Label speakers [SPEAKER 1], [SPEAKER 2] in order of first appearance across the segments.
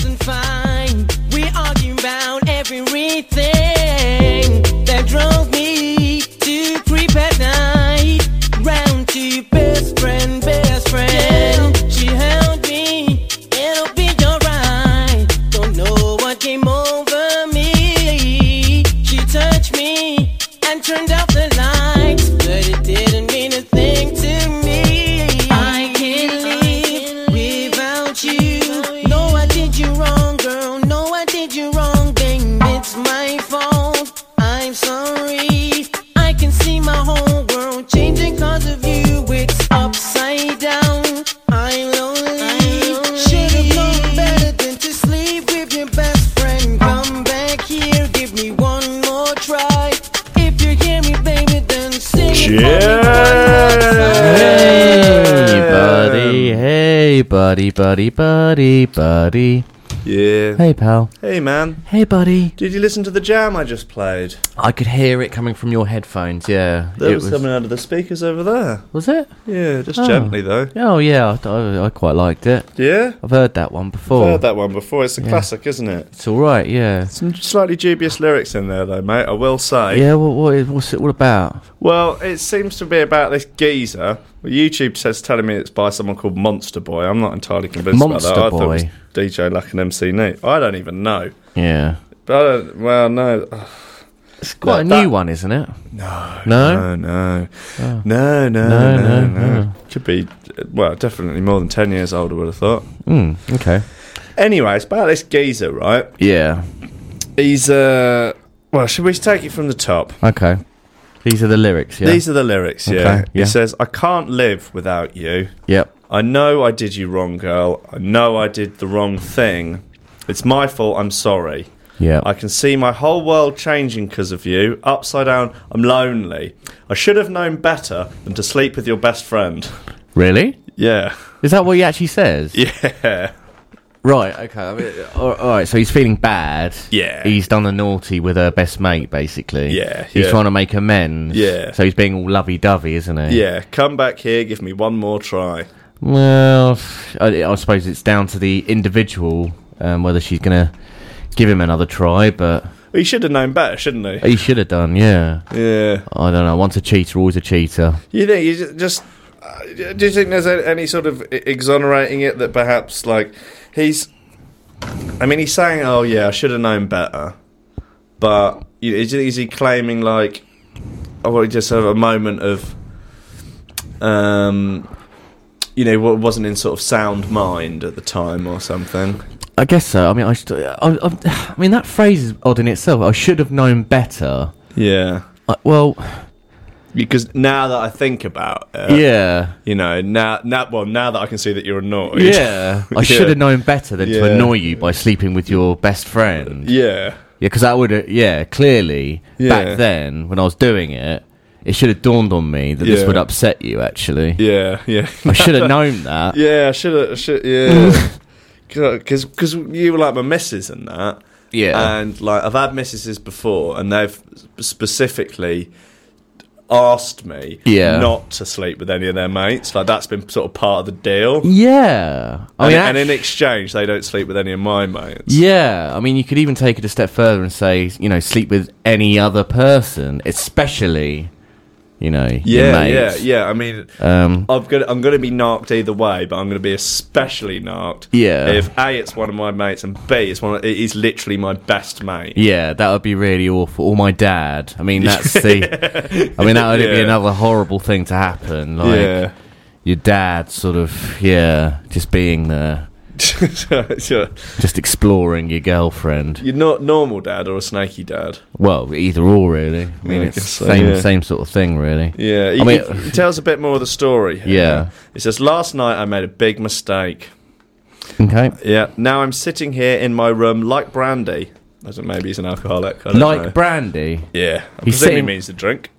[SPEAKER 1] fine. We argue about everything that drove me to creep at night. Round to best friend, best friend. She held me, it'll be alright. Don't know what came over me. She touched me and turned off the lights, but it didn't mean a thing to me. I can't live without you. No, I did you wrong, girl. No, I did you wrong, babe. It's my fault. I'm sorry. I can see my whole world changing cause of you. It's upside down. I'm lonely. Should've known better than to sleep with your best friend. Come back here, give me one more try. If you hear me, baby, then sing. it for me one more time.
[SPEAKER 2] Hey, buddy. Hey, buddy, buddy, buddy, buddy.
[SPEAKER 3] Yeah.
[SPEAKER 2] Hey, pal.
[SPEAKER 3] Hey, man.
[SPEAKER 2] Hey, buddy.
[SPEAKER 3] Did you listen to the jam I just played?
[SPEAKER 2] I could hear it coming from your headphones. Yeah,
[SPEAKER 3] There
[SPEAKER 2] it
[SPEAKER 3] was, something out of the speakers over there.
[SPEAKER 2] was it?
[SPEAKER 3] Yeah, just
[SPEAKER 2] Oh.
[SPEAKER 3] gently though.
[SPEAKER 2] Oh yeah, I, I, I quite liked it.
[SPEAKER 3] Yeah.
[SPEAKER 2] I've heard that one before.
[SPEAKER 3] I've heard that one before. It's a classic, isn't it?
[SPEAKER 2] It's all right. Yeah.
[SPEAKER 3] Some slightly dubious lyrics in there, though, mate. I will say.
[SPEAKER 2] Yeah. What, what is- What's it all about?
[SPEAKER 3] Well, it seems to be about this geezer. Well, YouTube says telling me it's by someone called Monster Boy. I'm not entirely convinced
[SPEAKER 2] Monster
[SPEAKER 3] about that. I thought
[SPEAKER 2] Boy.
[SPEAKER 3] it was DJ Luck and MC Neat. I don't even know.
[SPEAKER 2] Yeah.
[SPEAKER 3] But I don't, well, no, Ugh,
[SPEAKER 2] It's quite a
[SPEAKER 3] Look,
[SPEAKER 2] new
[SPEAKER 3] that-
[SPEAKER 2] one, isn't it? No. Ah.
[SPEAKER 3] no, no, no, no, no, no, Could be, well, definitely more than ten years old. I would have thought.
[SPEAKER 2] No. Mm, okay.
[SPEAKER 3] Anyway, it's about this geezer, right?
[SPEAKER 2] Yeah.
[SPEAKER 3] He's uh, well, should we take it from the top?
[SPEAKER 2] Okay. These are the lyrics. Yeah.
[SPEAKER 3] These are the lyrics. Yeah.
[SPEAKER 2] Okay,
[SPEAKER 3] He
[SPEAKER 2] yeah.
[SPEAKER 3] says, "I can't live without you."
[SPEAKER 2] Yep.
[SPEAKER 3] I know I did you wrong, girl. I know I did the wrong thing. It's my fault. I'm sorry.
[SPEAKER 2] Yeah.
[SPEAKER 3] I can see my whole world changing because of you. Upside down, I'm lonely. I should have known better than to sleep with your best friend.
[SPEAKER 2] Really?
[SPEAKER 3] Yeah.
[SPEAKER 2] Is that what he actually says?
[SPEAKER 3] Yeah.
[SPEAKER 2] Right. Okay. I mean, all, all right. So he's feeling bad.
[SPEAKER 3] Yeah.
[SPEAKER 2] He's done a naughty with her best mate, basically.
[SPEAKER 3] Yeah,
[SPEAKER 2] He's
[SPEAKER 3] yeah.
[SPEAKER 2] trying to make amends.
[SPEAKER 3] Yeah.
[SPEAKER 2] So he's being all lovey-dovey, isn't he?
[SPEAKER 3] Yeah. Come back here. Give me one more try.
[SPEAKER 2] Well, I, I suppose it's down to the individual um, whether she's going to give him another try, but
[SPEAKER 3] He should have known better, shouldn't he?
[SPEAKER 2] he should have done, yeah.
[SPEAKER 3] Yeah.
[SPEAKER 2] I don't know. Once a cheater, always a cheater.
[SPEAKER 3] You think you ju- just? uh, Do you think there's a- any sort of e- exonerating it that perhaps like he's? I mean, he's saying, "Oh yeah, I should have known better," but you- is, he- is he claiming like, "Oh, well, just sort of a moment of, um, you know, what wasn't in sort of sound mind at the time or something?"
[SPEAKER 2] I guess so. I mean, I, st- I, I, I mean that phrase is odd in itself. I should have known better.
[SPEAKER 3] Yeah,
[SPEAKER 2] I, well,
[SPEAKER 3] Uh, because now that I think about it,
[SPEAKER 2] yeah,
[SPEAKER 3] you know, now now well, now that I can see that you're annoyed,
[SPEAKER 2] yeah. I should have known better than
[SPEAKER 3] Yeah.
[SPEAKER 2] to annoy you by sleeping with your best friend.
[SPEAKER 3] yeah.
[SPEAKER 2] Yeah, because I would have, yeah, clearly,
[SPEAKER 3] Yeah.
[SPEAKER 2] back then, when I was doing it, it should have dawned on me that this
[SPEAKER 3] Yeah.
[SPEAKER 2] would upset you, actually.
[SPEAKER 3] Yeah, yeah.
[SPEAKER 2] I should have known that.
[SPEAKER 3] Yeah, I should have. Should, yeah, because because you were like my missus and that.
[SPEAKER 2] Yeah.
[SPEAKER 3] and like I've had missuses before, and they've sp- specifically asked me
[SPEAKER 2] Yeah.
[SPEAKER 3] not to sleep with any of their mates. Like that's been sort of part of the deal.
[SPEAKER 2] Oh, yeah. I
[SPEAKER 3] and,
[SPEAKER 2] mean,
[SPEAKER 3] and in
[SPEAKER 2] act-
[SPEAKER 3] exchange, they don't sleep with any of my mates.
[SPEAKER 2] yeah. I mean, you could even take it a step further and say, you know, sleep with any other person, especially, you know, your
[SPEAKER 3] yeah, yeah,
[SPEAKER 2] mates.
[SPEAKER 3] yeah. I mean,
[SPEAKER 2] Um,
[SPEAKER 3] I'm gonna I'm gonna be narked either way, but I'm gonna be especially narked.
[SPEAKER 2] Yeah.
[SPEAKER 3] If A, it's one of my mates, and B, it's one. Of, it is literally my best mate.
[SPEAKER 2] yeah, that would be really awful. Or my dad. I mean, that's the. I mean, that would be
[SPEAKER 3] Yeah.
[SPEAKER 2] another horrible thing to happen. Like,
[SPEAKER 3] yeah.
[SPEAKER 2] your dad sort of, yeah, just being there,
[SPEAKER 3] Sure, sure.
[SPEAKER 2] just exploring your girlfriend.
[SPEAKER 3] You're not normal dad or a snaky dad.
[SPEAKER 2] Well, either or, really. I mean,
[SPEAKER 3] Yeah, I
[SPEAKER 2] it's
[SPEAKER 3] guess so,
[SPEAKER 2] same
[SPEAKER 3] yeah.
[SPEAKER 2] same sort of thing, really.
[SPEAKER 3] Yeah, he,
[SPEAKER 2] I mean-
[SPEAKER 3] he- he tells a bit more of the story. here.
[SPEAKER 2] Yeah.
[SPEAKER 3] it says last night I made a big mistake.
[SPEAKER 2] Okay.
[SPEAKER 3] Yeah, now I'm sitting here in my room like brandy. I don't, maybe he's an alcoholic. I don't know.
[SPEAKER 2] Like brandy.
[SPEAKER 3] yeah, I presume he
[SPEAKER 2] He's sitting-
[SPEAKER 3] means the drink.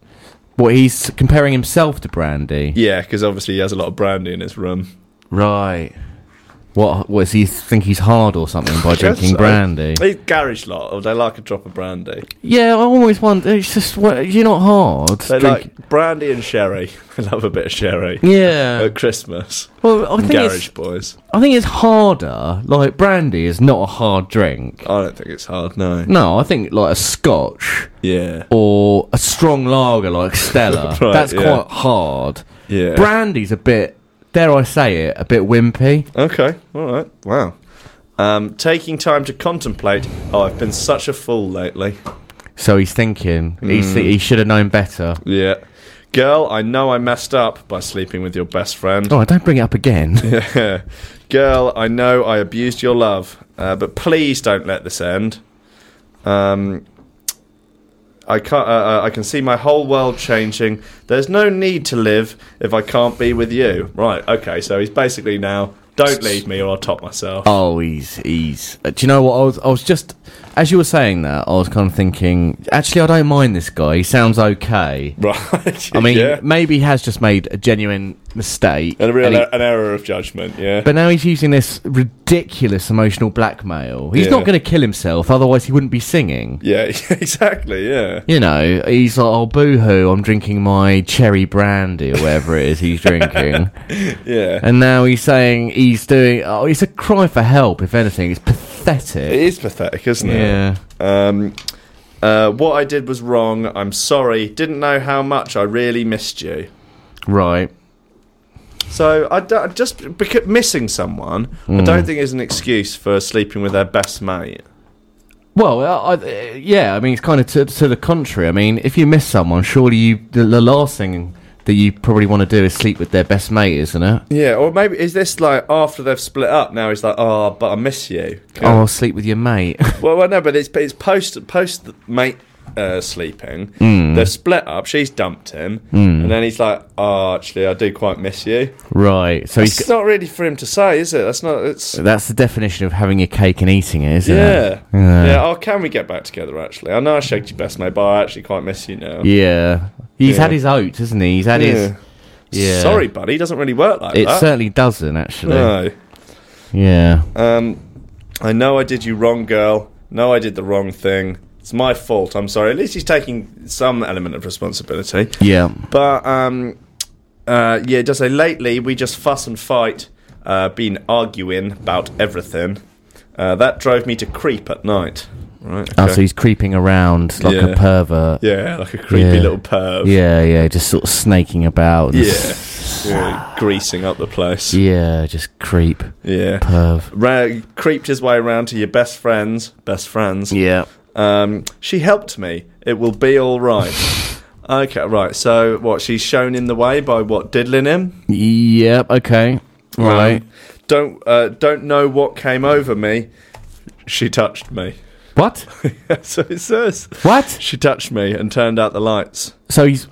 [SPEAKER 2] What he's comparing himself to brandy.
[SPEAKER 3] Yeah, because obviously he has a lot of brandy in his room.
[SPEAKER 2] Right. What? What does he think he's hard or something by drinking
[SPEAKER 3] So-
[SPEAKER 2] brandy?
[SPEAKER 3] They uh, garage lot. Or they like a drop of brandy.
[SPEAKER 2] Yeah, I always wonder. It's just what, you're not hard.
[SPEAKER 3] They
[SPEAKER 2] Drink-
[SPEAKER 3] like brandy and sherry. I love a bit of sherry.
[SPEAKER 2] yeah.
[SPEAKER 3] At Christmas,
[SPEAKER 2] Well, I think
[SPEAKER 3] garage
[SPEAKER 2] it's
[SPEAKER 3] boys.
[SPEAKER 2] I think it's harder. Like brandy is not a hard drink.
[SPEAKER 3] I don't think it's hard. No.
[SPEAKER 2] No, I think like a Scotch
[SPEAKER 3] Yeah.
[SPEAKER 2] or a strong lager like Stella.
[SPEAKER 3] Right,
[SPEAKER 2] that's
[SPEAKER 3] yeah.
[SPEAKER 2] quite hard.
[SPEAKER 3] Yeah.
[SPEAKER 2] Brandy's a bit, dare I say it, a bit wimpy.
[SPEAKER 3] Okay. All right. Wow. Um, taking time to contemplate. Oh, I've been such a fool lately.
[SPEAKER 2] So he's thinking
[SPEAKER 3] Mm.
[SPEAKER 2] he's th- he should have known better.
[SPEAKER 3] Yeah. Girl, I know I messed up by sleeping with your best friend.
[SPEAKER 2] Oh, don't bring it up again.
[SPEAKER 3] Girl, I know I abused your love, uh, but please don't let this end. Um, I can't. Uh, uh, I can see my whole world changing. There's no need to live if I can't be with you. Right. Okay. So he's basically now. Don't leave me, or I'll top myself.
[SPEAKER 2] oh, he's he's. Uh, do you know what? I was I was just as you were saying that I was kind of thinking. Actually, I don't mind this guy. He sounds okay.
[SPEAKER 3] Right.
[SPEAKER 2] I mean,
[SPEAKER 3] yeah.
[SPEAKER 2] maybe he has just made a genuine mistake.
[SPEAKER 3] And a real
[SPEAKER 2] and he-
[SPEAKER 3] an error of judgment. Yeah.
[SPEAKER 2] but now he's using this ridiculous emotional blackmail. He's
[SPEAKER 3] Yeah.
[SPEAKER 2] not going to kill himself, otherwise he wouldn't be singing.
[SPEAKER 3] yeah. Exactly. Yeah.
[SPEAKER 2] You know, he's like, "Oh, boo-hoo! I'm drinking my cherry brandy or whatever it is he's drinking."
[SPEAKER 3] Yeah.
[SPEAKER 2] And now he's saying he's doing. Oh, it's a cry for help. If anything, it's
[SPEAKER 3] It
[SPEAKER 2] pathetic.
[SPEAKER 3] is pathetic, isn't it?
[SPEAKER 2] Yeah.
[SPEAKER 3] Um, uh, what I did was wrong. I'm sorry. Didn't know how much I really missed you.
[SPEAKER 2] Right.
[SPEAKER 3] So I don't- just beca- missing someone. I don't think is an excuse for sleeping with their best mate.
[SPEAKER 2] Well, I, I, yeah. I mean, it's kind of to, to the contrary. I mean, if you miss someone, surely you the, the last thing that you probably want to do is sleep with their best mate, isn't it?
[SPEAKER 3] Yeah, or maybe is this like after they've split up? Now he's like, oh, but I miss you.
[SPEAKER 2] Oh, I'll sleep with your mate.
[SPEAKER 3] Well, well, no, but it's it's post post mate uh, sleeping. They've split up. She's dumped him, and then he's like, oh, actually, I do quite miss you.
[SPEAKER 2] right. So he's,
[SPEAKER 3] It's not really for him to say, is it? That's not. It's
[SPEAKER 2] that's the definition of having your cake and eating it, isn't it?
[SPEAKER 3] Yeah.
[SPEAKER 2] Yeah.
[SPEAKER 3] yeah. Oh, can we get back together, actually? I know I shaked your best mate, but I actually quite miss you now.
[SPEAKER 2] Yeah. He's
[SPEAKER 3] Yeah.
[SPEAKER 2] had his oats, hasn't he? He's had his. Yeah.
[SPEAKER 3] Sorry, buddy. Doesn't really work like
[SPEAKER 2] It
[SPEAKER 3] that.
[SPEAKER 2] certainly doesn't, actually.
[SPEAKER 3] no.
[SPEAKER 2] Yeah.
[SPEAKER 3] Um, I know I did you wrong, girl. No, I did the wrong thing. It's my fault. I'm sorry. At least he's taking some element of responsibility.
[SPEAKER 2] Yeah.
[SPEAKER 3] But um, uh, yeah, just say lately we just fuss and fight, uh, been arguing about everything. Uh, that drove me to creep at night. Right.
[SPEAKER 2] Oh,
[SPEAKER 3] okay.
[SPEAKER 2] so he's creeping around like a
[SPEAKER 3] Yeah.
[SPEAKER 2] pervert.
[SPEAKER 3] yeah, like a creepy
[SPEAKER 2] Yeah.
[SPEAKER 3] little perv.
[SPEAKER 2] Yeah, yeah, just sort of snaking about. and
[SPEAKER 3] Yeah.
[SPEAKER 2] s-
[SPEAKER 3] yeah. Greasing up the place. Yeah.
[SPEAKER 2] yeah, just creep, perv.
[SPEAKER 3] Ra- creeped his way around to your best friends. Best friends.
[SPEAKER 2] Yeah.
[SPEAKER 3] Um, she helped me. It will be all right. okay, right. So, what? She's shown in the way by what? Diddling him?
[SPEAKER 2] Yep. Okay. Right.
[SPEAKER 3] Um, don't, uh, don't know what came over me. She touched me.
[SPEAKER 2] What?
[SPEAKER 3] so it says.
[SPEAKER 2] What?
[SPEAKER 3] She touched me and turned out the lights.
[SPEAKER 2] So he's.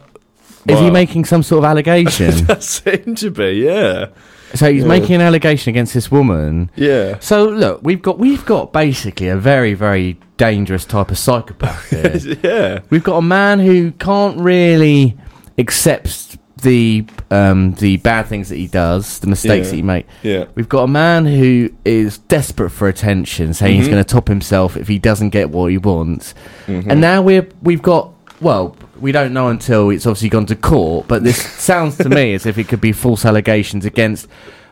[SPEAKER 2] Is he
[SPEAKER 3] Wow.
[SPEAKER 2] making some sort of allegation?
[SPEAKER 3] That seemed to be, yeah.
[SPEAKER 2] so he's making an allegation against this woman.
[SPEAKER 3] Yeah.
[SPEAKER 2] So look, we've got we've got basically a very very dangerous type of psychopath here.
[SPEAKER 3] Yeah.
[SPEAKER 2] We've got a man who can't really accept the um, the bad things that he does, the mistakes
[SPEAKER 3] Yeah.
[SPEAKER 2] that he makes.
[SPEAKER 3] Yeah.
[SPEAKER 2] We've got a man who is desperate for attention, saying
[SPEAKER 3] Mm-hmm.
[SPEAKER 2] he's going to top himself if he doesn't get what he wants. And now we're we've got well, we don't know until it's obviously gone to court. But this sounds to me as if it could be false allegations against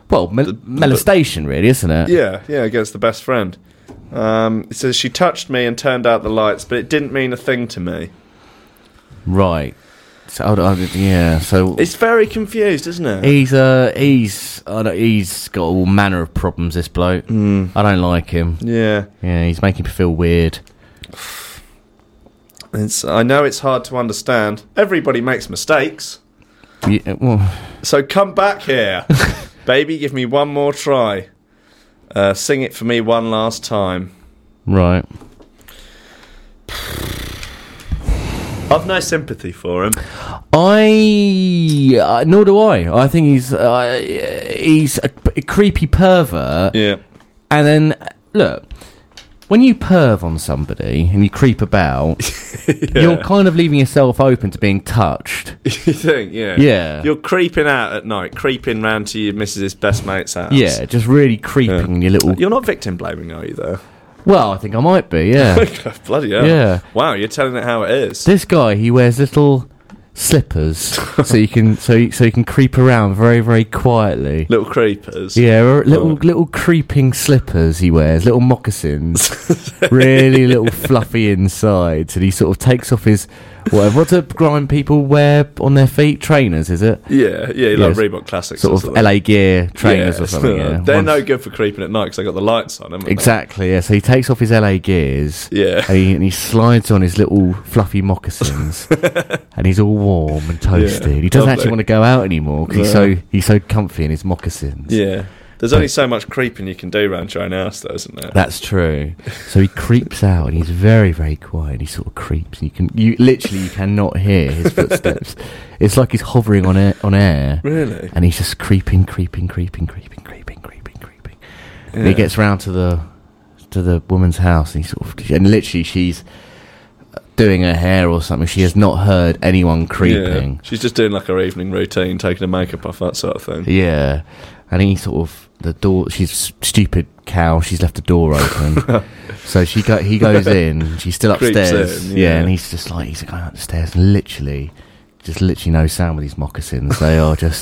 [SPEAKER 2] well, mol- molestation, really, isn't it?
[SPEAKER 3] Yeah, yeah, against the best friend. Um, it says she touched me and turned out the lights, but it didn't mean a thing to me.
[SPEAKER 2] Right. So I don't- yeah. So
[SPEAKER 3] It's very confused, isn't it?
[SPEAKER 2] He's uh he's I don't, he's got all manner of problems. This bloke, mm. I don't like him.
[SPEAKER 3] yeah,
[SPEAKER 2] Yeah, he's making me feel weird.
[SPEAKER 3] it's. I know it's hard to understand. Everybody makes mistakes,
[SPEAKER 2] Yeah, uh, well,
[SPEAKER 3] so come back here, baby. Give me one more try. Uh, sing it for me one last time.
[SPEAKER 2] right.
[SPEAKER 3] I've no sympathy for him.
[SPEAKER 2] I uh, nor do I. I think he's uh, he's a, p- a creepy pervert.
[SPEAKER 3] Yeah,
[SPEAKER 2] And then uh, look, when you perv on somebody and you creep about, you're kind of leaving yourself open to being touched.
[SPEAKER 3] you think, yeah.
[SPEAKER 2] Yeah.
[SPEAKER 3] You're creeping out at night, creeping round to your missus's best mate's house.
[SPEAKER 2] Yeah, just really creeping in your little.
[SPEAKER 3] You're not victim blaming, are you, though?
[SPEAKER 2] Well, I think I might be. Yeah,
[SPEAKER 3] Bloody hell.
[SPEAKER 2] Yeah.
[SPEAKER 3] Wow, you're telling it how it is.
[SPEAKER 2] this guy he wears little slippers, so you can so you, so you can creep around very very quietly.
[SPEAKER 3] Little creepers.
[SPEAKER 2] Yeah, or little
[SPEAKER 3] Oh.
[SPEAKER 2] little creeping slippers he wears, little moccasins, really little fluffy insides, and he sort of takes off his whatever. What do grind people wear on their feet? Trainers, is it?
[SPEAKER 3] Yeah, yeah, like
[SPEAKER 2] Yes.
[SPEAKER 3] Reebok Classics. or
[SPEAKER 2] Sort of
[SPEAKER 3] something.
[SPEAKER 2] LA Gear trainers
[SPEAKER 3] Yeah.
[SPEAKER 2] or something. Yeah.
[SPEAKER 3] They're
[SPEAKER 2] Once-
[SPEAKER 3] no good for creeping at night because they got the lights on, haven't they?
[SPEAKER 2] Exactly. Yeah. So he takes off his LA gears.
[SPEAKER 3] Yeah.
[SPEAKER 2] And he, and he slides on his little fluffy moccasins, and he's all warm and toasted.
[SPEAKER 3] Yeah,
[SPEAKER 2] he doesn't
[SPEAKER 3] lovely.
[SPEAKER 2] actually want to go out anymore because he's
[SPEAKER 3] No.
[SPEAKER 2] so he's so comfy in his moccasins.
[SPEAKER 3] Yeah. There's only so much creeping you can do round your own house, though, isn't there?
[SPEAKER 2] That's true. So he creeps out, and he's very, very quiet. He sort of creeps, and you can, you literally, you cannot hear his footsteps. it's like he's hovering on air, on air,
[SPEAKER 3] really?
[SPEAKER 2] and he's just creeping, creeping, creeping, creeping, creeping, creeping, creeping. And he
[SPEAKER 3] Yeah.
[SPEAKER 2] gets round to the to the woman's house, and he sort of, and literally, she's doing her hair or something. She has not heard anyone creeping.
[SPEAKER 3] Yeah. She's just doing like her evening routine, taking her makeup off, that sort of thing.
[SPEAKER 2] Yeah, and he sort of the door. She's stupid cow. She's left the door open, so she go, he goes in. She's still
[SPEAKER 3] Creeps
[SPEAKER 2] upstairs.
[SPEAKER 3] in,
[SPEAKER 2] yeah.
[SPEAKER 3] yeah.
[SPEAKER 2] and he's just like he's going upstairs and literally, just literally no sound with these moccasins. They are just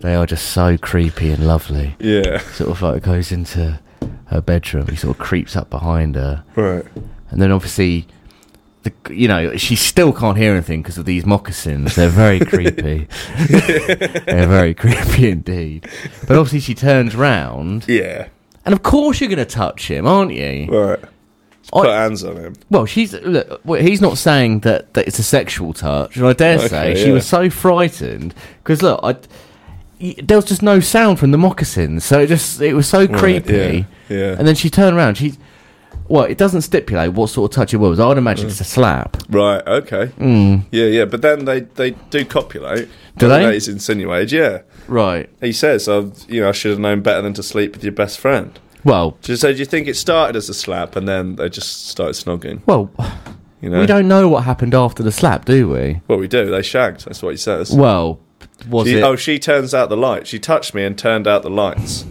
[SPEAKER 2] they are just so creepy and lovely.
[SPEAKER 3] Yeah.
[SPEAKER 2] Sort of like goes into her bedroom. He sort of creeps up behind her,
[SPEAKER 3] Right.
[SPEAKER 2] and then obviously. The, you know, she still can't hear anything because of these moccasins. They're very creepy. They're very creepy indeed. But obviously, she turns round,
[SPEAKER 3] Yeah.
[SPEAKER 2] and of course, you're going to touch him, aren't you?
[SPEAKER 3] Right. Put
[SPEAKER 2] I,
[SPEAKER 3] hands on him.
[SPEAKER 2] well, she's look. well, He's not saying that, that it's a sexual touch, and I dare say
[SPEAKER 3] Okay,
[SPEAKER 2] she
[SPEAKER 3] yeah.
[SPEAKER 2] was so frightened because look, I, y- there was just no sound from the moccasins, so it just it was so creepy.
[SPEAKER 3] Yeah. yeah.
[SPEAKER 2] And then she turned around. She, well, it doesn't stipulate what sort of touch it was. I would
[SPEAKER 3] Mm.
[SPEAKER 2] imagine it's a slap.
[SPEAKER 3] right. Okay.
[SPEAKER 2] Mm,
[SPEAKER 3] Yeah. Yeah. But then they they do copulate.
[SPEAKER 2] Do they?
[SPEAKER 3] That is insinuated. Yeah.
[SPEAKER 2] right.
[SPEAKER 3] He says, "I've you know I should have known better than to sleep with your best friend."
[SPEAKER 2] Well.
[SPEAKER 3] She said, "Do you think it started as a slap and then they just started snogging?"
[SPEAKER 2] Well,
[SPEAKER 3] You know.
[SPEAKER 2] we don't know what happened after the slap, do we?
[SPEAKER 3] Well, we do. They shagged. That's what he says.
[SPEAKER 2] Well, was
[SPEAKER 3] She-
[SPEAKER 2] it?
[SPEAKER 3] oh, she turns out the light. She touched me and turned out the lights.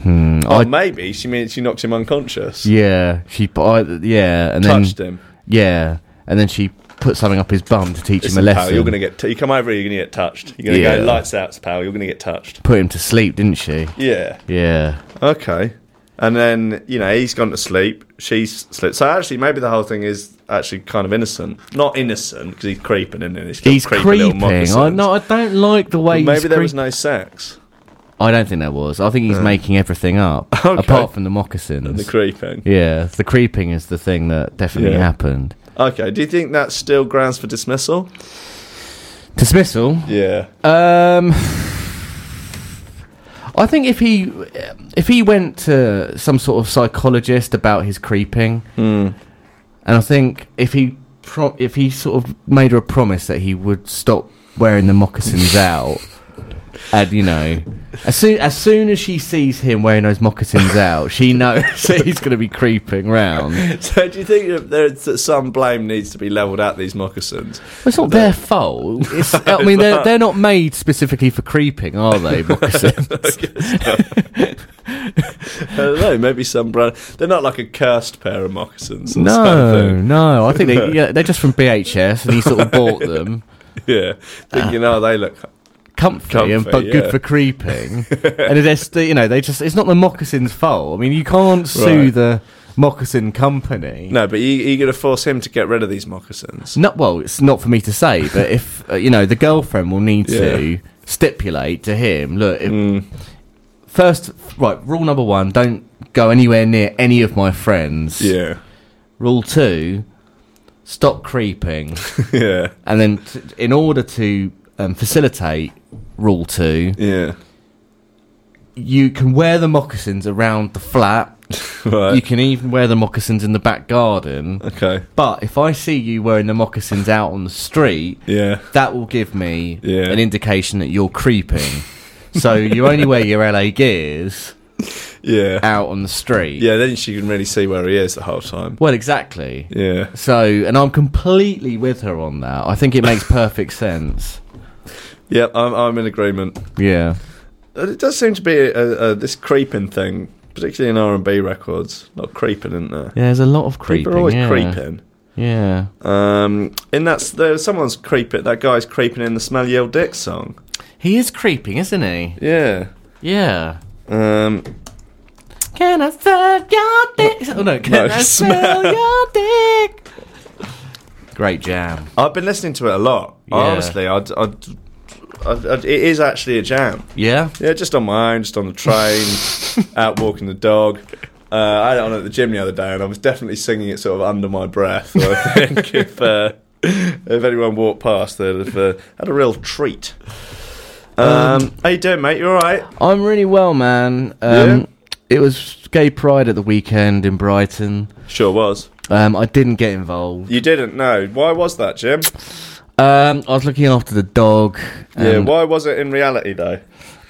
[SPEAKER 3] oh,
[SPEAKER 2] Hmm, I-
[SPEAKER 3] maybe she means she knocked him unconscious.
[SPEAKER 2] Yeah, she. but I- Yeah, and then
[SPEAKER 3] touched him.
[SPEAKER 2] yeah, and then she put something up his bum to teach him a
[SPEAKER 3] Listen, pal,
[SPEAKER 2] lesson.
[SPEAKER 3] you're gonna get. T- you come over here. You're gonna get touched. You're gonna
[SPEAKER 2] Yeah.
[SPEAKER 3] go lights out, pal. You're gonna get touched.
[SPEAKER 2] Put him to sleep, didn't she?
[SPEAKER 3] Yeah.
[SPEAKER 2] Yeah,
[SPEAKER 3] Okay. And then you know he's gone to sleep. She's slept. So actually, maybe the whole thing is actually kind of innocent. Not innocent because he's creeping in and he's got
[SPEAKER 2] he's
[SPEAKER 3] creepy little
[SPEAKER 2] creeping. I
[SPEAKER 3] moccasins.
[SPEAKER 2] no, I don't like the way.
[SPEAKER 3] Maybe
[SPEAKER 2] he's
[SPEAKER 3] there was
[SPEAKER 2] creep-
[SPEAKER 3] no sex.
[SPEAKER 2] I don't think there was. I think he's making everything up,
[SPEAKER 3] Okay.
[SPEAKER 2] apart from the
[SPEAKER 3] The
[SPEAKER 2] moccasins.
[SPEAKER 3] creeping.
[SPEAKER 2] yeah, the creeping is the thing that definitely
[SPEAKER 3] Yeah.
[SPEAKER 2] happened.
[SPEAKER 3] Okay. Do you think that's still grounds for dismissal?
[SPEAKER 2] Dismissal.
[SPEAKER 3] Yeah.
[SPEAKER 2] Um, I think if he if he went to some sort of psychologist about his creeping, and I think if he pro- if he sort of made her a promise that he would stop wearing the moccasins out, and you know, as soon as soon as she sees him wearing those moccasins out, she knows that he's going to be creeping round.
[SPEAKER 3] So do you think that, there's, that some blame needs to be levelled at these moccasins?
[SPEAKER 2] It's not their fault. It's, I mean, they're they're not made specifically for creeping, are they? Moccasins.
[SPEAKER 3] I don't know, maybe some brand. They're not like a cursed pair of moccasins. Or
[SPEAKER 2] No,
[SPEAKER 3] something.
[SPEAKER 2] no. I think they, yeah, they're just from BHS, and he sort of bought them
[SPEAKER 3] Yeah. Thinking,
[SPEAKER 2] Ah.
[SPEAKER 3] oh, they look.
[SPEAKER 2] comfy, and
[SPEAKER 3] Comfy,
[SPEAKER 2] but
[SPEAKER 3] yeah.
[SPEAKER 2] good for creeping. and they're st- you know they just it's not the moccasins' fault. I mean, you can't sue
[SPEAKER 3] Right.
[SPEAKER 2] the moccasin company.
[SPEAKER 3] No, but you, you're going to force him to get rid of these moccasins.
[SPEAKER 2] Not well. It's not for me to say, but if uh, you know, the girlfriend will need to stipulate to him. Look, if,
[SPEAKER 3] Mm.
[SPEAKER 2] first, right. Rule number one: don't go anywhere near any of my friends.
[SPEAKER 3] Yeah.
[SPEAKER 2] Rule two: stop creeping.
[SPEAKER 3] Yeah.
[SPEAKER 2] And then, t- in order to um, facilitate rule two,
[SPEAKER 3] Yeah.
[SPEAKER 2] you can wear the moccasins around the flat.
[SPEAKER 3] Right.
[SPEAKER 2] You can even wear the moccasins in the back garden.
[SPEAKER 3] okay.
[SPEAKER 2] But if I see you wearing the moccasins out on the street,
[SPEAKER 3] Yeah.
[SPEAKER 2] that will give me
[SPEAKER 3] Yeah.
[SPEAKER 2] an indication that you're creeping. so you only wear your LA gears
[SPEAKER 3] yeah,
[SPEAKER 2] out on the street.
[SPEAKER 3] yeah. Then she can really see where he is the whole time.
[SPEAKER 2] Well, exactly.
[SPEAKER 3] Yeah,
[SPEAKER 2] So, and I'm completely with her on that. I think it makes perfect sense.
[SPEAKER 3] yeah. I'm I'm in agreement.
[SPEAKER 2] Yeah.
[SPEAKER 3] Uh, It does seem to be a, a, this creeping thing, particularly in R and B records. A lot of creeping, isn't there?
[SPEAKER 2] Yeah, there's a lot of creeping.
[SPEAKER 3] People are always
[SPEAKER 2] yeah.
[SPEAKER 3] creeping.
[SPEAKER 2] Yeah.
[SPEAKER 3] Um, and that's there. Someone's creeping. That guy's creeping in the "Smelly Old Dick" song.
[SPEAKER 2] He is creeping, isn't he?
[SPEAKER 3] Yeah.
[SPEAKER 2] Yeah.
[SPEAKER 3] Um,
[SPEAKER 2] Can I smell your dick? Oh no, can
[SPEAKER 3] No,
[SPEAKER 2] I
[SPEAKER 3] smell.
[SPEAKER 2] smell your dick? Great jam.
[SPEAKER 3] I've been listening to it a lot.
[SPEAKER 2] Yeah.
[SPEAKER 3] Honestly, I'd, I'd, I'd, I'd, it is actually a jam.
[SPEAKER 2] Yeah.
[SPEAKER 3] Yeah, just on my own, just on the train, out walking the dog. Uh, I had it on at the gym the other day, and I was definitely singing it sort of under my breath. So I think if uh, if anyone walked past, they'd have uh, had a real treat. Um, how you doing, mate? You all right?
[SPEAKER 2] I'm really well, man. Um,
[SPEAKER 3] Yeah?
[SPEAKER 2] It was Gay Pride at the weekend in Brighton.
[SPEAKER 3] Sure was.
[SPEAKER 2] Um, I didn't get involved.
[SPEAKER 3] You didn't know. Why was that, Jim?
[SPEAKER 2] Um, I was looking after the dog.
[SPEAKER 3] Yeah.
[SPEAKER 2] and
[SPEAKER 3] Why was it in reality though?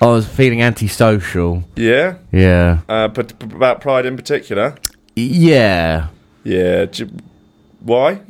[SPEAKER 2] I was feeling antisocial.
[SPEAKER 3] Yeah.
[SPEAKER 2] Yeah.
[SPEAKER 3] Uh, but but about pride in particular.
[SPEAKER 2] Yeah.
[SPEAKER 3] Yeah. j- Why?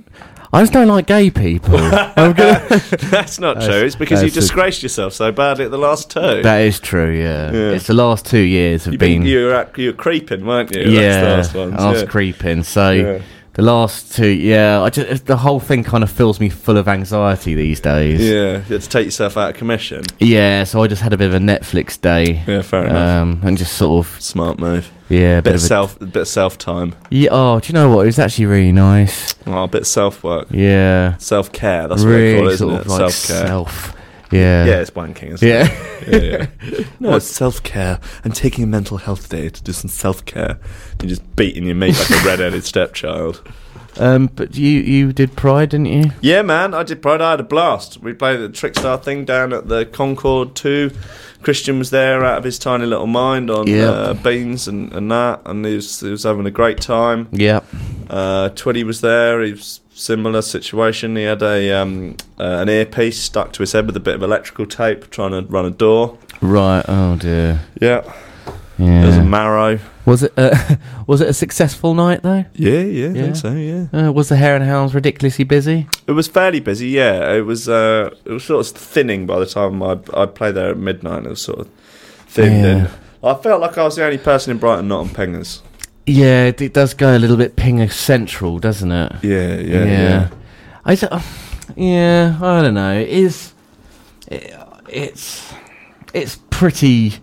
[SPEAKER 2] I just don't like gay people. I'm gonna-
[SPEAKER 3] That's not true. It's because you
[SPEAKER 2] that's a-
[SPEAKER 3] disgraced yourself so badly at the last two.
[SPEAKER 2] that is true. Yeah.
[SPEAKER 3] Yeah.
[SPEAKER 2] It's the last two years have
[SPEAKER 3] You've
[SPEAKER 2] been.
[SPEAKER 3] been, you were act- you were creeping, weren't you?
[SPEAKER 2] yeah.
[SPEAKER 3] That's the last ones,
[SPEAKER 2] I was
[SPEAKER 3] yeah.
[SPEAKER 2] creeping. So
[SPEAKER 3] Yeah.
[SPEAKER 2] the last two. Yeah. I just the whole thing kind of fills me full of anxiety these days.
[SPEAKER 3] yeah, you had to take yourself out of commission.
[SPEAKER 2] Yeah, So I just had a bit of a Netflix day.
[SPEAKER 3] Yeah, fair enough.
[SPEAKER 2] Um, and just sort of
[SPEAKER 3] Smart move.
[SPEAKER 2] yeah, a
[SPEAKER 3] Bit
[SPEAKER 2] bit,
[SPEAKER 3] of
[SPEAKER 2] of a,
[SPEAKER 3] self, bit of self time.
[SPEAKER 2] yeah. Oh, do you know what? It was actually really nice.
[SPEAKER 3] Oh, a bit of self work,
[SPEAKER 2] Yeah,
[SPEAKER 3] self care. That's what
[SPEAKER 2] really
[SPEAKER 3] they call it, isn't it?
[SPEAKER 2] sort of like
[SPEAKER 3] self care.
[SPEAKER 2] self. Yeah,
[SPEAKER 3] yeah, it's wanking, isn't it?
[SPEAKER 2] yeah.
[SPEAKER 3] Yeah, yeah. no, it's self care. I'm taking a mental health day to do some self care. You're just beating your meat like a red-headed stepchild.
[SPEAKER 2] um, but you you did Pride, didn't you?
[SPEAKER 3] Yeah, man, I did Pride. I had a blast. We played the Trickstar thing down at the Concord too. Christian was there out of his tiny little mind on
[SPEAKER 2] Yeah.
[SPEAKER 3] uh, beans and, and that, and he was, he was having a great time.
[SPEAKER 2] Yeah.
[SPEAKER 3] Uh, Twiddy was there. He was similar situation. He had a um, uh, an earpiece stuck to his head with a bit of electrical tape, trying to run a door.
[SPEAKER 2] Right. Oh dear.
[SPEAKER 3] Yeah,
[SPEAKER 2] Yeah.
[SPEAKER 3] there's a marrow.
[SPEAKER 2] was it uh, was it a successful night though?
[SPEAKER 3] Yeah, yeah, I
[SPEAKER 2] Yeah.
[SPEAKER 3] think so. Yeah,
[SPEAKER 2] Uh, was the Hare and Hounds ridiculously busy?
[SPEAKER 3] it was fairly busy. Yeah, it was. Uh, it was sort of thinning by the time I I played there at midnight. It was sort of thin.
[SPEAKER 2] Yeah.
[SPEAKER 3] And I felt like I was the only person in Brighton not on pingers.
[SPEAKER 2] Yeah, it, it does go a little bit pinger central, doesn't it?
[SPEAKER 3] Yeah, yeah, yeah.
[SPEAKER 2] I d- yeah, I don't know. It is it, it's it's pretty.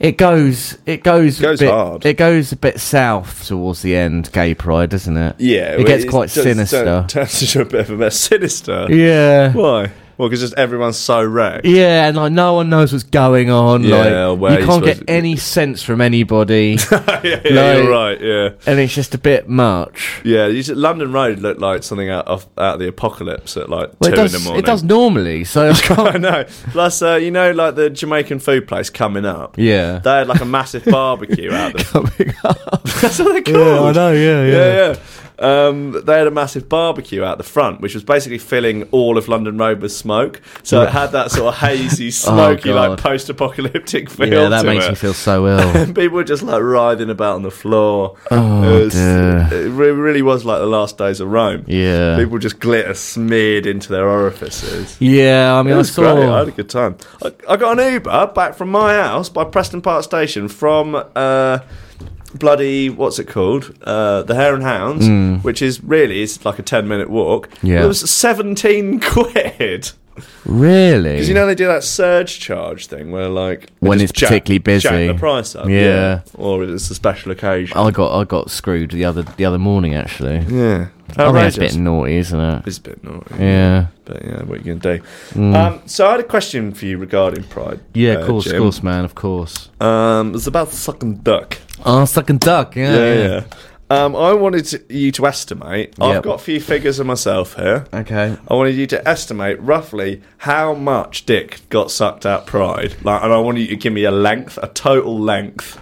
[SPEAKER 2] It goes it goes
[SPEAKER 3] Goes
[SPEAKER 2] a bit,
[SPEAKER 3] hard.
[SPEAKER 2] It goes a bit south towards the end. Gay pride, doesn't it?
[SPEAKER 3] Yeah,
[SPEAKER 2] It gets quite
[SPEAKER 3] does turn-
[SPEAKER 2] sinister.
[SPEAKER 3] Turns into a bit of a mess. Sinister.
[SPEAKER 2] Yeah.
[SPEAKER 3] Why? Well, because just everyone's so wrecked.
[SPEAKER 2] Yeah, and like no one knows what's going on.
[SPEAKER 3] Yeah,
[SPEAKER 2] like
[SPEAKER 3] where
[SPEAKER 2] you
[SPEAKER 3] you're
[SPEAKER 2] can't get
[SPEAKER 3] supposed to-
[SPEAKER 2] any sense from anybody,
[SPEAKER 3] Yeah, yeah,
[SPEAKER 2] Like-
[SPEAKER 3] you're right. Yeah,
[SPEAKER 2] and it's just a bit much.
[SPEAKER 3] yeah. You should, London Road looked like something out of out of the apocalypse at like two
[SPEAKER 2] Well, it
[SPEAKER 3] in
[SPEAKER 2] does.
[SPEAKER 3] the morning.
[SPEAKER 2] It does normally. So I
[SPEAKER 3] I
[SPEAKER 2] can't.
[SPEAKER 3] know. Plus, uh, you know, like the Jamaican food place coming up.
[SPEAKER 2] yeah.
[SPEAKER 3] They had like a massive barbecue out there.
[SPEAKER 2] Coming up.
[SPEAKER 3] That's what they're
[SPEAKER 2] Yeah, I
[SPEAKER 3] called.
[SPEAKER 2] know. Yeah, yeah.
[SPEAKER 3] yeah, yeah. Um, they had a massive barbecue out the front, which was basically filling all of London Road with smoke. So it had that sort of hazy, smoky, like
[SPEAKER 2] Oh, God.
[SPEAKER 3] post-apocalyptic feel.
[SPEAKER 2] Yeah, that
[SPEAKER 3] to
[SPEAKER 2] makes
[SPEAKER 3] it.
[SPEAKER 2] me feel so ill.
[SPEAKER 3] And people were just like writhing about on the floor.
[SPEAKER 2] Oh,
[SPEAKER 3] it, was,
[SPEAKER 2] dear.
[SPEAKER 3] it re- really was like the last days of Rome.
[SPEAKER 2] Yeah.
[SPEAKER 3] People just glitter smeared into their orifices.
[SPEAKER 2] yeah, I mean,
[SPEAKER 3] It
[SPEAKER 2] I
[SPEAKER 3] was great. I
[SPEAKER 2] saw.
[SPEAKER 3] had a good time. I, I got an Uber back from my house by Preston Park Station from uh, bloody what's it called, uh, the Hare and Hounds, which is really it's like a ten minute walk.
[SPEAKER 2] Hmm. Yeah.
[SPEAKER 3] it was seventeen quid.
[SPEAKER 2] Really?
[SPEAKER 3] Because you know they do that surge charge thing where like they
[SPEAKER 2] When
[SPEAKER 3] just
[SPEAKER 2] it's particularly busy.
[SPEAKER 3] jack the price up.
[SPEAKER 2] Yeah. Oh.
[SPEAKER 3] or it's a special occasion.
[SPEAKER 2] I got I got screwed the other the other morning
[SPEAKER 3] yeah,
[SPEAKER 2] actually. I think that's Oh, a
[SPEAKER 3] Outrageous.
[SPEAKER 2] bit naughty, isn't it?
[SPEAKER 3] It's a bit naughty.
[SPEAKER 2] Yeah. Hmm.
[SPEAKER 3] But yeah, what are you gonna do? Um, so I had a question for you regarding Pride.
[SPEAKER 2] Yeah,
[SPEAKER 3] uh,
[SPEAKER 2] of course,
[SPEAKER 3] Jim.
[SPEAKER 2] of course, man, of course.
[SPEAKER 3] Um, it's about sucking duck.
[SPEAKER 2] Oh, sucking duck. Yeah, yeah.
[SPEAKER 3] Um, I wanted to, you to estimate. I've
[SPEAKER 2] Yep.
[SPEAKER 3] got a few figures of myself here.
[SPEAKER 2] Okay.
[SPEAKER 3] I wanted you to estimate roughly how much dick got sucked at Pride. Like, and I wanted you to give me a length, a total length.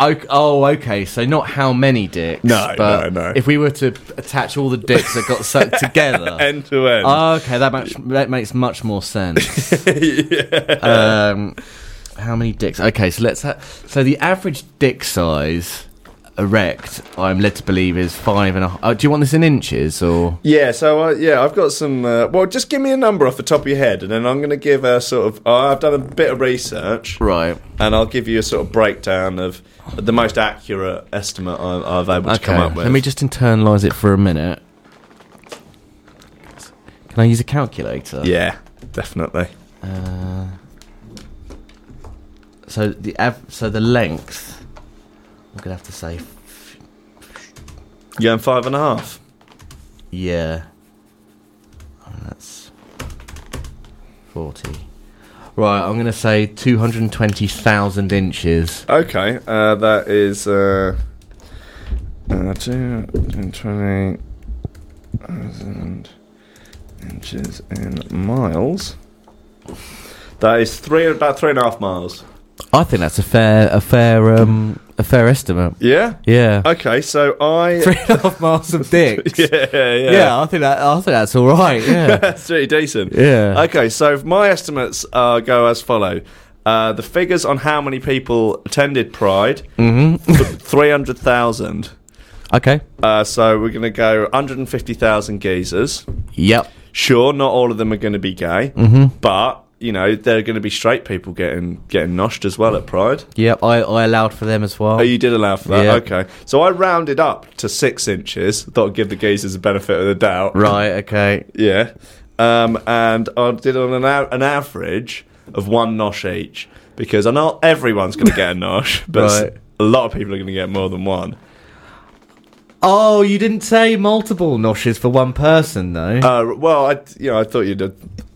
[SPEAKER 2] O- oh, okay. So not how many dicks.
[SPEAKER 3] No,
[SPEAKER 2] but
[SPEAKER 3] no, no.
[SPEAKER 2] If we were to attach all the dicks that got sucked together. Ah,
[SPEAKER 3] End to end.
[SPEAKER 2] okay, that much that makes much more sense.
[SPEAKER 3] yeah.
[SPEAKER 2] Um, how many dicks? Okay, so let's. Ha- so the average dick size erect, I'm led to believe, is five and a. h- Oh, do you want this in inches or?
[SPEAKER 3] Yeah, so uh, yeah, I've got some. Uh, well, just give me a number off the top of your head, and then I'm going to give a sort of. Uh, I've done a bit of research,
[SPEAKER 2] Right.
[SPEAKER 3] and I'll give you a sort of breakdown of the most accurate estimate I, I've able to
[SPEAKER 2] Okay.
[SPEAKER 3] come up with.
[SPEAKER 2] Let me just internalize it for a minute. Can I use a calculator?
[SPEAKER 3] Yeah, definitely.
[SPEAKER 2] Uh, so the av- so the length. I'm gonna have to say,
[SPEAKER 3] You going five and a half?
[SPEAKER 2] yeah. I mean, that's forty. Right, I'm gonna say two hundred and twenty thousand inches.
[SPEAKER 3] Okay, uh, that is uh, uh, two and twenty thousand inches in miles. That is three about three and a half miles.
[SPEAKER 2] I think that's a fair, a fair, um, a fair estimate.
[SPEAKER 3] Yeah.
[SPEAKER 2] Yeah,
[SPEAKER 3] Okay, so I
[SPEAKER 2] three and a half miles of dicks.
[SPEAKER 3] yeah, yeah,
[SPEAKER 2] yeah. I think that, I think that's all right. Yeah,
[SPEAKER 3] That's pretty decent.
[SPEAKER 2] yeah.
[SPEAKER 3] Okay, so my estimates uh, go as follow. Uh, the figures on how many people attended Pride,
[SPEAKER 2] Mm-hmm.
[SPEAKER 3] 300,000.
[SPEAKER 2] Okay.
[SPEAKER 3] Uh, so we're going to go 150,000 geezers.
[SPEAKER 2] Yep.
[SPEAKER 3] Sure, not all of them are going to be gay,
[SPEAKER 2] Mm-hmm.
[SPEAKER 3] but, you know, there are going to be straight people getting getting noshed as well at Pride.
[SPEAKER 2] Yep. I, I allowed for them as well.
[SPEAKER 3] Oh, you did allow for that?
[SPEAKER 2] Yeah.
[SPEAKER 3] Okay. So I rounded up to six inches. Thought I'd give the geezers the benefit of the doubt.
[SPEAKER 2] right. Okay.
[SPEAKER 3] Yeah. Um, and I did on an, a- an average of one nosh each because I know everyone's going to get a nosh, but s-
[SPEAKER 2] Right.
[SPEAKER 3] a lot of people are going to get more than one.
[SPEAKER 2] Oh, you didn't say multiple noshes for one person, though.
[SPEAKER 3] Uh, well, I you know I thought you'd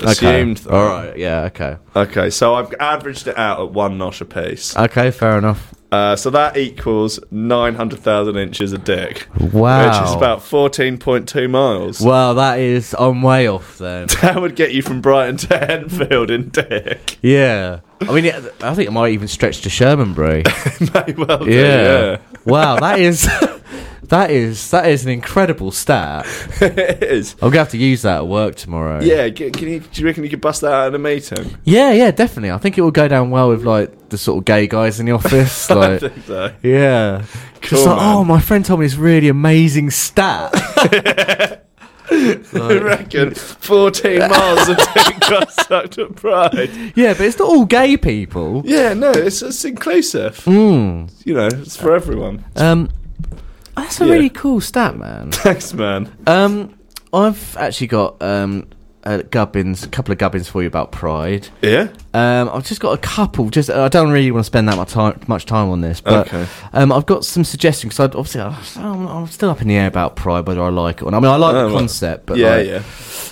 [SPEAKER 3] assumed.
[SPEAKER 2] Okay. All right. Yeah. Okay.
[SPEAKER 3] Okay, so I've averaged it out at one nosh apiece.
[SPEAKER 2] Okay. Fair enough.
[SPEAKER 3] Uh, so that equals nine hundred thousand inches a dick,
[SPEAKER 2] Wow.
[SPEAKER 3] which is about fourteen point two miles.
[SPEAKER 2] Well, that is I'm way off then.
[SPEAKER 3] That would get you from Brighton to Henfield in dick.
[SPEAKER 2] yeah. I mean, it- I think it might even stretch to Shermanbury.
[SPEAKER 3] May well do,
[SPEAKER 2] Yeah.
[SPEAKER 3] yeah.
[SPEAKER 2] wow. That is. That is that is an incredible stat.
[SPEAKER 3] it is.
[SPEAKER 2] I'm gonna have to use that at work tomorrow.
[SPEAKER 3] Yeah, g- can you, do you reckon you could bust that out in a meeting?
[SPEAKER 2] yeah, yeah, definitely. I think it will go down well with like the sort of gay guys in the office.
[SPEAKER 3] I
[SPEAKER 2] Like,
[SPEAKER 3] think so.
[SPEAKER 2] yeah, just
[SPEAKER 3] Cool,
[SPEAKER 2] like
[SPEAKER 3] man.
[SPEAKER 2] oh, my friend told me this really amazing stat.
[SPEAKER 3] I reckon 14 miles of dick got sucked at Pride.
[SPEAKER 2] Yeah, but it's not all gay people. Hmm.
[SPEAKER 3] Yeah, no, it's, it's inclusive. You know, it's for everyone.
[SPEAKER 2] Um, that's a
[SPEAKER 3] Yeah.
[SPEAKER 2] really cool stat, man.
[SPEAKER 3] Thanks, man.
[SPEAKER 2] um, I've actually got um, uh, gubbins, a couple of gubbins for you about pride.
[SPEAKER 3] Yeah?
[SPEAKER 2] Um, I've just got a couple. Just I don't really want to spend that much time, much time on this, but
[SPEAKER 3] Okay.
[SPEAKER 2] um, I've got some suggestions. Because obviously I- I'm, I'm still up in the air about pride, whether I like it or not. I mean, I like
[SPEAKER 3] Oh,
[SPEAKER 2] the
[SPEAKER 3] well.
[SPEAKER 2] concept, but
[SPEAKER 3] yeah,
[SPEAKER 2] like,
[SPEAKER 3] yeah.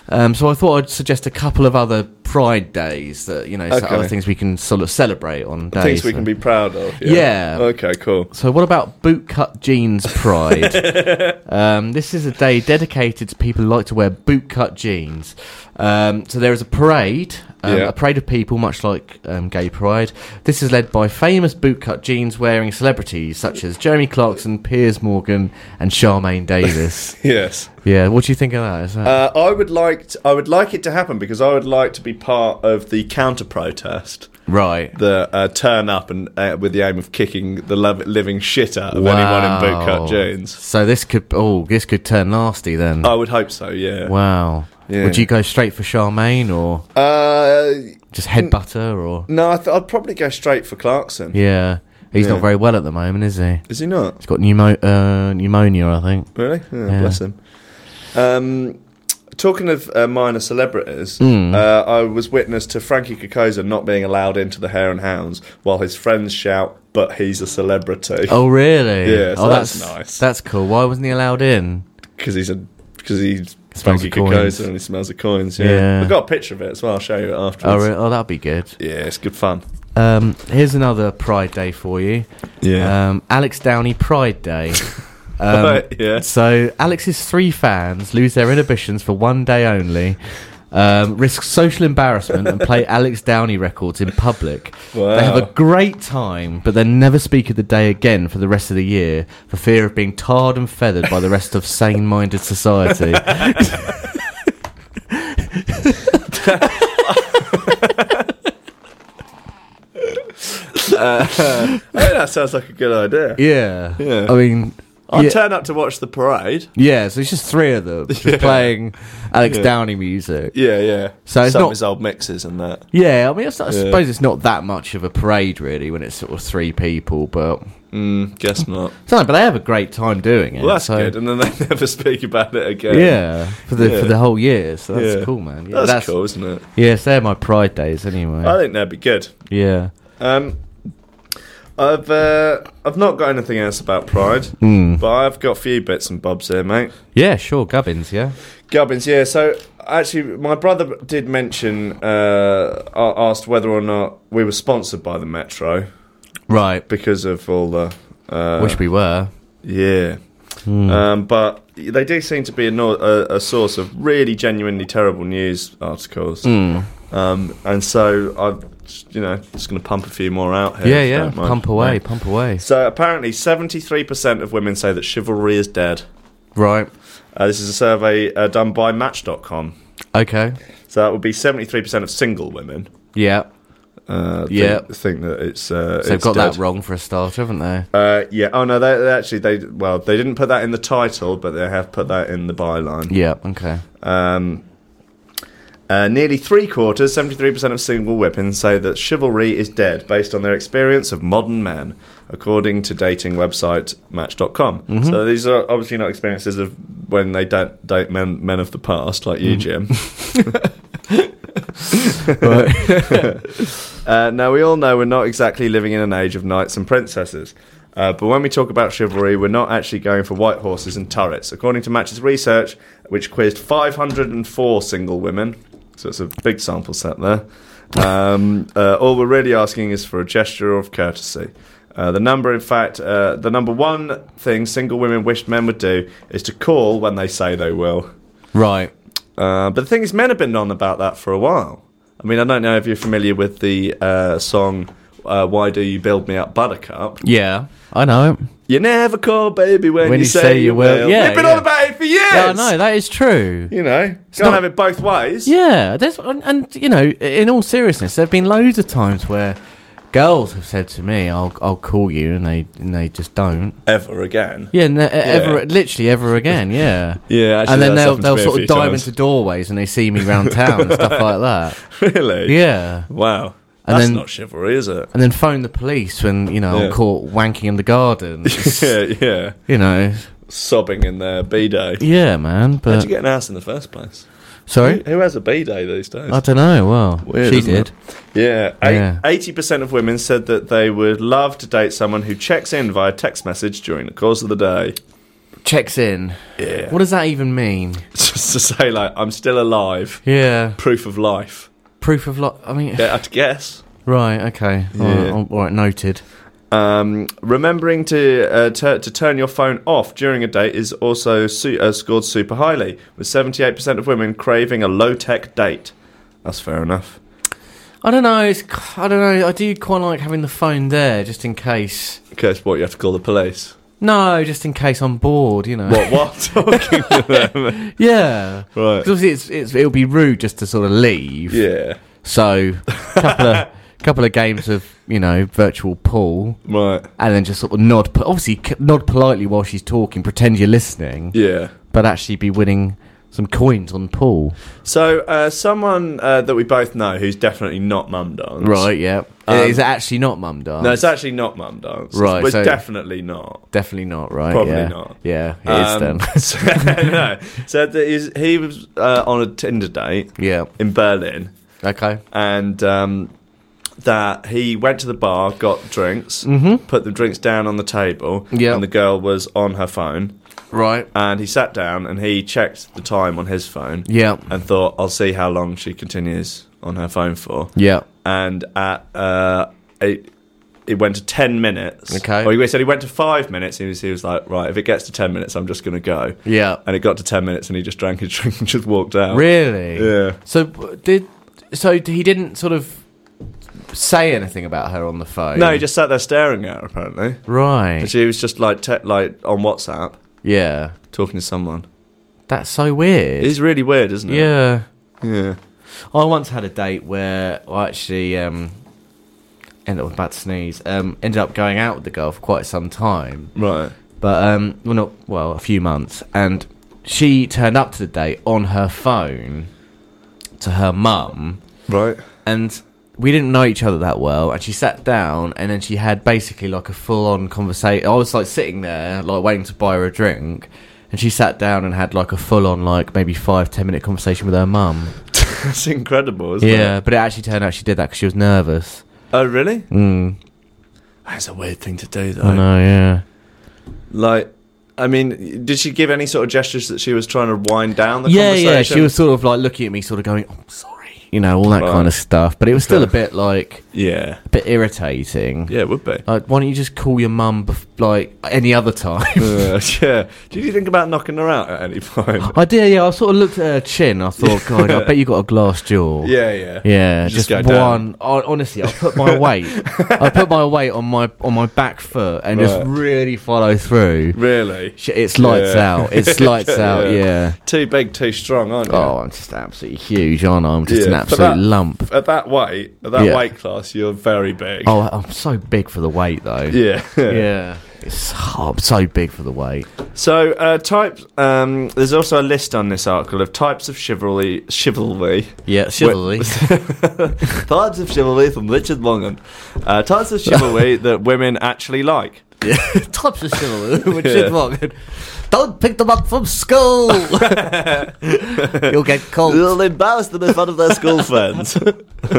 [SPEAKER 2] Um, so I thought I'd suggest a couple of other pride days that you know, so
[SPEAKER 3] Okay.
[SPEAKER 2] other things we can sort of celebrate on days.
[SPEAKER 3] Things we
[SPEAKER 2] that-
[SPEAKER 3] can be proud of.
[SPEAKER 2] Yeah.
[SPEAKER 3] Okay, cool.
[SPEAKER 2] So, what about bootcut jeans pride? um, this is a day dedicated to people who like to wear bootcut jeans. Um, so, there is a parade, um,
[SPEAKER 3] Yeah.
[SPEAKER 2] a parade of people, much like um, Gay Pride. This is led by famous bootcut jeans wearing celebrities such as Jeremy Clarkson, Piers Morgan, and Charmaine Davis.
[SPEAKER 3] Yes.
[SPEAKER 2] yeah, what do you think of that? Is that
[SPEAKER 3] Uh, I would like t I would like it to happen because I would like to be part of the counter protest,
[SPEAKER 2] right.
[SPEAKER 3] the uh, turn up and uh, with the aim of kicking the lov living shit out of anyone in
[SPEAKER 2] Wow.
[SPEAKER 3] bootcut jeans.
[SPEAKER 2] So, this could, oh, this could turn nasty then.
[SPEAKER 3] I would hope so. Yeah.
[SPEAKER 2] Wow.
[SPEAKER 3] Yeah.
[SPEAKER 2] Would you go straight for Charmaine or
[SPEAKER 3] Uh,
[SPEAKER 2] just headbutt her or?
[SPEAKER 3] No, I th- I'd probably go straight for Clarkson.
[SPEAKER 2] Yeah. He's not
[SPEAKER 3] Yeah.
[SPEAKER 2] very well at the moment, is he?
[SPEAKER 3] Is he not?
[SPEAKER 2] He's got pneumo- uh, pneumonia, I think.
[SPEAKER 3] Really? Oh,
[SPEAKER 2] Yeah.
[SPEAKER 3] Bless him. Um, talking of uh, minor celebrities,
[SPEAKER 2] Hmm.
[SPEAKER 3] uh, I was witness to Frankie Kokoza not being allowed into the Hare and Hounds while his friends shout, "But he's a celebrity
[SPEAKER 2] Oh, really?
[SPEAKER 3] Yeah, so
[SPEAKER 2] oh,
[SPEAKER 3] that's nice.
[SPEAKER 2] That's cool. Why wasn't he allowed in?
[SPEAKER 3] because he's a." Because he's
[SPEAKER 2] Smells
[SPEAKER 3] Frankie
[SPEAKER 2] of coins.
[SPEAKER 3] Kokoza and he smells the coins. Yeah.
[SPEAKER 2] Yeah.
[SPEAKER 3] I've got a picture of it as well. I'll show you it
[SPEAKER 2] Oh,
[SPEAKER 3] afterwards.
[SPEAKER 2] re- oh that'd be good.
[SPEAKER 3] Yeah, it's good fun.
[SPEAKER 2] Um, here's another Pride Day for you.
[SPEAKER 3] Yeah.
[SPEAKER 2] Um, Alex Downey Pride Day. Um,
[SPEAKER 3] Right, yeah.
[SPEAKER 2] So Alex's three fans lose their inhibitions for one day only, um, risk social embarrassment, and play Alex Downey records in public.
[SPEAKER 3] Wow.
[SPEAKER 2] They have a great time, but then never speak of the day again for the rest of the year for fear of being tarred and feathered by the rest of sane-minded society.
[SPEAKER 3] I think that sounds like a good idea.
[SPEAKER 2] Uh, Yeah.
[SPEAKER 3] Yeah.
[SPEAKER 2] I mean,
[SPEAKER 3] I'll
[SPEAKER 2] yeah,
[SPEAKER 3] turn up to watch the parade.
[SPEAKER 2] yeah, so it's just three of them just
[SPEAKER 3] Yeah.
[SPEAKER 2] playing Alex
[SPEAKER 3] Yeah.
[SPEAKER 2] Downey music.
[SPEAKER 3] Yeah, yeah.
[SPEAKER 2] So it's
[SPEAKER 3] Some
[SPEAKER 2] not-
[SPEAKER 3] of his old mixes and that.
[SPEAKER 2] Yeah, I mean, it's not, I
[SPEAKER 3] Yeah.
[SPEAKER 2] suppose it's not that much of a parade, really, when it's sort of three people, but.
[SPEAKER 3] Mm, guess not.
[SPEAKER 2] No, but they have a great time doing it.
[SPEAKER 3] Well, that's
[SPEAKER 2] so-
[SPEAKER 3] good. And then they never speak about it again.
[SPEAKER 2] Yeah, for the for
[SPEAKER 3] Yeah.
[SPEAKER 2] the whole year, so that's
[SPEAKER 3] Yeah.
[SPEAKER 2] cool, man. Yeah,
[SPEAKER 3] That's, cool, Uh, isn't it?
[SPEAKER 2] Yes, they're my pride days anyway.
[SPEAKER 3] I think that'd be good.
[SPEAKER 2] yeah.
[SPEAKER 3] Um, I've uh, I've not got anything else about Pride, but I've got a few bits and bobs here, mate.
[SPEAKER 2] Yeah, sure, Gubbins, yeah.
[SPEAKER 3] Gubbins, yeah. So actually, my brother did mention, uh, a- asked whether or not we were sponsored by the Metro
[SPEAKER 2] Right.
[SPEAKER 3] because of all the. Uh,
[SPEAKER 2] Wish we were.
[SPEAKER 3] yeah.
[SPEAKER 2] Hmm.
[SPEAKER 3] Um, but they do seem to be a, nor- a, a source of really genuinely terrible news articles.
[SPEAKER 2] Hmm.
[SPEAKER 3] Um, and so I've, you know, just going to pump a few more out here.
[SPEAKER 2] Yeah,
[SPEAKER 3] if you
[SPEAKER 2] yeah.
[SPEAKER 3] don't mind.
[SPEAKER 2] Pump away, pump away.
[SPEAKER 3] So apparently, 73% of women say that chivalry is dead.
[SPEAKER 2] Right.
[SPEAKER 3] Uh, this is a survey uh, done by Match.com.
[SPEAKER 2] Okay.
[SPEAKER 3] So that would be 73% of single women.
[SPEAKER 2] Yeah.
[SPEAKER 3] Uh, think,
[SPEAKER 2] Yeah.
[SPEAKER 3] think that it's. Uh,
[SPEAKER 2] So they've
[SPEAKER 3] it's
[SPEAKER 2] got
[SPEAKER 3] dead.
[SPEAKER 2] that wrong for a start, haven't they?
[SPEAKER 3] Uh, yeah. Oh no, they, they actually they well they didn't put that in the title, but they have put that in the byline.
[SPEAKER 2] Yeah, okay.
[SPEAKER 3] Um, uh, nearly three quarters, 73% of single women say that chivalry is dead based on their experience of modern men, according to dating website Match.com. So these are obviously not experiences of when they don't date men, men of the past, like you, Jim. Uh, now, we all know we're not exactly living in an age of knights and princesses. Uh, but when we talk about chivalry, we're not actually going for white horses and turrets. According to Match's research, which quizzed 504 single women, so it's a big sample set there, um, uh, all we're really asking is for a gesture of courtesy. Uh, the number, in fact, uh, the number one thing single women wish men would do is to call when they say they will.
[SPEAKER 2] Right.
[SPEAKER 3] Uh, but the thing is, men have been on about that for a while. I mean, I don't know if you're familiar with the uh, song uh, "Why Do You Build Me Up, Buttercup."
[SPEAKER 2] Yeah. I know.
[SPEAKER 3] You never call baby when, you, say, you will.
[SPEAKER 2] Yeah,
[SPEAKER 3] They've been
[SPEAKER 2] yeah.
[SPEAKER 3] on about it for years.
[SPEAKER 2] Yeah, I know, that is true.
[SPEAKER 3] You know, can't
[SPEAKER 2] not-
[SPEAKER 3] have it both ways.
[SPEAKER 2] Yeah, there's and, and you know, in all seriousness, there've been loads of times where girls have said to me, "I'll I'll call you," and they and they just don't.
[SPEAKER 3] Ever again.
[SPEAKER 2] Yeah, no, ever, literally ever again. Yeah.
[SPEAKER 3] Yeah, actually,
[SPEAKER 2] and then
[SPEAKER 3] that's
[SPEAKER 2] they'll
[SPEAKER 3] happened to
[SPEAKER 2] they'll
[SPEAKER 3] me a
[SPEAKER 2] sort
[SPEAKER 3] few
[SPEAKER 2] of dive
[SPEAKER 3] times.
[SPEAKER 2] into doorways and they see me round town and stuff like that.
[SPEAKER 3] really?
[SPEAKER 2] Yeah.
[SPEAKER 3] Wow.
[SPEAKER 2] And
[SPEAKER 3] That's
[SPEAKER 2] then-
[SPEAKER 3] not chivalry, is it?
[SPEAKER 2] And then phone the police when you know
[SPEAKER 3] Yeah.
[SPEAKER 2] I'm caught wanking in the garden.
[SPEAKER 3] yeah, yeah.
[SPEAKER 2] you know.
[SPEAKER 3] Sobbing in their b day.
[SPEAKER 2] Yeah, man.
[SPEAKER 3] How'd
[SPEAKER 2] But
[SPEAKER 3] you get an ass in the first place?
[SPEAKER 2] sorry,
[SPEAKER 3] Who has a b day these days?
[SPEAKER 2] I don't know. Well,
[SPEAKER 3] Weird,
[SPEAKER 2] she
[SPEAKER 3] isn't it?
[SPEAKER 2] did.
[SPEAKER 3] Yeah,
[SPEAKER 2] Yeah.
[SPEAKER 3] eighty percent of women said that they would love to date someone who checks in via text message during the course of the day.
[SPEAKER 2] Checks in.
[SPEAKER 3] Yeah,
[SPEAKER 2] What does that even mean?
[SPEAKER 3] just to say like I'm still alive,
[SPEAKER 2] Yeah.
[SPEAKER 3] proof of life.
[SPEAKER 2] Proof of lo I mean.
[SPEAKER 3] Yeah, I'd guess.
[SPEAKER 2] Right. Okay. All
[SPEAKER 3] Yeah.
[SPEAKER 2] right, all right. Noted.
[SPEAKER 3] Um, remembering to uh, tu- to turn your phone off during a date is also su- uh, scored super highly, with seventy eight percent of women craving a low tech date. That's fair enough.
[SPEAKER 2] I don't know. It's, I don't know. I do quite like having the phone there just in case.
[SPEAKER 3] Okay, so what you have to call the police?
[SPEAKER 2] No, just in case I'm bored. You know.
[SPEAKER 3] What? What? Talking to them.
[SPEAKER 2] Yeah.
[SPEAKER 3] Right.
[SPEAKER 2] 'Cause obviously it's, it's it'll be rude just to sort of leave.
[SPEAKER 3] Yeah.
[SPEAKER 2] So couple of couple of games of you know virtual pool,
[SPEAKER 3] Right.
[SPEAKER 2] and then just sort of nod. po- Obviously c- nod politely while she's talking, pretend you're listening,
[SPEAKER 3] Yeah.
[SPEAKER 2] but actually be winning some coins on pool.
[SPEAKER 3] So, uh, someone uh, that we both know who's definitely not mum dance.
[SPEAKER 2] Right. Yeah. Uh,
[SPEAKER 3] Um,
[SPEAKER 2] Is it actually not mum dance?
[SPEAKER 3] No, it's actually not mum dance.
[SPEAKER 2] Right,
[SPEAKER 3] It's
[SPEAKER 2] so-
[SPEAKER 3] definitely not.
[SPEAKER 2] definitely not. Right.
[SPEAKER 3] Probably
[SPEAKER 2] yeah.
[SPEAKER 3] not.
[SPEAKER 2] Yeah. It is
[SPEAKER 3] Um,
[SPEAKER 2] then.
[SPEAKER 3] so, no. So that is, he was uh, on a Tinder date
[SPEAKER 2] Yeah.
[SPEAKER 3] in Berlin,
[SPEAKER 2] Okay.
[SPEAKER 3] and um, that he went to the bar, got drinks, put the drinks down on the table,
[SPEAKER 2] Mm-hmm. Yeah.
[SPEAKER 3] and the girl was on her phone.
[SPEAKER 2] Right.
[SPEAKER 3] And he sat down and he checked the time on his phone
[SPEAKER 2] Yeah.
[SPEAKER 3] and thought, I'll see how long she continues on her phone for.
[SPEAKER 2] Yeah.
[SPEAKER 3] and at uh, it, it went to ten minutes.
[SPEAKER 2] Okay.
[SPEAKER 3] Or he said he went to five minutes. He was he was like, right, if it gets to ten minutes, I'm just gonna go.
[SPEAKER 2] Yeah.
[SPEAKER 3] And it got to ten minutes, and he just drank his drink and just walked out.
[SPEAKER 2] Really?
[SPEAKER 3] Yeah.
[SPEAKER 2] So w- did so d- he didn't sort of say anything about her on the phone?
[SPEAKER 3] No, he just sat there staring at her. Apparently,
[SPEAKER 2] right.
[SPEAKER 3] and she was just like te- like on WhatsApp
[SPEAKER 2] yeah.
[SPEAKER 3] talking to someone.
[SPEAKER 2] That's so weird.
[SPEAKER 3] It's really weird, isn't it?
[SPEAKER 2] yeah.
[SPEAKER 3] Yeah.
[SPEAKER 2] I once had a date where I actually um, ended up I was about to sneeze. Um, ended up going out with the girl for quite some time,
[SPEAKER 3] Right.
[SPEAKER 2] but um, well, not well, a few months, and she turned up to the date on her phone to her mum,
[SPEAKER 3] Right.
[SPEAKER 2] and we didn't know each other that well. And she sat down, and then she had basically like a full-on conversation. I was like sitting there, like waiting to buy her a drink. And she sat down and had like a full on, like maybe five, ten minute conversation with her mum.
[SPEAKER 3] That's incredible, isn't it?
[SPEAKER 2] Yeah, but it actually turned out she did that because she was nervous.
[SPEAKER 3] Oh, really?
[SPEAKER 2] Mm.
[SPEAKER 3] That's a weird thing to do, though.
[SPEAKER 2] I know, yeah.
[SPEAKER 3] Like, I mean, did she give any sort of gestures that she was trying to wind down the
[SPEAKER 2] Yeah,
[SPEAKER 3] conversation?
[SPEAKER 2] yeah. She was sort of like looking at me, sort of going, "I'm sorry," you know, all that
[SPEAKER 3] Right.
[SPEAKER 2] kind of stuff. But it was still a bit like
[SPEAKER 3] Yeah.
[SPEAKER 2] a bit irritating.
[SPEAKER 3] Yeah, it would be.
[SPEAKER 2] Like, why don't you just call your mum bef- like any other time?
[SPEAKER 3] Uh, yeah. Did you think about knocking her out at any point?
[SPEAKER 2] I did, yeah. I sort of looked at her chin. I thought, God, I bet you got a glass jaw.
[SPEAKER 3] yeah, yeah.
[SPEAKER 2] Yeah,
[SPEAKER 3] You just
[SPEAKER 2] just,
[SPEAKER 3] go down.
[SPEAKER 2] one. I, honestly, I put my weight. I put my weight on my on my back foot and just
[SPEAKER 3] Right.
[SPEAKER 2] really follow through.
[SPEAKER 3] Really?
[SPEAKER 2] Sh- It's lights
[SPEAKER 3] Yeah.
[SPEAKER 2] out. It's lights out.
[SPEAKER 3] Yeah.
[SPEAKER 2] Yeah.
[SPEAKER 3] Too big, too strong, aren't you?
[SPEAKER 2] Oh, I'm just absolutely huge, aren't I? I'm just
[SPEAKER 3] Yeah,
[SPEAKER 2] an
[SPEAKER 3] but
[SPEAKER 2] absolute
[SPEAKER 3] that-
[SPEAKER 2] lump.
[SPEAKER 3] At that weight, at that
[SPEAKER 2] Yeah.
[SPEAKER 3] weight class, you're very big.
[SPEAKER 2] Oh, I'm so big for the weight though.
[SPEAKER 3] Yeah.
[SPEAKER 2] yeah. It's, oh, I'm so big for the weight.
[SPEAKER 3] So, uh, types. Um, there's also a list on this article of types of chivalry. Chivalry.
[SPEAKER 2] Yeah, surely.
[SPEAKER 3] types of chivalry from Richard Longan. Uh, types of chivalry that women actually like.
[SPEAKER 2] Types of chivalry, which
[SPEAKER 3] Yeah.
[SPEAKER 2] is wrong. Don't pick them up from school. You'll get cold.
[SPEAKER 3] They'll embarrass them in front of their school friends.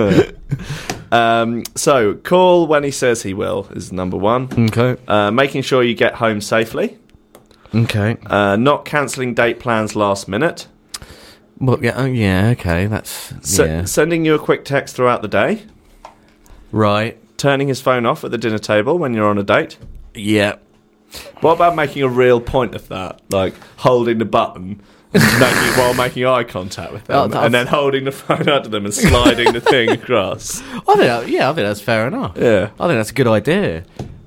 [SPEAKER 3] um, so, call when he says he will is number one.
[SPEAKER 2] Okay.
[SPEAKER 3] Uh, making sure you get home safely.
[SPEAKER 2] Okay.
[SPEAKER 3] Uh, not cancelling date plans last minute.
[SPEAKER 2] Well, yeah. oh, Yeah. Okay. That's
[SPEAKER 3] Se-
[SPEAKER 2] yeah.
[SPEAKER 3] Sending you a quick text throughout the day.
[SPEAKER 2] Right.
[SPEAKER 3] Turning his phone off at the dinner table when you're on a date.
[SPEAKER 2] Yeah.
[SPEAKER 3] What about making a real point of that? Like holding the button making, while making eye contact with
[SPEAKER 2] Oh,
[SPEAKER 3] them
[SPEAKER 2] that's-
[SPEAKER 3] and then holding the phone out to them and sliding the thing across.
[SPEAKER 2] I think. That, yeah. I think that's fair enough.
[SPEAKER 3] Yeah.
[SPEAKER 2] I think that's a good idea.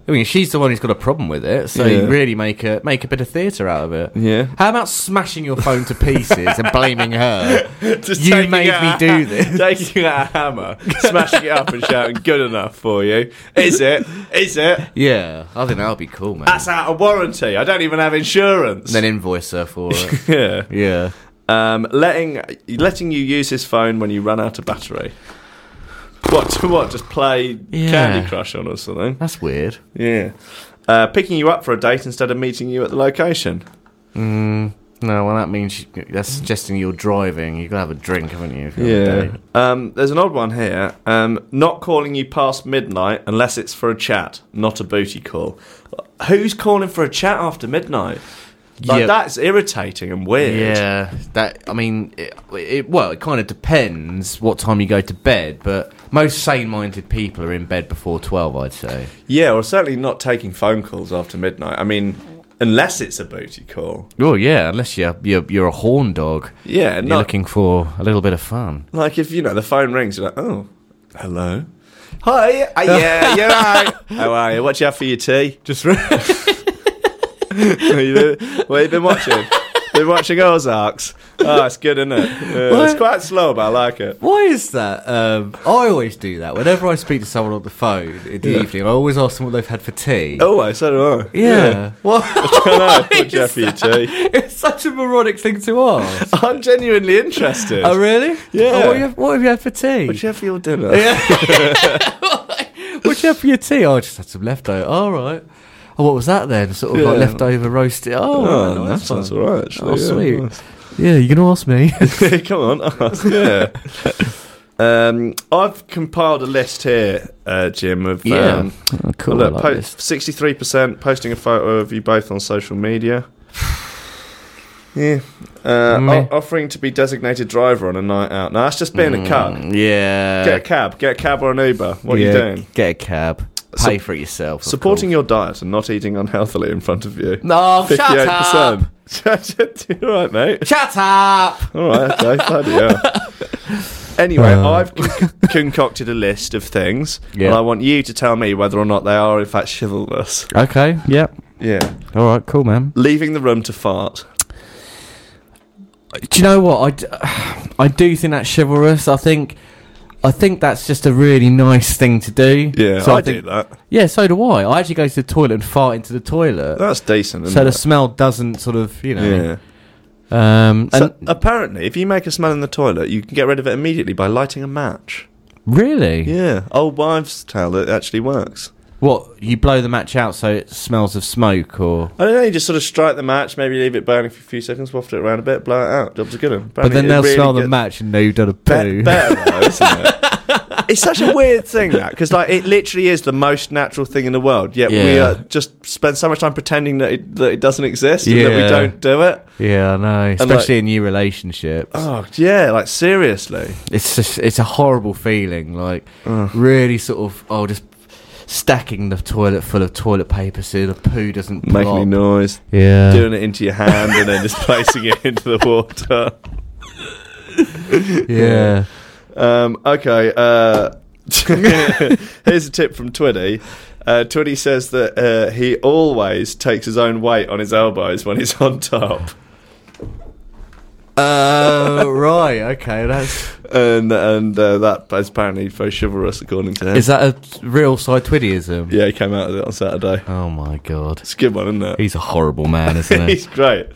[SPEAKER 2] I mean, she's the one who's got a problem with it, so
[SPEAKER 3] Yeah.
[SPEAKER 2] you really make a make a bit of theatre out of it.
[SPEAKER 3] Yeah.
[SPEAKER 2] How about smashing your phone to pieces and blaming her?
[SPEAKER 3] Just
[SPEAKER 2] You
[SPEAKER 3] taking
[SPEAKER 2] made
[SPEAKER 3] out
[SPEAKER 2] me
[SPEAKER 3] a-
[SPEAKER 2] do this.
[SPEAKER 3] Taking out a hammer, smashing it up and shouting, good enough for you. Is it? Is it?
[SPEAKER 2] Yeah, I think that would be cool, man.
[SPEAKER 3] That's out of warranty. I don't even have insurance.
[SPEAKER 2] then invoice her for it.
[SPEAKER 3] yeah.
[SPEAKER 2] yeah.
[SPEAKER 3] Um, letting letting you use his phone when you run out of battery. What? To what? Just play
[SPEAKER 2] Yeah.
[SPEAKER 3] Candy Crush on or something?
[SPEAKER 2] That's weird.
[SPEAKER 3] Yeah. Uh, picking you up for a date instead of meeting you at the location.
[SPEAKER 2] No, well, that means you- that's suggesting you're driving. You've got to have a drink, haven't you? if you're on a date?
[SPEAKER 3] Um, there's an odd one here. Um, not calling you past midnight unless it's for a chat, not a booty call. Who's calling for a chat after midnight? Like
[SPEAKER 2] Yeah.
[SPEAKER 3] that's irritating and weird.
[SPEAKER 2] Yeah, that. I mean, it, it well, it kind of depends what time you go to bed, but most sane-minded people are in bed before twelve. I'd say.
[SPEAKER 3] Yeah, or certainly not taking phone calls after midnight. I mean, unless it's a booty call.
[SPEAKER 2] Oh yeah, unless you're you're, you're a horn dog.
[SPEAKER 3] Yeah,
[SPEAKER 2] and
[SPEAKER 3] not-
[SPEAKER 2] you're looking for a little bit of fun.
[SPEAKER 3] Like if you know the phone rings, you're like, oh, hello, hi, uh, yeah, you're right. How are you? What you have for your tea? Just what you been, what you been watching? been watching Ozarks. Oh, it's good, isn't it? Yeah, it's
[SPEAKER 2] What?
[SPEAKER 3] quite slow, but I like it.
[SPEAKER 2] Why is that? Um, I always do that whenever I speak to someone on the phone in the evening. I always ask them what they've had for tea.
[SPEAKER 3] Oh, I so do I.
[SPEAKER 2] yeah. Well,
[SPEAKER 3] Hello, what you have for your tea?
[SPEAKER 2] it's such a moronic thing to ask.
[SPEAKER 3] I'm genuinely interested.
[SPEAKER 2] oh really?
[SPEAKER 3] Yeah.
[SPEAKER 2] Oh, what, you have, what have you had for tea?
[SPEAKER 3] What you have for your dinner?
[SPEAKER 2] What'd you have for your tea? Oh, I just had some leftover. All right. Oh, what was that then? Sort of like
[SPEAKER 3] Yeah.
[SPEAKER 2] leftover roasted. Oh,
[SPEAKER 3] Oh,
[SPEAKER 2] right,
[SPEAKER 3] that
[SPEAKER 2] nice
[SPEAKER 3] sounds
[SPEAKER 2] one.
[SPEAKER 3] alright. Actually,
[SPEAKER 2] Oh,
[SPEAKER 3] yeah,
[SPEAKER 2] sweet.
[SPEAKER 3] nice.
[SPEAKER 2] Yeah, you can ask me.
[SPEAKER 3] Come on, ask. Yeah. um, I've compiled a list here, uh, Jim, of um,
[SPEAKER 2] Oh, cool. I
[SPEAKER 3] look,
[SPEAKER 2] like
[SPEAKER 3] po-
[SPEAKER 2] this.
[SPEAKER 3] 63% posting a photo of you both on social media. Yeah. Uh,
[SPEAKER 2] Meh.
[SPEAKER 3] o- offering to be designated driver on a night out. Now, that's just being a cunt.
[SPEAKER 2] Mm, Yeah.
[SPEAKER 3] Get a cab. Get a cab or an Uber. Mm, What
[SPEAKER 2] yeah,
[SPEAKER 3] are you doing?
[SPEAKER 2] Get a cab.
[SPEAKER 3] Sup-
[SPEAKER 2] Pay for it yourself. of
[SPEAKER 3] Supporting your diet and not eating unhealthily in front of you.
[SPEAKER 2] course. No, shut up.
[SPEAKER 3] Shut up. All right, mate.
[SPEAKER 2] Shut up.
[SPEAKER 3] All right, okay, bloody hell. Anyway, I've con- concocted a list of things,
[SPEAKER 2] Uh. Yeah.
[SPEAKER 3] and I want you to tell me whether or not they are in fact chivalrous.
[SPEAKER 2] Okay. Yeah.
[SPEAKER 3] Yeah,
[SPEAKER 2] All right. Cool, man.
[SPEAKER 3] leaving the room to fart.
[SPEAKER 2] Do you know what I? d- I do think that's chivalrous. I think I think that's just a really nice thing to do.
[SPEAKER 3] Yeah,
[SPEAKER 2] so
[SPEAKER 3] I,
[SPEAKER 2] think,
[SPEAKER 3] do that.
[SPEAKER 2] Yeah, so do I. I actually go to the toilet and fart into the toilet,
[SPEAKER 3] That's decent.
[SPEAKER 2] so
[SPEAKER 3] Isn't
[SPEAKER 2] the
[SPEAKER 3] it?
[SPEAKER 2] smell doesn't sort of you know.
[SPEAKER 3] yeah.
[SPEAKER 2] Um, and
[SPEAKER 3] So apparently, if you make a smell in the toilet, you can get rid of it immediately by lighting a match.
[SPEAKER 2] really,
[SPEAKER 3] Yeah, old wives' tale. It actually works.
[SPEAKER 2] what you blow the match out so it smells of smoke or.
[SPEAKER 3] I don't know. You just sort of strike the match, maybe leave it burning for a few seconds, waft it around a bit, blow it out. Job's a good one.
[SPEAKER 2] But then they'll smell the
[SPEAKER 3] match.
[SPEAKER 2] match and know you've done a
[SPEAKER 3] Be-
[SPEAKER 2] poo.
[SPEAKER 3] better though, isn't it? It's such a weird thing that because like it literally is the most natural thing in the world. Yet we
[SPEAKER 2] Yeah.
[SPEAKER 3] uh, just spend so much time pretending that it, that it doesn't exist and that we
[SPEAKER 2] Yeah.
[SPEAKER 3] don't do it.
[SPEAKER 2] yeah, I know.
[SPEAKER 3] like-
[SPEAKER 2] Especially in new relationships.
[SPEAKER 3] Oh yeah, like seriously.
[SPEAKER 2] it's just it's a horrible feeling like
[SPEAKER 3] uh.
[SPEAKER 2] really sort of oh just stacking the toilet full of toilet paper so the poo doesn't
[SPEAKER 3] Making
[SPEAKER 2] plop.
[SPEAKER 3] noise,
[SPEAKER 2] yeah
[SPEAKER 3] doing it into your hand, and then just placing it into the water.
[SPEAKER 2] yeah
[SPEAKER 3] Um, okay. Uh, here's a tip from Twitty. Uh, Twitty says that uh, he always takes his own weight on his elbows when he's on top.
[SPEAKER 2] uh right okay that's
[SPEAKER 3] and and uh, that is apparently very chivalrous, according to him.
[SPEAKER 2] is that a real side twittyism
[SPEAKER 3] yeah, he came out with it on Saturday.
[SPEAKER 2] oh my god
[SPEAKER 3] It's a good one, isn't it?
[SPEAKER 2] he's a horrible man isn't he
[SPEAKER 3] He's great.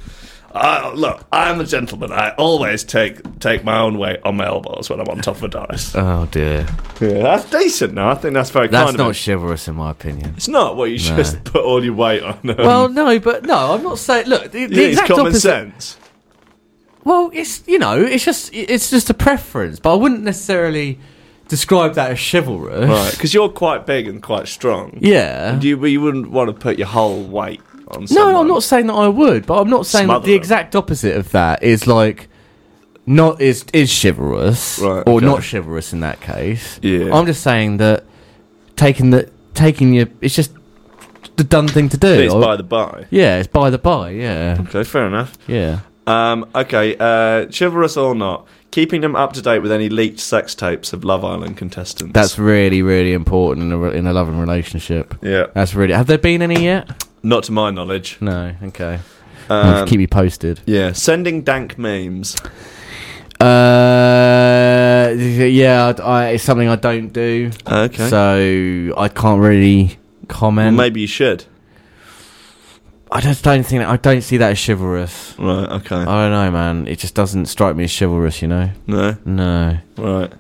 [SPEAKER 3] I, look, I'm a gentleman. I always take take my own weight on my elbows when I'm on top of a dice.
[SPEAKER 2] oh dear
[SPEAKER 3] Yeah, that's decent. Now I think that's very
[SPEAKER 2] that's
[SPEAKER 3] kind of
[SPEAKER 2] not
[SPEAKER 3] him.
[SPEAKER 2] chivalrous in my opinion
[SPEAKER 3] it's not what you
[SPEAKER 2] No.
[SPEAKER 3] just put all your weight on. them.
[SPEAKER 2] well no but no i'm not saying look the, the
[SPEAKER 3] yeah, it's
[SPEAKER 2] exact
[SPEAKER 3] common
[SPEAKER 2] opposite
[SPEAKER 3] sense.
[SPEAKER 2] Well, it's you know, it's just it's just a preference, but I wouldn't necessarily describe that as chivalrous.
[SPEAKER 3] Right, because you're quite big and quite strong.
[SPEAKER 2] Yeah.
[SPEAKER 3] You, you wouldn't want to put your whole weight on someone.
[SPEAKER 2] no, I'm not saying that I would, but I'm not saying that
[SPEAKER 3] Smother
[SPEAKER 2] the
[SPEAKER 3] them.
[SPEAKER 2] exact opposite of that is like not is is chivalrous
[SPEAKER 3] Right,
[SPEAKER 2] or
[SPEAKER 3] okay.
[SPEAKER 2] not chivalrous in that case.
[SPEAKER 3] Yeah.
[SPEAKER 2] I'm just saying that taking the taking your it's just the done thing to do.
[SPEAKER 3] It's
[SPEAKER 2] I-
[SPEAKER 3] by the by.
[SPEAKER 2] yeah, it's by the by. Yeah,
[SPEAKER 3] Okay, fair enough.
[SPEAKER 2] yeah.
[SPEAKER 3] Um, okay, uh, chivalrous or not, keeping them up to date with any leaked sex tapes of Love Island contestants.
[SPEAKER 2] That's really really important in a re- in a loving relationship.
[SPEAKER 3] yeah,
[SPEAKER 2] That's really. Have there been any yet?
[SPEAKER 3] not to my knowledge.
[SPEAKER 2] No. Okay.
[SPEAKER 3] Um,
[SPEAKER 2] keep me posted.
[SPEAKER 3] yeah, sending dank memes.
[SPEAKER 2] Uh, yeah, I, I- it's something I don't do,
[SPEAKER 3] Okay,
[SPEAKER 2] so I can't really
[SPEAKER 3] well,
[SPEAKER 2] comment.
[SPEAKER 3] maybe you should.
[SPEAKER 2] I just don't think I don't see that as chivalrous.
[SPEAKER 3] Right. Okay.
[SPEAKER 2] I don't know, man. It just doesn't strike me as chivalrous, you know.
[SPEAKER 3] no.
[SPEAKER 2] No,
[SPEAKER 3] Right.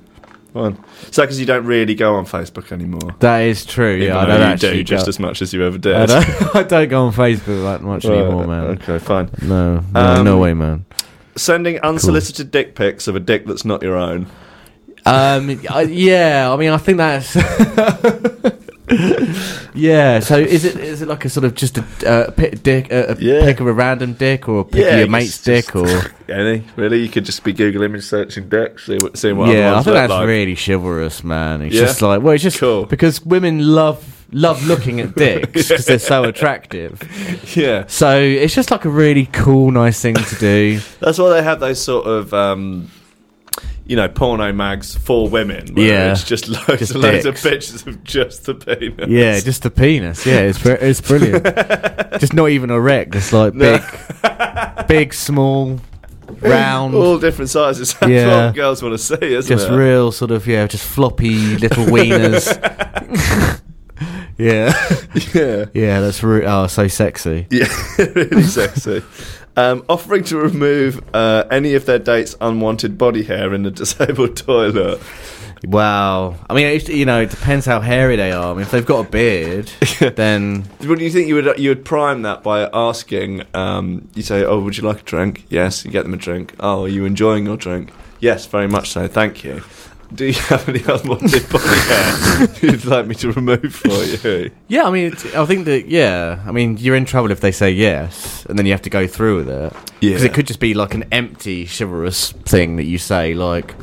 [SPEAKER 3] Fine. Is that because you don't really go on Facebook anymore?
[SPEAKER 2] that is true.
[SPEAKER 3] Even
[SPEAKER 2] yeah, I
[SPEAKER 3] though
[SPEAKER 2] don't
[SPEAKER 3] you
[SPEAKER 2] actually
[SPEAKER 3] do just
[SPEAKER 2] go,
[SPEAKER 3] as much as you ever did.
[SPEAKER 2] I don't, I don't go on Facebook that much
[SPEAKER 3] Right,
[SPEAKER 2] anymore, man.
[SPEAKER 3] Okay, fine.
[SPEAKER 2] No, no,
[SPEAKER 3] Um,
[SPEAKER 2] no way, man.
[SPEAKER 3] Sending unsolicited dick pics of a dick that's not your own.
[SPEAKER 2] Um, I, yeah, I mean, I think that's. yeah. So is it is it like a sort of just a, uh, pi dick a, a
[SPEAKER 3] Yeah.
[SPEAKER 2] pick of a random dick or a pick
[SPEAKER 3] Yeah,
[SPEAKER 2] of your
[SPEAKER 3] it's
[SPEAKER 2] mate's
[SPEAKER 3] just-
[SPEAKER 2] dick or
[SPEAKER 3] Any? Really? You could just be Google image searching dicks, see what, seeing what
[SPEAKER 2] yeah?
[SPEAKER 3] other
[SPEAKER 2] I
[SPEAKER 3] ones
[SPEAKER 2] think
[SPEAKER 3] look
[SPEAKER 2] that's
[SPEAKER 3] like.
[SPEAKER 2] really chivalrous, man. It's
[SPEAKER 3] Yeah?
[SPEAKER 2] just like well, it's just
[SPEAKER 3] Cool.
[SPEAKER 2] because women love love looking at dicks because they're so attractive.
[SPEAKER 3] Yeah,
[SPEAKER 2] So it's just like a really cool, nice thing to do.
[SPEAKER 3] that's why they have those sort of, um, you know, porno mags for women. Where
[SPEAKER 2] Yeah.
[SPEAKER 3] it's just loads
[SPEAKER 2] Just
[SPEAKER 3] and loads of
[SPEAKER 2] dicks.
[SPEAKER 3] pictures of just the penis.
[SPEAKER 2] Yeah, just the penis. Yeah, it's br- it's brilliant. just not even erect. It's like
[SPEAKER 3] No.
[SPEAKER 2] big, big, small, round,
[SPEAKER 3] all different sizes. That's
[SPEAKER 2] Yeah.
[SPEAKER 3] what girls want to see, isn't
[SPEAKER 2] just
[SPEAKER 3] it?
[SPEAKER 2] real sort of yeah, just floppy little wieners. yeah,
[SPEAKER 3] yeah,
[SPEAKER 2] yeah, that's re- oh so sexy.
[SPEAKER 3] yeah, really sexy. Um, offering to remove uh, any of their date's unwanted body hair in the disabled toilet.
[SPEAKER 2] Wow, I mean, it, you know, it depends how hairy they are. I mean, if they've got a beard, then
[SPEAKER 3] Wouldn't you think you would you would prime that by asking? Um, you say, "Oh, would you like a drink?" Yes, you get them a drink. Oh, are you enjoying your drink? Yes, very much so. Thank you. Do you have any unwanted body hair you'd like me to remove for you?
[SPEAKER 2] yeah, I mean, it's, I think that yeah, I mean, you're in trouble if they say yes, and then you have to go through with it. Because it could just be like an empty chivalrous thing that you say, like,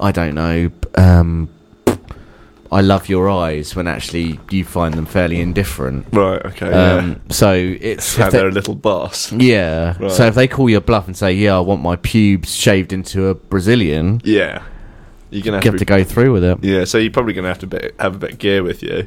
[SPEAKER 2] I don't know, um, I love your eyes, when actually you find them fairly indifferent.
[SPEAKER 3] right. Okay. yeah.
[SPEAKER 2] Um, so it's.
[SPEAKER 3] Now
[SPEAKER 2] if they-
[SPEAKER 3] they're a little boss.
[SPEAKER 2] yeah.
[SPEAKER 3] Right.
[SPEAKER 2] So if they call your bluff and say, yeah, I want my pubes shaved into a Brazilian,
[SPEAKER 3] Yeah. You're gonna
[SPEAKER 2] you
[SPEAKER 3] have to.
[SPEAKER 2] have to go through with it.
[SPEAKER 3] Be, yeah. So you're probably gonna have to be, have a bit of gear with you.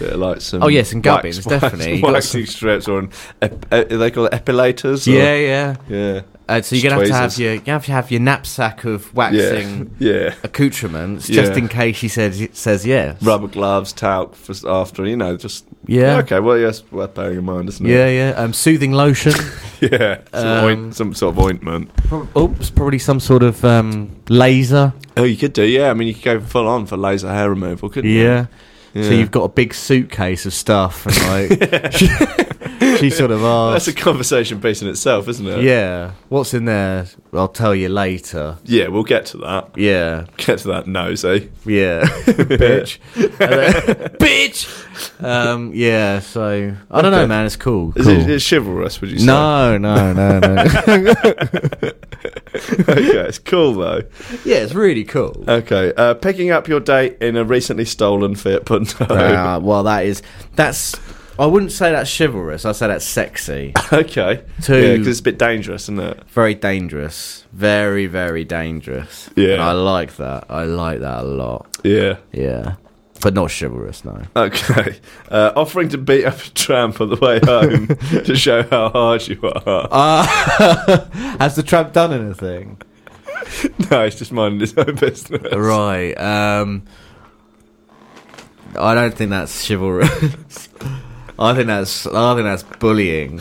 [SPEAKER 3] Bit of like some
[SPEAKER 2] Oh, yes, and
[SPEAKER 3] wax-
[SPEAKER 2] gubbins, definitely.
[SPEAKER 3] wax,
[SPEAKER 2] You got
[SPEAKER 3] waxing strips or an ep- e- they call it epilators or-
[SPEAKER 2] yeah, yeah.
[SPEAKER 3] yeah
[SPEAKER 2] Uh, so you're gonna have to have
[SPEAKER 3] Tweezers.
[SPEAKER 2] your you have to have your knapsack of
[SPEAKER 3] yeah
[SPEAKER 2] waxing
[SPEAKER 3] yeah
[SPEAKER 2] accoutrements
[SPEAKER 3] Yeah.
[SPEAKER 2] just in case she says says yes.
[SPEAKER 3] rubber gloves talc for s- after you know just
[SPEAKER 2] Yeah.
[SPEAKER 3] okay well yes worth bearing in mind isn't
[SPEAKER 2] Yeah,
[SPEAKER 3] it
[SPEAKER 2] yeah. Um, soothing lotion.
[SPEAKER 3] yeah yeah some,
[SPEAKER 2] Um,
[SPEAKER 3] oint, some sort of ointment
[SPEAKER 2] Pro- Oops, probably some sort of um, laser.
[SPEAKER 3] oh you could do yeah I mean you could go full on for laser hair removal couldn't you
[SPEAKER 2] Yeah. So
[SPEAKER 3] Yeah.
[SPEAKER 2] you've got a big suitcase of stuff, and like she, she sort of
[SPEAKER 3] that's
[SPEAKER 2] asks,
[SPEAKER 3] a conversation piece in itself isn't it
[SPEAKER 2] "Yeah, what's in there? I'll tell you later."
[SPEAKER 3] yeah we'll get to that
[SPEAKER 2] Yeah,
[SPEAKER 3] get to that nose eh
[SPEAKER 2] yeah, bitch, And then- bitch. Um, yeah. So I don't know,
[SPEAKER 3] Okay.
[SPEAKER 2] man. It's cool.
[SPEAKER 3] is
[SPEAKER 2] cool.
[SPEAKER 3] it it's chivalrous would you say
[SPEAKER 2] no, no, no, no.
[SPEAKER 3] okay it's cool though
[SPEAKER 2] yeah, it's really cool.
[SPEAKER 3] Okay, uh, picking up your date in a recently stolen Fiat Punto.
[SPEAKER 2] Uh, well, that is that's. I wouldn't say that's chivalrous. I'd say that's sexy.
[SPEAKER 3] okay.
[SPEAKER 2] Two.
[SPEAKER 3] Yeah, 'cause it's a bit dangerous, isn't it?
[SPEAKER 2] very dangerous. Very, very dangerous.
[SPEAKER 3] Yeah.
[SPEAKER 2] And I like that. I like that a lot.
[SPEAKER 3] Yeah.
[SPEAKER 2] Yeah. But not chivalrous, no.
[SPEAKER 3] Okay. Uh, offering to beat up a tramp on the way home to show how hard you are.
[SPEAKER 2] Uh, has the tramp done anything?
[SPEAKER 3] No, he's just minding his own business.
[SPEAKER 2] Right. Um, I don't think that's chivalrous. I think that's I think that's bullying.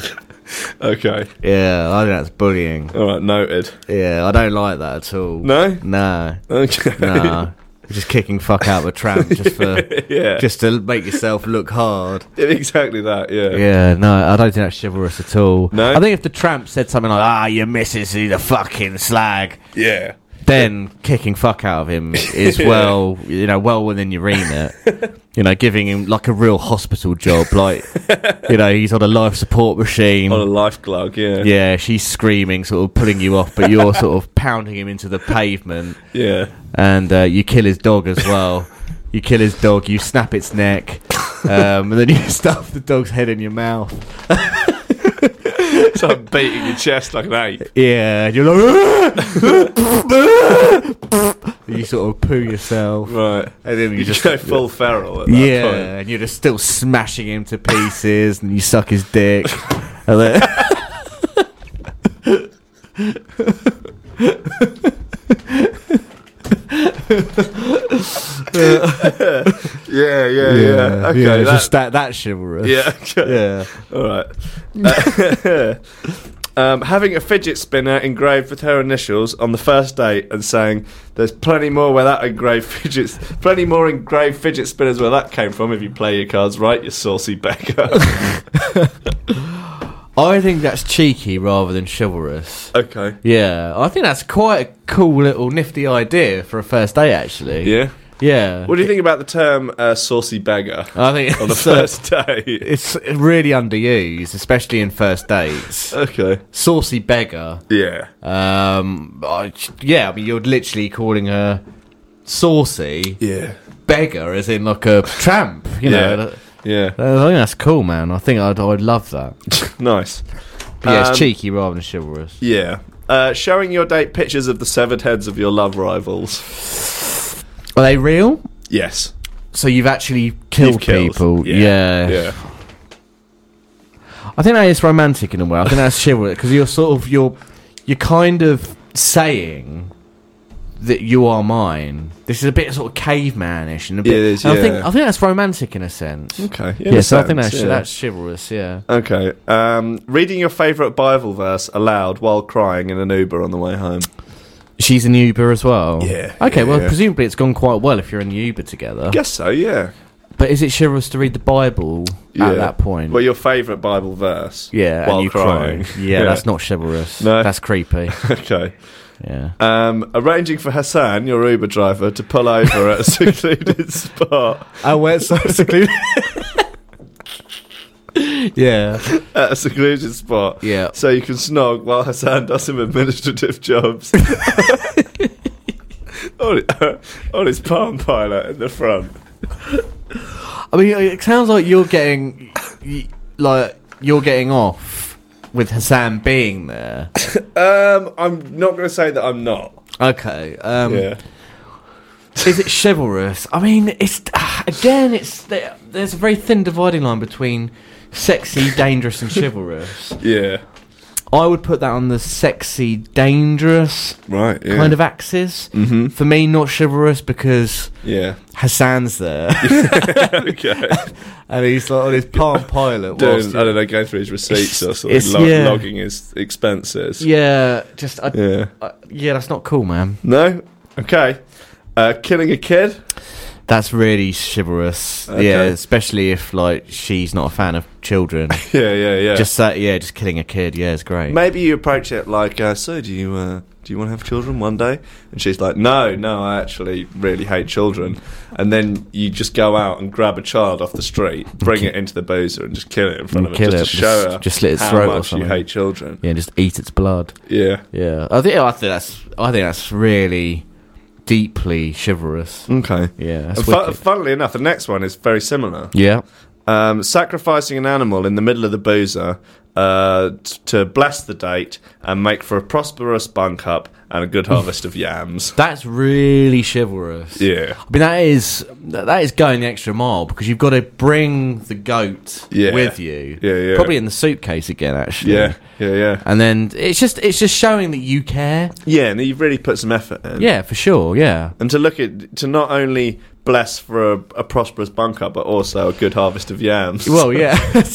[SPEAKER 3] Okay.
[SPEAKER 2] Yeah, I think that's bullying.
[SPEAKER 3] All right, noted.
[SPEAKER 2] Yeah, I don't like that at all.
[SPEAKER 3] No?
[SPEAKER 2] No.
[SPEAKER 3] Okay.
[SPEAKER 2] No. just kicking fuck out of a tramp just for
[SPEAKER 3] yeah.
[SPEAKER 2] just to make yourself look hard.
[SPEAKER 3] exactly that, yeah.
[SPEAKER 2] Yeah, no, I don't think that's chivalrous at all.
[SPEAKER 3] No?
[SPEAKER 2] I think if the tramp said something like, ah, your missus is a fucking slag,
[SPEAKER 3] Yeah.
[SPEAKER 2] then kicking fuck out of him is
[SPEAKER 3] Yeah.
[SPEAKER 2] well, you know, well within your remit. you know, giving him like a real hospital job. Like, you know, he's on a life support machine.
[SPEAKER 3] On a life glug, yeah.
[SPEAKER 2] yeah, she's screaming, sort of pulling you off, but you're sort of pounding him into the pavement
[SPEAKER 3] Yeah.
[SPEAKER 2] and uh, you kill his dog as well. you kill his dog, you snap its neck, um, and then you stuff the dog's head in your mouth.
[SPEAKER 3] It's like beating your chest like an ape.
[SPEAKER 2] Yeah, and you're like, you sort of poo yourself,
[SPEAKER 3] Right.
[SPEAKER 2] and then you,
[SPEAKER 3] You just
[SPEAKER 2] just
[SPEAKER 3] go full feral at that
[SPEAKER 2] yeah,
[SPEAKER 3] point.
[SPEAKER 2] and you're just still smashing him to pieces, and you suck his dick. and then-
[SPEAKER 3] Yeah, yeah, yeah. Okay,
[SPEAKER 2] yeah,
[SPEAKER 3] that,
[SPEAKER 2] just that that's chivalrous.
[SPEAKER 3] yeah, okay.
[SPEAKER 2] yeah.
[SPEAKER 3] All right. Uh, um, having a fidget spinner engraved with her initials on the first date and saying, "There's plenty more where that engraved fidgets, plenty more engraved fidget spinners where that came from." If you play your cards right, you saucy beggar.
[SPEAKER 2] I think that's cheeky rather than chivalrous.
[SPEAKER 3] okay.
[SPEAKER 2] Yeah, I think that's quite a cool little nifty idea for a first date, actually.
[SPEAKER 3] Yeah.
[SPEAKER 2] Yeah.
[SPEAKER 3] What do you think about the term uh, "saucy beggar"
[SPEAKER 2] I think
[SPEAKER 3] on the
[SPEAKER 2] it's, uh,
[SPEAKER 3] first date?
[SPEAKER 2] it's really underused, especially in first dates.
[SPEAKER 3] Okay.
[SPEAKER 2] Saucy beggar.
[SPEAKER 3] Yeah.
[SPEAKER 2] Um, I, yeah, I mean, you're literally calling her saucy
[SPEAKER 3] Yeah.
[SPEAKER 2] beggar, as in like a tramp. You know,
[SPEAKER 3] Yeah. Yeah.
[SPEAKER 2] Uh, I think that's cool, man. I think I'd, I'd love that.
[SPEAKER 3] Nice.
[SPEAKER 2] But yeah,
[SPEAKER 3] Um,
[SPEAKER 2] it's cheeky rather than chivalrous.
[SPEAKER 3] Yeah. Uh, showing your date pictures of the severed heads of your love rivals.
[SPEAKER 2] Are they real?
[SPEAKER 3] Yes.
[SPEAKER 2] So you've actually killed,
[SPEAKER 3] You've killed.
[SPEAKER 2] people.
[SPEAKER 3] Yeah. Yeah.
[SPEAKER 2] I think that is romantic in a way. I think that's chivalrous because you're sort of you're you're kind of saying that you are mine. This is a bit sort of cavemanish and a bit.
[SPEAKER 3] Yeah, it is,
[SPEAKER 2] and I
[SPEAKER 3] yeah.
[SPEAKER 2] think I think that's romantic in a sense. Yes,
[SPEAKER 3] Okay.
[SPEAKER 2] yeah, so I think that's that's chivalrous. Yeah.
[SPEAKER 3] Okay. Um, reading your favourite Bible verse aloud while crying in an Uber on the way home.
[SPEAKER 2] She's an Uber as well.
[SPEAKER 3] Yeah,
[SPEAKER 2] Okay. well,
[SPEAKER 3] yeah.
[SPEAKER 2] presumably it's gone quite well if you're in the Uber together.
[SPEAKER 3] Guess so. Yeah.
[SPEAKER 2] But is it chivalrous to read the Bible
[SPEAKER 3] Yeah.
[SPEAKER 2] at that point?
[SPEAKER 3] Well, your favourite Bible verse.
[SPEAKER 2] yeah.
[SPEAKER 3] While
[SPEAKER 2] and you
[SPEAKER 3] crying.
[SPEAKER 2] cry. Yeah, That's not chivalrous.
[SPEAKER 3] No.
[SPEAKER 2] That's creepy.
[SPEAKER 3] Okay.
[SPEAKER 2] Yeah.
[SPEAKER 3] Um, arranging for Hassan, your Uber driver, to pull over at a secluded spot.
[SPEAKER 2] I went so secluded. yeah.
[SPEAKER 3] At a secluded spot.
[SPEAKER 2] Yeah.
[SPEAKER 3] So you can snog while Hassan does some administrative jobs. on, on his palm pilot in the front.
[SPEAKER 2] I mean, it sounds like you're getting, y- like you're getting off with Hassan being there.
[SPEAKER 3] Um, I'm not going to say that I'm not.
[SPEAKER 2] Okay. Um,
[SPEAKER 3] Yeah.
[SPEAKER 2] Is it chivalrous? I mean, it's again, it's the,
[SPEAKER 1] there's a very thin dividing line between sexy, dangerous, and chivalrous.
[SPEAKER 3] Yeah.
[SPEAKER 1] I would put that on the sexy, dangerous
[SPEAKER 3] Right. Yeah.
[SPEAKER 1] kind of axis.
[SPEAKER 3] Mm-hmm.
[SPEAKER 1] For me, not chivalrous because
[SPEAKER 3] Yeah.
[SPEAKER 1] Hassan's there
[SPEAKER 3] okay.
[SPEAKER 1] and he's like on his palm pilot.
[SPEAKER 3] Doing,
[SPEAKER 1] whilst
[SPEAKER 3] I don't know, going through his receipts or sort of
[SPEAKER 1] it's-
[SPEAKER 3] log-
[SPEAKER 1] yeah.
[SPEAKER 3] logging his expenses.
[SPEAKER 1] yeah, just I,
[SPEAKER 3] Yeah.
[SPEAKER 1] I, yeah, that's not cool, man.
[SPEAKER 3] No. Okay. Uh, killing a kid.
[SPEAKER 1] That's really chivalrous.
[SPEAKER 3] Okay.
[SPEAKER 1] Yeah, especially if like she's not a fan of children.
[SPEAKER 3] Yeah. Yeah. Yeah.
[SPEAKER 1] Just that, yeah, just killing a kid. Yeah, it's great.
[SPEAKER 3] Maybe you approach it like, uh, "So, do you uh, do you want to have children one day?" And she's like, "No, no, I actually really hate children." And then you just go out and grab a child off the street, bring it into the boozer, and just kill it in front of her,
[SPEAKER 2] Kill
[SPEAKER 3] just
[SPEAKER 2] it,
[SPEAKER 3] to show
[SPEAKER 2] just-
[SPEAKER 3] her
[SPEAKER 2] just slit its
[SPEAKER 3] how
[SPEAKER 2] throat or
[SPEAKER 3] much you
[SPEAKER 2] something.
[SPEAKER 3] hate children.
[SPEAKER 2] Yeah, just eat its blood.
[SPEAKER 3] Yeah.
[SPEAKER 2] Yeah, I think I think that's I think that's really deeply chivalrous.
[SPEAKER 3] Okay.
[SPEAKER 2] Yeah, that's
[SPEAKER 3] And fu-
[SPEAKER 2] wicked.
[SPEAKER 3] funnily enough, the next one is very similar.
[SPEAKER 2] yeah,
[SPEAKER 3] Um, sacrificing an animal in the middle of the boozer uh, t- to bless the date and make for a prosperous bunk up and a good harvest of yams.
[SPEAKER 2] that's really chivalrous.
[SPEAKER 3] Yeah.
[SPEAKER 2] I mean that is that is going the extra mile because you've got to bring the goat
[SPEAKER 3] Yeah.
[SPEAKER 2] with you.
[SPEAKER 3] Yeah, yeah.
[SPEAKER 2] Probably in the suitcase again, actually.
[SPEAKER 3] Yeah. Yeah. Yeah.
[SPEAKER 2] And then it's just it's just showing that you care.
[SPEAKER 3] Yeah, and you've really put some effort in.
[SPEAKER 2] Yeah, for sure. Yeah.
[SPEAKER 3] And to look at to not only bless for a, a prosperous bunker, but also a good harvest of yams.
[SPEAKER 2] Well, yeah.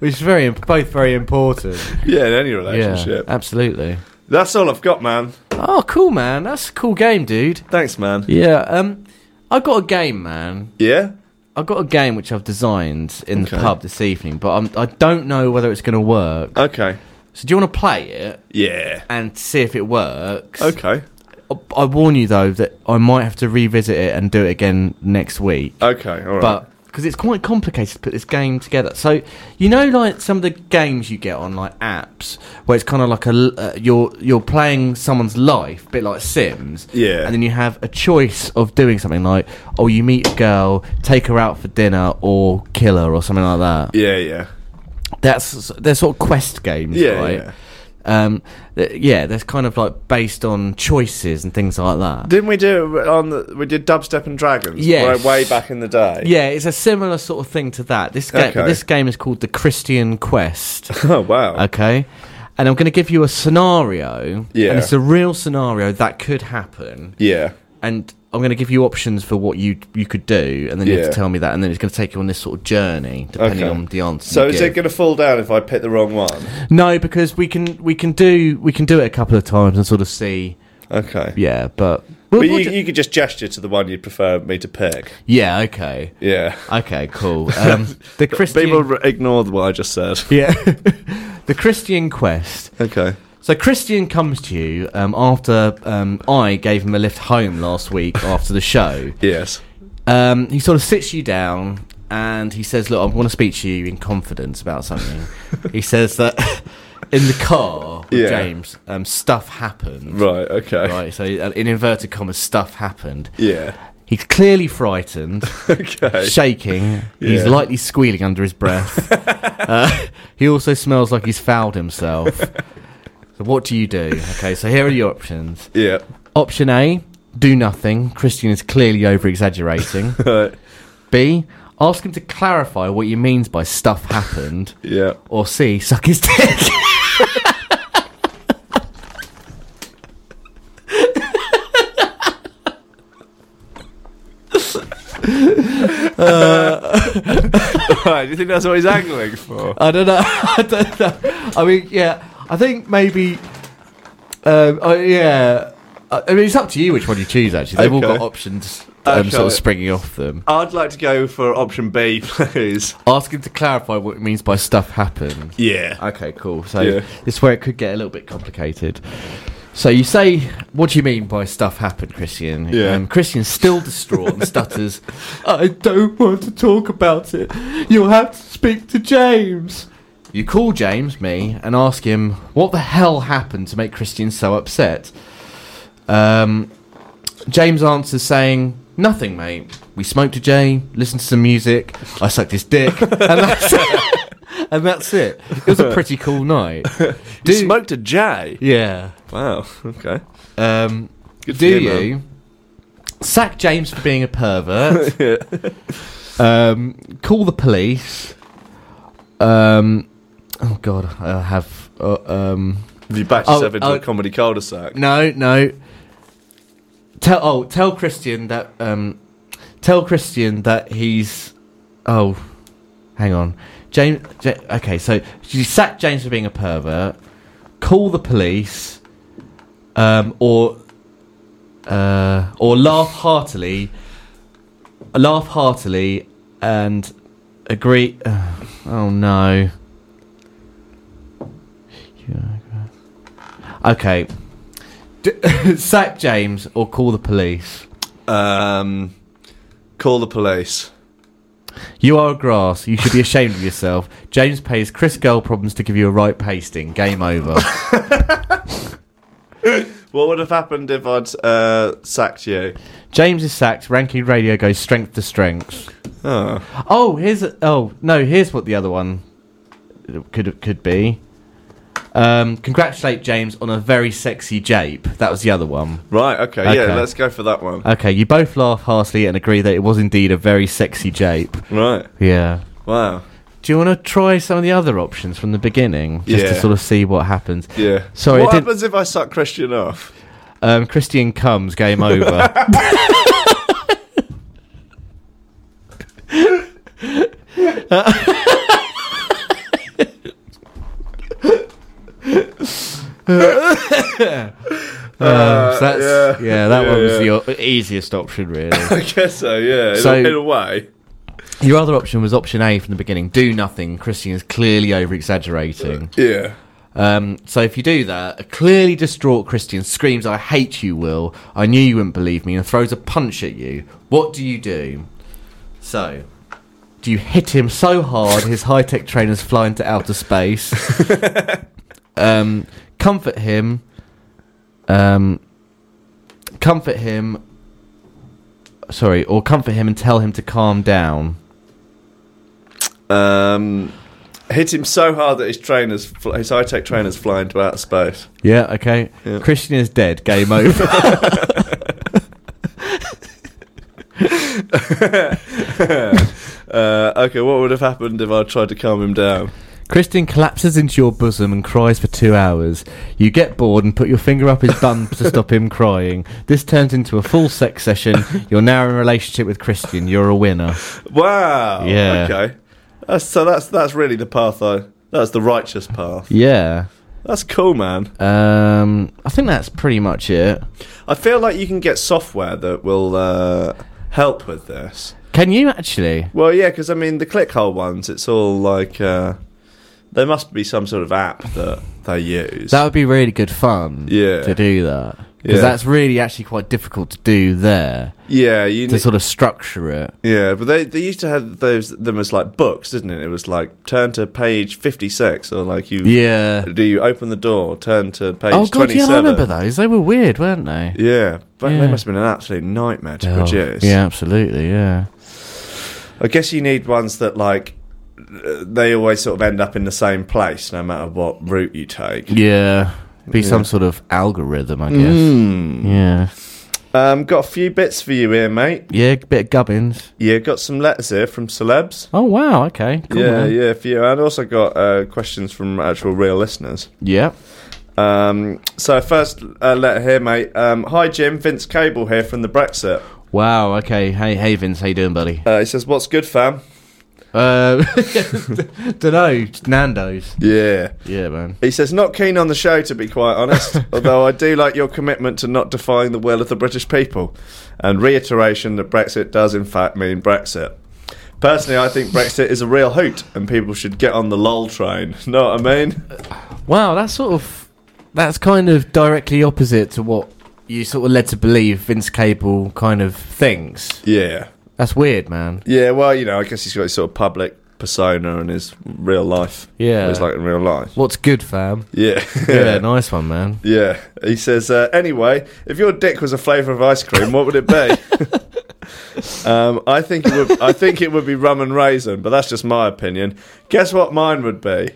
[SPEAKER 2] Which is very imp- both very important.
[SPEAKER 3] yeah, in any
[SPEAKER 2] Yeah,
[SPEAKER 3] relationship.
[SPEAKER 2] absolutely.
[SPEAKER 3] That's all I've got, man.
[SPEAKER 2] Oh, cool, man. That's a cool game, dude.
[SPEAKER 3] Thanks, man.
[SPEAKER 2] Yeah. Um, I got a game, man.
[SPEAKER 3] Yeah.
[SPEAKER 2] I got a game which I've designed in
[SPEAKER 3] Okay.
[SPEAKER 2] the pub this evening, but I'm, I don't know whether it's going to work.
[SPEAKER 3] Okay.
[SPEAKER 2] So, do you want to play it
[SPEAKER 3] Yeah.
[SPEAKER 2] and see if it works?
[SPEAKER 3] Okay.
[SPEAKER 2] I, I warn you though that I might have to revisit it and do it again next week,
[SPEAKER 3] Okay. All right.
[SPEAKER 2] but because it's quite complicated to put this game together. So, you know, like some of the games you get on like apps where it's kind of like a l- uh, you're you're playing someone's life, a bit like Sims.
[SPEAKER 3] yeah.
[SPEAKER 2] And then you have a choice of doing something like, oh, you meet a girl, take her out for dinner, or kill her, or something like that.
[SPEAKER 3] yeah. Yeah.
[SPEAKER 2] That's they're sort of quest games,
[SPEAKER 3] Yeah.
[SPEAKER 2] right?
[SPEAKER 3] yeah.
[SPEAKER 2] Um, th- yeah, there's kind of like based on choices and things like that.
[SPEAKER 3] Didn't we do it on the we did dubstep and dragons?
[SPEAKER 2] Yes.
[SPEAKER 3] Way, way back in the day.
[SPEAKER 2] yeah, it's a similar sort of thing to that. This game,
[SPEAKER 3] Okay.
[SPEAKER 2] this game is called the Christian Quest.
[SPEAKER 3] Oh wow.
[SPEAKER 2] Okay. And I'm going to give you a scenario,
[SPEAKER 3] Yeah.
[SPEAKER 2] and it's a real scenario that could happen.
[SPEAKER 3] yeah.
[SPEAKER 2] and I'm going to give you options for what you you could do, and then you have
[SPEAKER 3] Yeah.
[SPEAKER 2] to tell me that, and then it's going to take you on this sort of journey depending
[SPEAKER 3] Okay.
[SPEAKER 2] on the answer.
[SPEAKER 3] So
[SPEAKER 2] you
[SPEAKER 3] is
[SPEAKER 2] give.
[SPEAKER 3] it going to fall down if I pick the wrong one?
[SPEAKER 2] no, because we can we can do we can do it a couple of times and sort of see,
[SPEAKER 3] Okay.
[SPEAKER 2] yeah, but,
[SPEAKER 3] But
[SPEAKER 2] we'll- we'll
[SPEAKER 3] you,
[SPEAKER 2] ju-
[SPEAKER 3] you could just gesture to the one you'd prefer me to pick.
[SPEAKER 2] yeah, okay,
[SPEAKER 3] Yeah.
[SPEAKER 2] okay, cool. Um, the Christian,
[SPEAKER 3] People r- ignore what I just said.
[SPEAKER 2] yeah, the Christian quest.
[SPEAKER 3] Okay.
[SPEAKER 2] So Christian comes to you um, after um, I gave him a lift home last week after the show.
[SPEAKER 3] Yes.
[SPEAKER 2] um, he sort of sits you down and he says, "Look, I want to speak to you in confidence about something." he says that in the car, with
[SPEAKER 3] Yeah.
[SPEAKER 2] James, um, stuff happened.
[SPEAKER 3] Right. Okay.
[SPEAKER 2] Right, so uh, in inverted commas, stuff happened.
[SPEAKER 3] Yeah.
[SPEAKER 2] He's clearly frightened,
[SPEAKER 3] Okay.
[SPEAKER 2] shaking. He's
[SPEAKER 3] Yeah.
[SPEAKER 2] lightly squealing under his breath. uh, he also smells like he's fouled himself. so, what do you do? Okay, so here are your options.
[SPEAKER 3] yeah.
[SPEAKER 2] Option A: do nothing. Christian is clearly over exaggerating.
[SPEAKER 3] Right.
[SPEAKER 2] B. Ask him to clarify what he means by stuff happened.
[SPEAKER 3] Yeah.
[SPEAKER 2] Or C. Suck his dick.
[SPEAKER 3] Right. Do you think that's what he's angling for?
[SPEAKER 2] I don't know. I don't know. I mean, yeah. I think maybe. Um, uh, yeah. I I mean, it's up to you which one you choose. Actually, they've all
[SPEAKER 3] Okay.
[SPEAKER 2] got options um, sort of
[SPEAKER 3] Okay.
[SPEAKER 2] springing off them.
[SPEAKER 3] I'd like to go for option B, please.
[SPEAKER 2] Ask him to clarify what it means by stuff happened.
[SPEAKER 3] Yeah.
[SPEAKER 2] Okay, cool. So
[SPEAKER 3] Yeah.
[SPEAKER 2] this is where it could get a little bit complicated. So you say, "What do you mean by stuff happened, Christian?"
[SPEAKER 3] Yeah.
[SPEAKER 2] Um, Christian's still distraught and stutters, "I don't want to talk about it. You'll have to speak to James." You call James, me, and ask him what the hell happened to make Christian so upset. Um, James answers saying, "Nothing, mate. We smoked a J, listened to some music. I sucked his dick, and that's it. and that's it. It was a pretty cool night. Do
[SPEAKER 3] You smoked a J.
[SPEAKER 2] yeah.
[SPEAKER 3] Wow. Okay.
[SPEAKER 2] Um,
[SPEAKER 3] Good for
[SPEAKER 2] do
[SPEAKER 3] you,
[SPEAKER 2] you sack James for being a pervert?
[SPEAKER 3] Yeah.
[SPEAKER 2] Um, call the police. Um, oh God, I have. Uh, um,
[SPEAKER 3] Have you backed
[SPEAKER 2] Oh,
[SPEAKER 3] yourself into
[SPEAKER 2] oh.
[SPEAKER 3] a comedy cul-de-sac?
[SPEAKER 2] no, no. Tell oh, tell Christian that. Um, tell Christian that he's. Oh, hang on, James. Ja- okay, so she sacked James for being a pervert. Call the police, um, or uh, or laugh heartily. Laugh heartily and agree. oh no. Okay. D- sack James or call the police.
[SPEAKER 3] Um, call the police.
[SPEAKER 2] You are a grass. You should be ashamed of yourself. James pays Chris Girl problems to give you a right pasting. Game over.
[SPEAKER 3] What would have happened if I'd uh, sacked you?
[SPEAKER 2] James is sacked. Ranking Radio goes strength to strength.
[SPEAKER 3] Oh.
[SPEAKER 2] Oh, here's a, oh no, here's what the other one could could be. Um, congratulate James on a very sexy jape. That was the other one.
[SPEAKER 3] Right, okay,
[SPEAKER 2] Okay. Uh,
[SPEAKER 3] yeah, let's go for that one.
[SPEAKER 2] Okay, you both laugh heartily and agree that it was indeed a very sexy jape.
[SPEAKER 3] right,
[SPEAKER 2] Yeah.
[SPEAKER 3] wow.
[SPEAKER 2] Do you want to try some of the other options from the beginning, just to
[SPEAKER 3] Yeah.
[SPEAKER 2] sort of see what happens?
[SPEAKER 3] Yeah.
[SPEAKER 2] Sorry, I
[SPEAKER 3] what
[SPEAKER 2] didn't-
[SPEAKER 3] happens if I suck Christian off?
[SPEAKER 2] Um, Christian comes, game over. Uh, Uh, so that's, yeah. that
[SPEAKER 3] Yeah,
[SPEAKER 2] one was
[SPEAKER 3] yeah.
[SPEAKER 2] the o- easiest option, really.
[SPEAKER 3] I guess so, yeah. In,
[SPEAKER 2] So-
[SPEAKER 3] a, in a way.
[SPEAKER 2] Your other option was option A from the beginning: do nothing. Christian is clearly over exaggerating.
[SPEAKER 3] Yeah.
[SPEAKER 2] Um, so if you do that, a clearly distraught Christian screams, "I hate you, Will! I knew you wouldn't believe me!" and throws a punch at you. What do you do? So, do you hit him so hard his high-tech trainers fly into outer space? um, comfort him. Um, comfort him. Sorry, or comfort him and tell him to calm down.
[SPEAKER 3] Um, hit him so hard that his trainers, fl- his high-tech trainers fly into outer space.
[SPEAKER 2] Yeah, okay.
[SPEAKER 3] Yeah.
[SPEAKER 2] Christian is dead. Game over.
[SPEAKER 3] Uh, okay, what would have happened if I tried to calm him down?
[SPEAKER 2] Christian collapses into your bosom and cries for two hours. You get bored and put your finger up his bum to stop him crying. This turns into a full sex session. You're now in a relationship with Christian. You're a winner.
[SPEAKER 3] Wow.
[SPEAKER 2] Yeah.
[SPEAKER 3] Okay. That's, so that's that's really the path I. That's the righteous path.
[SPEAKER 2] Yeah.
[SPEAKER 3] That's cool, man.
[SPEAKER 2] Um, I think that's pretty much it.
[SPEAKER 3] I feel like you can get software that will uh, help with this.
[SPEAKER 2] Can you actually?
[SPEAKER 3] Well, yeah, because I mean the clickhole ones. It's all like uh, there must be some sort of app that they use.
[SPEAKER 2] That would be really good fun.
[SPEAKER 3] Yeah.
[SPEAKER 2] To do that because
[SPEAKER 3] Yeah.
[SPEAKER 2] that's really actually quite difficult to do there
[SPEAKER 3] yeah, you
[SPEAKER 2] to
[SPEAKER 3] ne-
[SPEAKER 2] sort of structure it.
[SPEAKER 3] yeah, but they they used to have those them as like books, didn't it? It was like turn to page fifty six, or like you
[SPEAKER 2] Yeah.
[SPEAKER 3] do you open the door, turn to page
[SPEAKER 2] Oh god,
[SPEAKER 3] twenty
[SPEAKER 2] yeah, I remember
[SPEAKER 3] seven.
[SPEAKER 2] those. They were weird, weren't they?
[SPEAKER 3] Yeah, but
[SPEAKER 2] Yeah.
[SPEAKER 3] they must have been an absolute nightmare to
[SPEAKER 2] Oh,
[SPEAKER 3] produce.
[SPEAKER 2] yeah, absolutely. Yeah.
[SPEAKER 3] I guess you need ones that like they always sort of end up in the same place, no matter what route you take.
[SPEAKER 2] Yeah. Mm. Be some sort of algorithm, I guess. Yeah.
[SPEAKER 3] Hmm. Um, got a few bits for you here, mate.
[SPEAKER 2] Yeah, bit of gubbins.
[SPEAKER 3] Yeah, got some letters here from celebs.
[SPEAKER 2] Oh, wow. Okay. Cool.
[SPEAKER 3] yeah,
[SPEAKER 2] man.
[SPEAKER 3] yeah, a few. And also got uh, questions from actual real listeners.
[SPEAKER 2] Yeah.
[SPEAKER 3] Um, so first uh, letter here, mate. Um, Hi, Jim. Vince Cable here from the Brexit.
[SPEAKER 2] Wow. Okay. Hey, hey, Vince. How you doing, buddy?
[SPEAKER 3] Uh, he says, "What's good, fam?"
[SPEAKER 2] Uh, dunno. Nando's.
[SPEAKER 3] Yeah.
[SPEAKER 2] Yeah, man.
[SPEAKER 3] He says, not keen on the show, to be quite honest, although I do like your commitment to not defying the will of the British people and reiteration that Brexit does, in fact, mean Brexit. Personally, I think Brexit is a real hoot and people should get on the lol train. Know what I mean?
[SPEAKER 2] Uh, Wow. That's sort of. That's kind of directly opposite to what you sort of led to believe Vince Cable kind of thinks.
[SPEAKER 3] Yeah.
[SPEAKER 2] That's weird, man.
[SPEAKER 3] Yeah, well, you know, I guess he's got his sort of public persona and his real life.
[SPEAKER 2] Yeah.
[SPEAKER 3] What he's like in real life.
[SPEAKER 2] What's good, fam?
[SPEAKER 3] Yeah.
[SPEAKER 2] Yeah, nice one, man.
[SPEAKER 3] Yeah. He says, uh, anyway, if your dick was a flavour of ice cream, what would it be? um, I think it would I think it would be rum and raisin, but that's just my opinion. Guess what mine would be?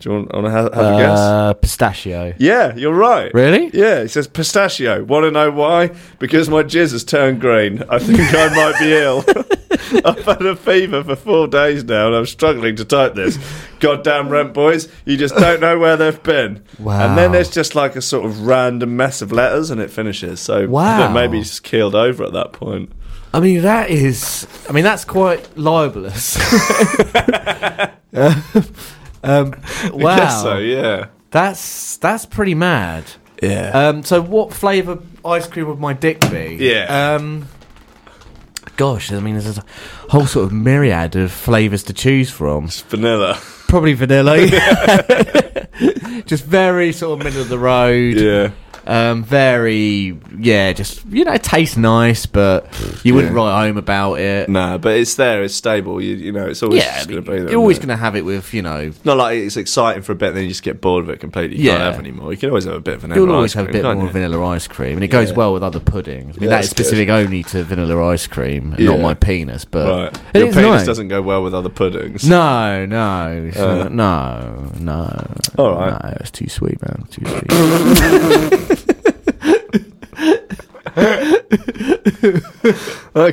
[SPEAKER 3] Do you want, want to have, have a guess?
[SPEAKER 2] Uh, pistachio.
[SPEAKER 3] Yeah, you're right.
[SPEAKER 2] Really?
[SPEAKER 3] Yeah, he says pistachio. Want to know why? Because my jizz has turned green. I think I might be ill. I've had a fever for four days now, and I'm struggling to type this. Goddamn rent boys, you just don't know where they've been.
[SPEAKER 2] Wow.
[SPEAKER 3] And then there's just like a sort of random mess of letters, and it finishes. So
[SPEAKER 2] Wow.
[SPEAKER 3] they're maybe just keeled over at that point.
[SPEAKER 2] I mean, that is. I mean, that's quite libelous. um, wow,
[SPEAKER 3] Uh, I guess so yeah, Uh,
[SPEAKER 2] that's that's pretty mad.
[SPEAKER 3] yeah.
[SPEAKER 2] Um, so, what flavour ice cream would my dick be?
[SPEAKER 3] Yeah.
[SPEAKER 2] Um, gosh, I mean, there's a whole sort of myriad of flavours to choose from.
[SPEAKER 3] It's vanilla.
[SPEAKER 2] Probably vanilla. just very sort of middle of the road.
[SPEAKER 3] Yeah.
[SPEAKER 2] Um, very, yeah, just, you know, it tastes nice, but you wouldn't
[SPEAKER 3] Yeah.
[SPEAKER 2] write home about it.
[SPEAKER 3] No, but it's there. It's stable. You, you know, it's always
[SPEAKER 2] yeah,
[SPEAKER 3] going
[SPEAKER 2] I
[SPEAKER 3] to
[SPEAKER 2] mean,
[SPEAKER 3] be there.
[SPEAKER 2] you're always
[SPEAKER 3] isn't
[SPEAKER 2] going to have it with, you know,
[SPEAKER 3] it? Not like it's exciting for a bit, then you just get bored of it completely. You
[SPEAKER 2] Yeah.
[SPEAKER 3] can't have any more. You can always have a bit of vanilla.
[SPEAKER 2] you'll always
[SPEAKER 3] ice
[SPEAKER 2] have a
[SPEAKER 3] cream,
[SPEAKER 2] bit
[SPEAKER 3] can't
[SPEAKER 2] more
[SPEAKER 3] you?
[SPEAKER 2] vanilla ice cream, and it goes
[SPEAKER 3] Yeah.
[SPEAKER 2] well with other puddings.
[SPEAKER 3] Yeah,
[SPEAKER 2] I mean, that is
[SPEAKER 3] that's good.
[SPEAKER 2] specific only to vanilla ice cream, and not
[SPEAKER 3] Yeah.
[SPEAKER 2] my penis, but
[SPEAKER 3] Right.
[SPEAKER 2] it
[SPEAKER 3] Your
[SPEAKER 2] is
[SPEAKER 3] penis
[SPEAKER 2] nice.
[SPEAKER 3] doesn't go well with other puddings.
[SPEAKER 2] No, no, it's
[SPEAKER 3] Uh.
[SPEAKER 2] not- no, no.
[SPEAKER 3] All right.
[SPEAKER 2] no, it's too sweet, man. Too sweet.
[SPEAKER 3] Okay,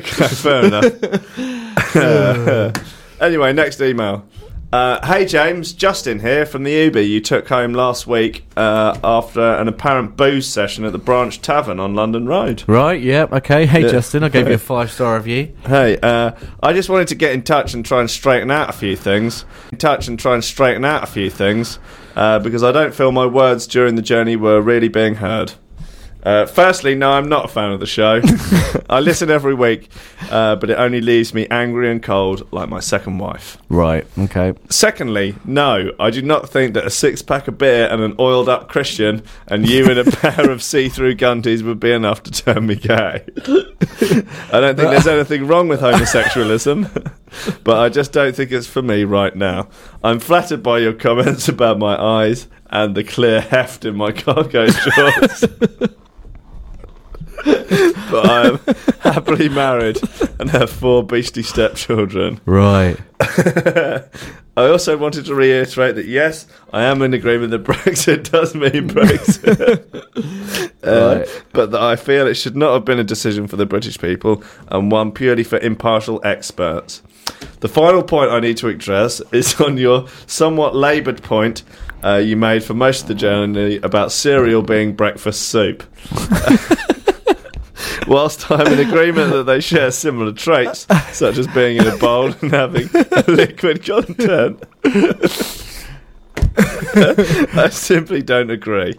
[SPEAKER 3] fair enough. anyway, next email. Uh, hey James, Justin here from the Uber you took home last week uh, after an apparent booze session at the Branch Tavern on London Road.
[SPEAKER 2] right? Yep. okay. Hey,
[SPEAKER 3] Yeah.
[SPEAKER 2] Justin, I gave you a five star review.
[SPEAKER 3] Hey, uh, I just wanted to get in touch and try and straighten out a few things. In touch and try and straighten out a few things uh, because I don't feel my words during the journey were really being heard. Uh, firstly, no, I'm not a fan of the show. I listen every week, uh, but it only leaves me angry and cold like my second wife.
[SPEAKER 2] Right. Okay.
[SPEAKER 3] Secondly, no, I do not think that a six pack of beer and an oiled up Christian and you in a pair of see through gunties would be enough to turn me gay. I don't think there's anything wrong with homosexualism, but I just don't think it's for me right now. I'm flattered by your comments about my eyes and the clear heft in my cargo shorts. but I am happily married and have four beastie stepchildren.
[SPEAKER 2] Right.
[SPEAKER 3] I also wanted to reiterate that yes, I am in agreement that Brexit does mean Brexit, Uh,
[SPEAKER 2] Right.
[SPEAKER 3] but that I feel it should not have been a decision for the British people and one purely for impartial experts. The final point I need to address is on your somewhat laboured point uh, you made for most of the journey about cereal being breakfast soup. Whilst I'm in agreement that they share similar traits, such as being in a bowl and having liquid content, I simply don't agree.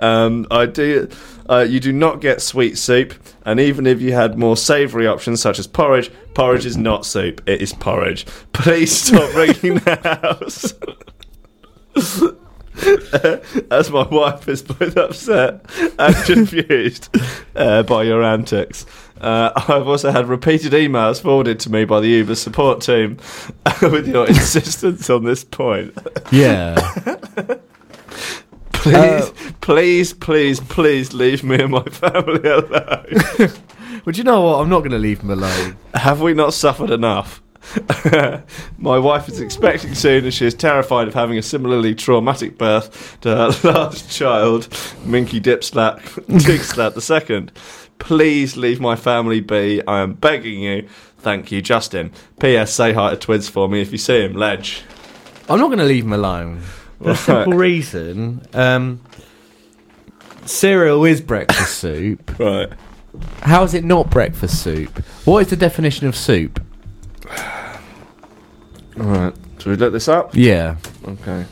[SPEAKER 3] Um, I do. Uh, you do not get sweet soup, and even if you had more savoury options such as porridge, porridge is not soup. It is porridge. Please stop ringing the house. as my wife is both upset and confused uh, by your antics. Uh, I've also had repeated emails forwarded to me by the Uber support team with your insistence on this point.
[SPEAKER 2] Yeah.
[SPEAKER 3] Please,
[SPEAKER 2] Uh,
[SPEAKER 3] please, please, please leave me and my family alone.
[SPEAKER 2] well, do you know what? I'm not going to leave him alone.
[SPEAKER 3] Have we not suffered enough? My wife is expecting soon, and she is terrified of having a similarly traumatic birth to her last child, Minky Dipslap Digslap the second. Please leave my family be. I am begging you. Thank you, Justin. P.S. Say hi to Twids for me if you see him. Ledge.
[SPEAKER 2] I'm not going to leave him alone. For the
[SPEAKER 3] Right.
[SPEAKER 2] simple reason, um, cereal is breakfast soup.
[SPEAKER 3] Right.
[SPEAKER 2] How is it not breakfast soup? What is the definition of soup?
[SPEAKER 3] All right. Should we look this up?
[SPEAKER 2] Yeah.
[SPEAKER 3] Okay.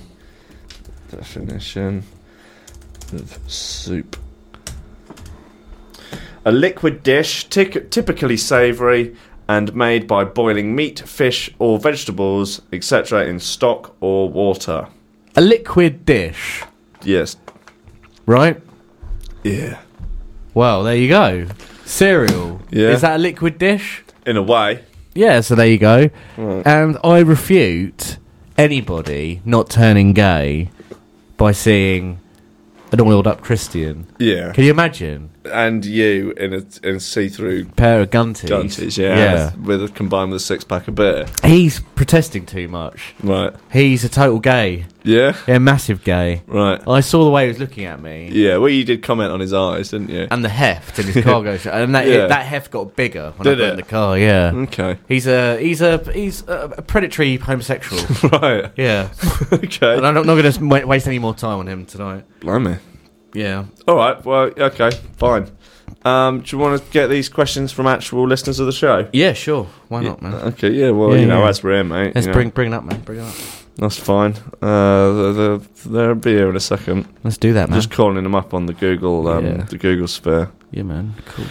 [SPEAKER 3] Definition of soup. A liquid dish, tic- typically savoury, and made by boiling meat, fish, or vegetables, etc., in stock or water.
[SPEAKER 2] A liquid dish,
[SPEAKER 3] Yes.
[SPEAKER 2] right?
[SPEAKER 3] Yeah.
[SPEAKER 2] Well, there you go. Cereal.
[SPEAKER 3] Yeah.
[SPEAKER 2] Is that a liquid dish?
[SPEAKER 3] In a way.
[SPEAKER 2] Yeah, so there you go. And I refute anybody not turning gay by seeing an oiled up Christian.
[SPEAKER 3] Yeah.
[SPEAKER 2] Can you imagine?
[SPEAKER 3] and you in a in see-through
[SPEAKER 2] pair of gun tees.
[SPEAKER 3] guns, yeah, with with- combined with a six-pack of beer,
[SPEAKER 2] Yeah. He's protesting too much.
[SPEAKER 3] right?
[SPEAKER 2] He's a total gay.
[SPEAKER 3] Yeah,
[SPEAKER 2] Yeah, massive gay.
[SPEAKER 3] right.
[SPEAKER 2] I saw the way he was looking at me.
[SPEAKER 3] Yeah, well, you did comment on his eyes, didn't you?
[SPEAKER 2] And the heft in his cargo shirt, and that
[SPEAKER 3] Yeah.
[SPEAKER 2] that heft got bigger when
[SPEAKER 3] Did
[SPEAKER 2] I put it Mm.
[SPEAKER 3] it?
[SPEAKER 2] in the car. Yeah,
[SPEAKER 3] okay,
[SPEAKER 2] he's a he's a he's a a predatory homosexual.
[SPEAKER 3] right.
[SPEAKER 2] yeah,
[SPEAKER 3] Okay,
[SPEAKER 2] and I'm not, not going to waste any more time on him tonight.
[SPEAKER 3] blimey.
[SPEAKER 2] Yeah,
[SPEAKER 3] All right. Well, okay, fine. Um, do you want to get these questions from actual listeners of the show?
[SPEAKER 2] yeah, sure. Why not, man?
[SPEAKER 3] Okay, yeah. Well,
[SPEAKER 2] Yeah,
[SPEAKER 3] you know,
[SPEAKER 2] yeah.
[SPEAKER 3] as we're in, mate.
[SPEAKER 2] Let's
[SPEAKER 3] you know,
[SPEAKER 2] bring bring it up, man. Bring it up.
[SPEAKER 3] That's fine. Uh, the, the, there'll be here in a second.
[SPEAKER 2] Let's do that, man.
[SPEAKER 3] Just calling them up on the Google, um,
[SPEAKER 2] Yeah.
[SPEAKER 3] the Google sphere.
[SPEAKER 2] yeah, man. Cool.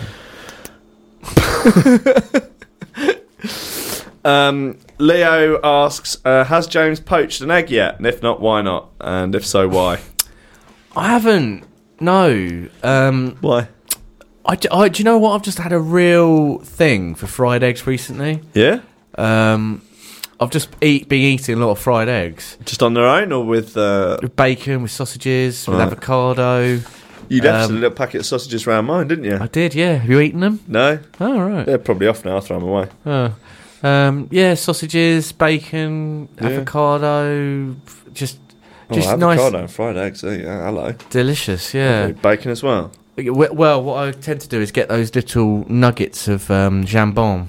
[SPEAKER 3] Um, Leo asks, uh, "Has James poached an egg yet? And if not, why not? And if so, why?
[SPEAKER 2] I haven't. No. Um.
[SPEAKER 3] why?
[SPEAKER 2] I, d- I- do you know what? I've just had a real thing for fried eggs recently.
[SPEAKER 3] Yeah,
[SPEAKER 2] Um. I've just eat been eating a lot of fried eggs.
[SPEAKER 3] just on their own or with uh,
[SPEAKER 2] With bacon, with sausages, with
[SPEAKER 3] Right.
[SPEAKER 2] avocado.
[SPEAKER 3] you left
[SPEAKER 2] Um,
[SPEAKER 3] a little packet of sausages round mine, didn't you?
[SPEAKER 2] I did, yeah. Have you eaten them?
[SPEAKER 3] no,
[SPEAKER 2] Oh, right.
[SPEAKER 3] they're probably off now. I'll throw them away.
[SPEAKER 2] Oh. Um, yeah, sausages, bacon,
[SPEAKER 3] Yeah.
[SPEAKER 2] avocado, f- just just
[SPEAKER 3] oh, avocado
[SPEAKER 2] nice,
[SPEAKER 3] and fried eggs. eh? Yeah, hello.
[SPEAKER 2] delicious, yeah.
[SPEAKER 3] Lovely. Bacon as well.
[SPEAKER 2] W- Well, what I tend to do is get those little nuggets of um, jambon.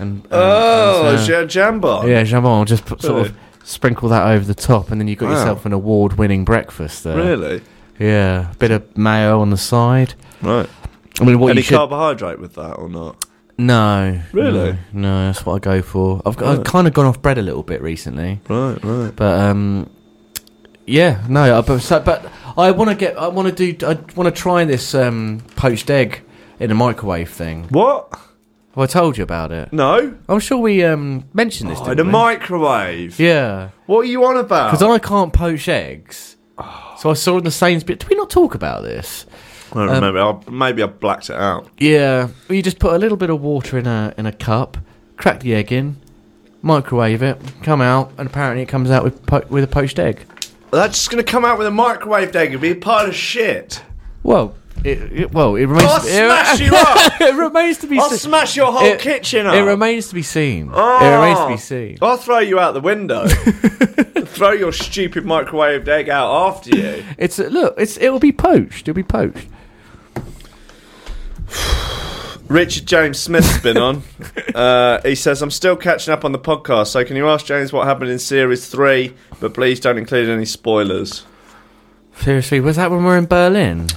[SPEAKER 2] And, and-
[SPEAKER 3] Oh,
[SPEAKER 2] and, uh,
[SPEAKER 3] is your jambon.
[SPEAKER 2] yeah, jambon. Just put, sort
[SPEAKER 3] Really?
[SPEAKER 2] of sprinkle that over the top, and then you've got
[SPEAKER 3] Wow.
[SPEAKER 2] yourself an award-winning breakfast there.
[SPEAKER 3] Really?
[SPEAKER 2] Yeah, bit of mayo on the side.
[SPEAKER 3] Right.
[SPEAKER 2] I mean, what
[SPEAKER 3] Any
[SPEAKER 2] you should
[SPEAKER 3] carbohydrate with that or not?
[SPEAKER 2] No.
[SPEAKER 3] Really?
[SPEAKER 2] No, no, that's what I go for. I've, got, I've
[SPEAKER 3] Right.
[SPEAKER 2] kind of gone off bread a little bit recently,
[SPEAKER 3] Right, right.
[SPEAKER 2] but um, yeah, no. I, but, so, but I want to get. I want to do. I want to try this um poached egg in a microwave thing.
[SPEAKER 3] What?
[SPEAKER 2] Have I told you about it?
[SPEAKER 3] No.
[SPEAKER 2] I'm sure we um mentioned this.
[SPEAKER 3] Oh,
[SPEAKER 2] didn't
[SPEAKER 3] in a Oh.
[SPEAKER 2] we?
[SPEAKER 3] microwave.
[SPEAKER 2] Yeah,
[SPEAKER 3] What are you on about?
[SPEAKER 2] because I can't poach eggs. So I saw in the Sainsbury's. Did we not talk about this?
[SPEAKER 3] I don't
[SPEAKER 2] um,
[SPEAKER 3] remember. I'll, maybe I blacked it out.
[SPEAKER 2] Yeah, you just put a little bit of water in a in a cup, crack the egg in, microwave it, come out, and apparently it comes out with po- with a poached egg.
[SPEAKER 3] Well, that's just going to come out with a microwave egg and be a pile of shit.
[SPEAKER 2] Well, it, it- well, it remains.
[SPEAKER 3] I'll smash
[SPEAKER 2] it,
[SPEAKER 3] you up.
[SPEAKER 2] it remains to be.
[SPEAKER 3] I'll
[SPEAKER 2] se-
[SPEAKER 3] smash your whole
[SPEAKER 2] it-
[SPEAKER 3] kitchen up.
[SPEAKER 2] It remains to be seen.
[SPEAKER 3] Oh.
[SPEAKER 2] It remains to be seen.
[SPEAKER 3] I'll throw you out the window. throw your stupid microwaved egg out after you.
[SPEAKER 2] It's look. It's it'll be poached. It'll be poached.
[SPEAKER 3] Richard James Smith's been on. Uh, he says, I'm still catching up on the podcast, so can you ask James what happened in series three? But please don't include any spoilers.
[SPEAKER 2] Seriously, was that when we were in Berlin?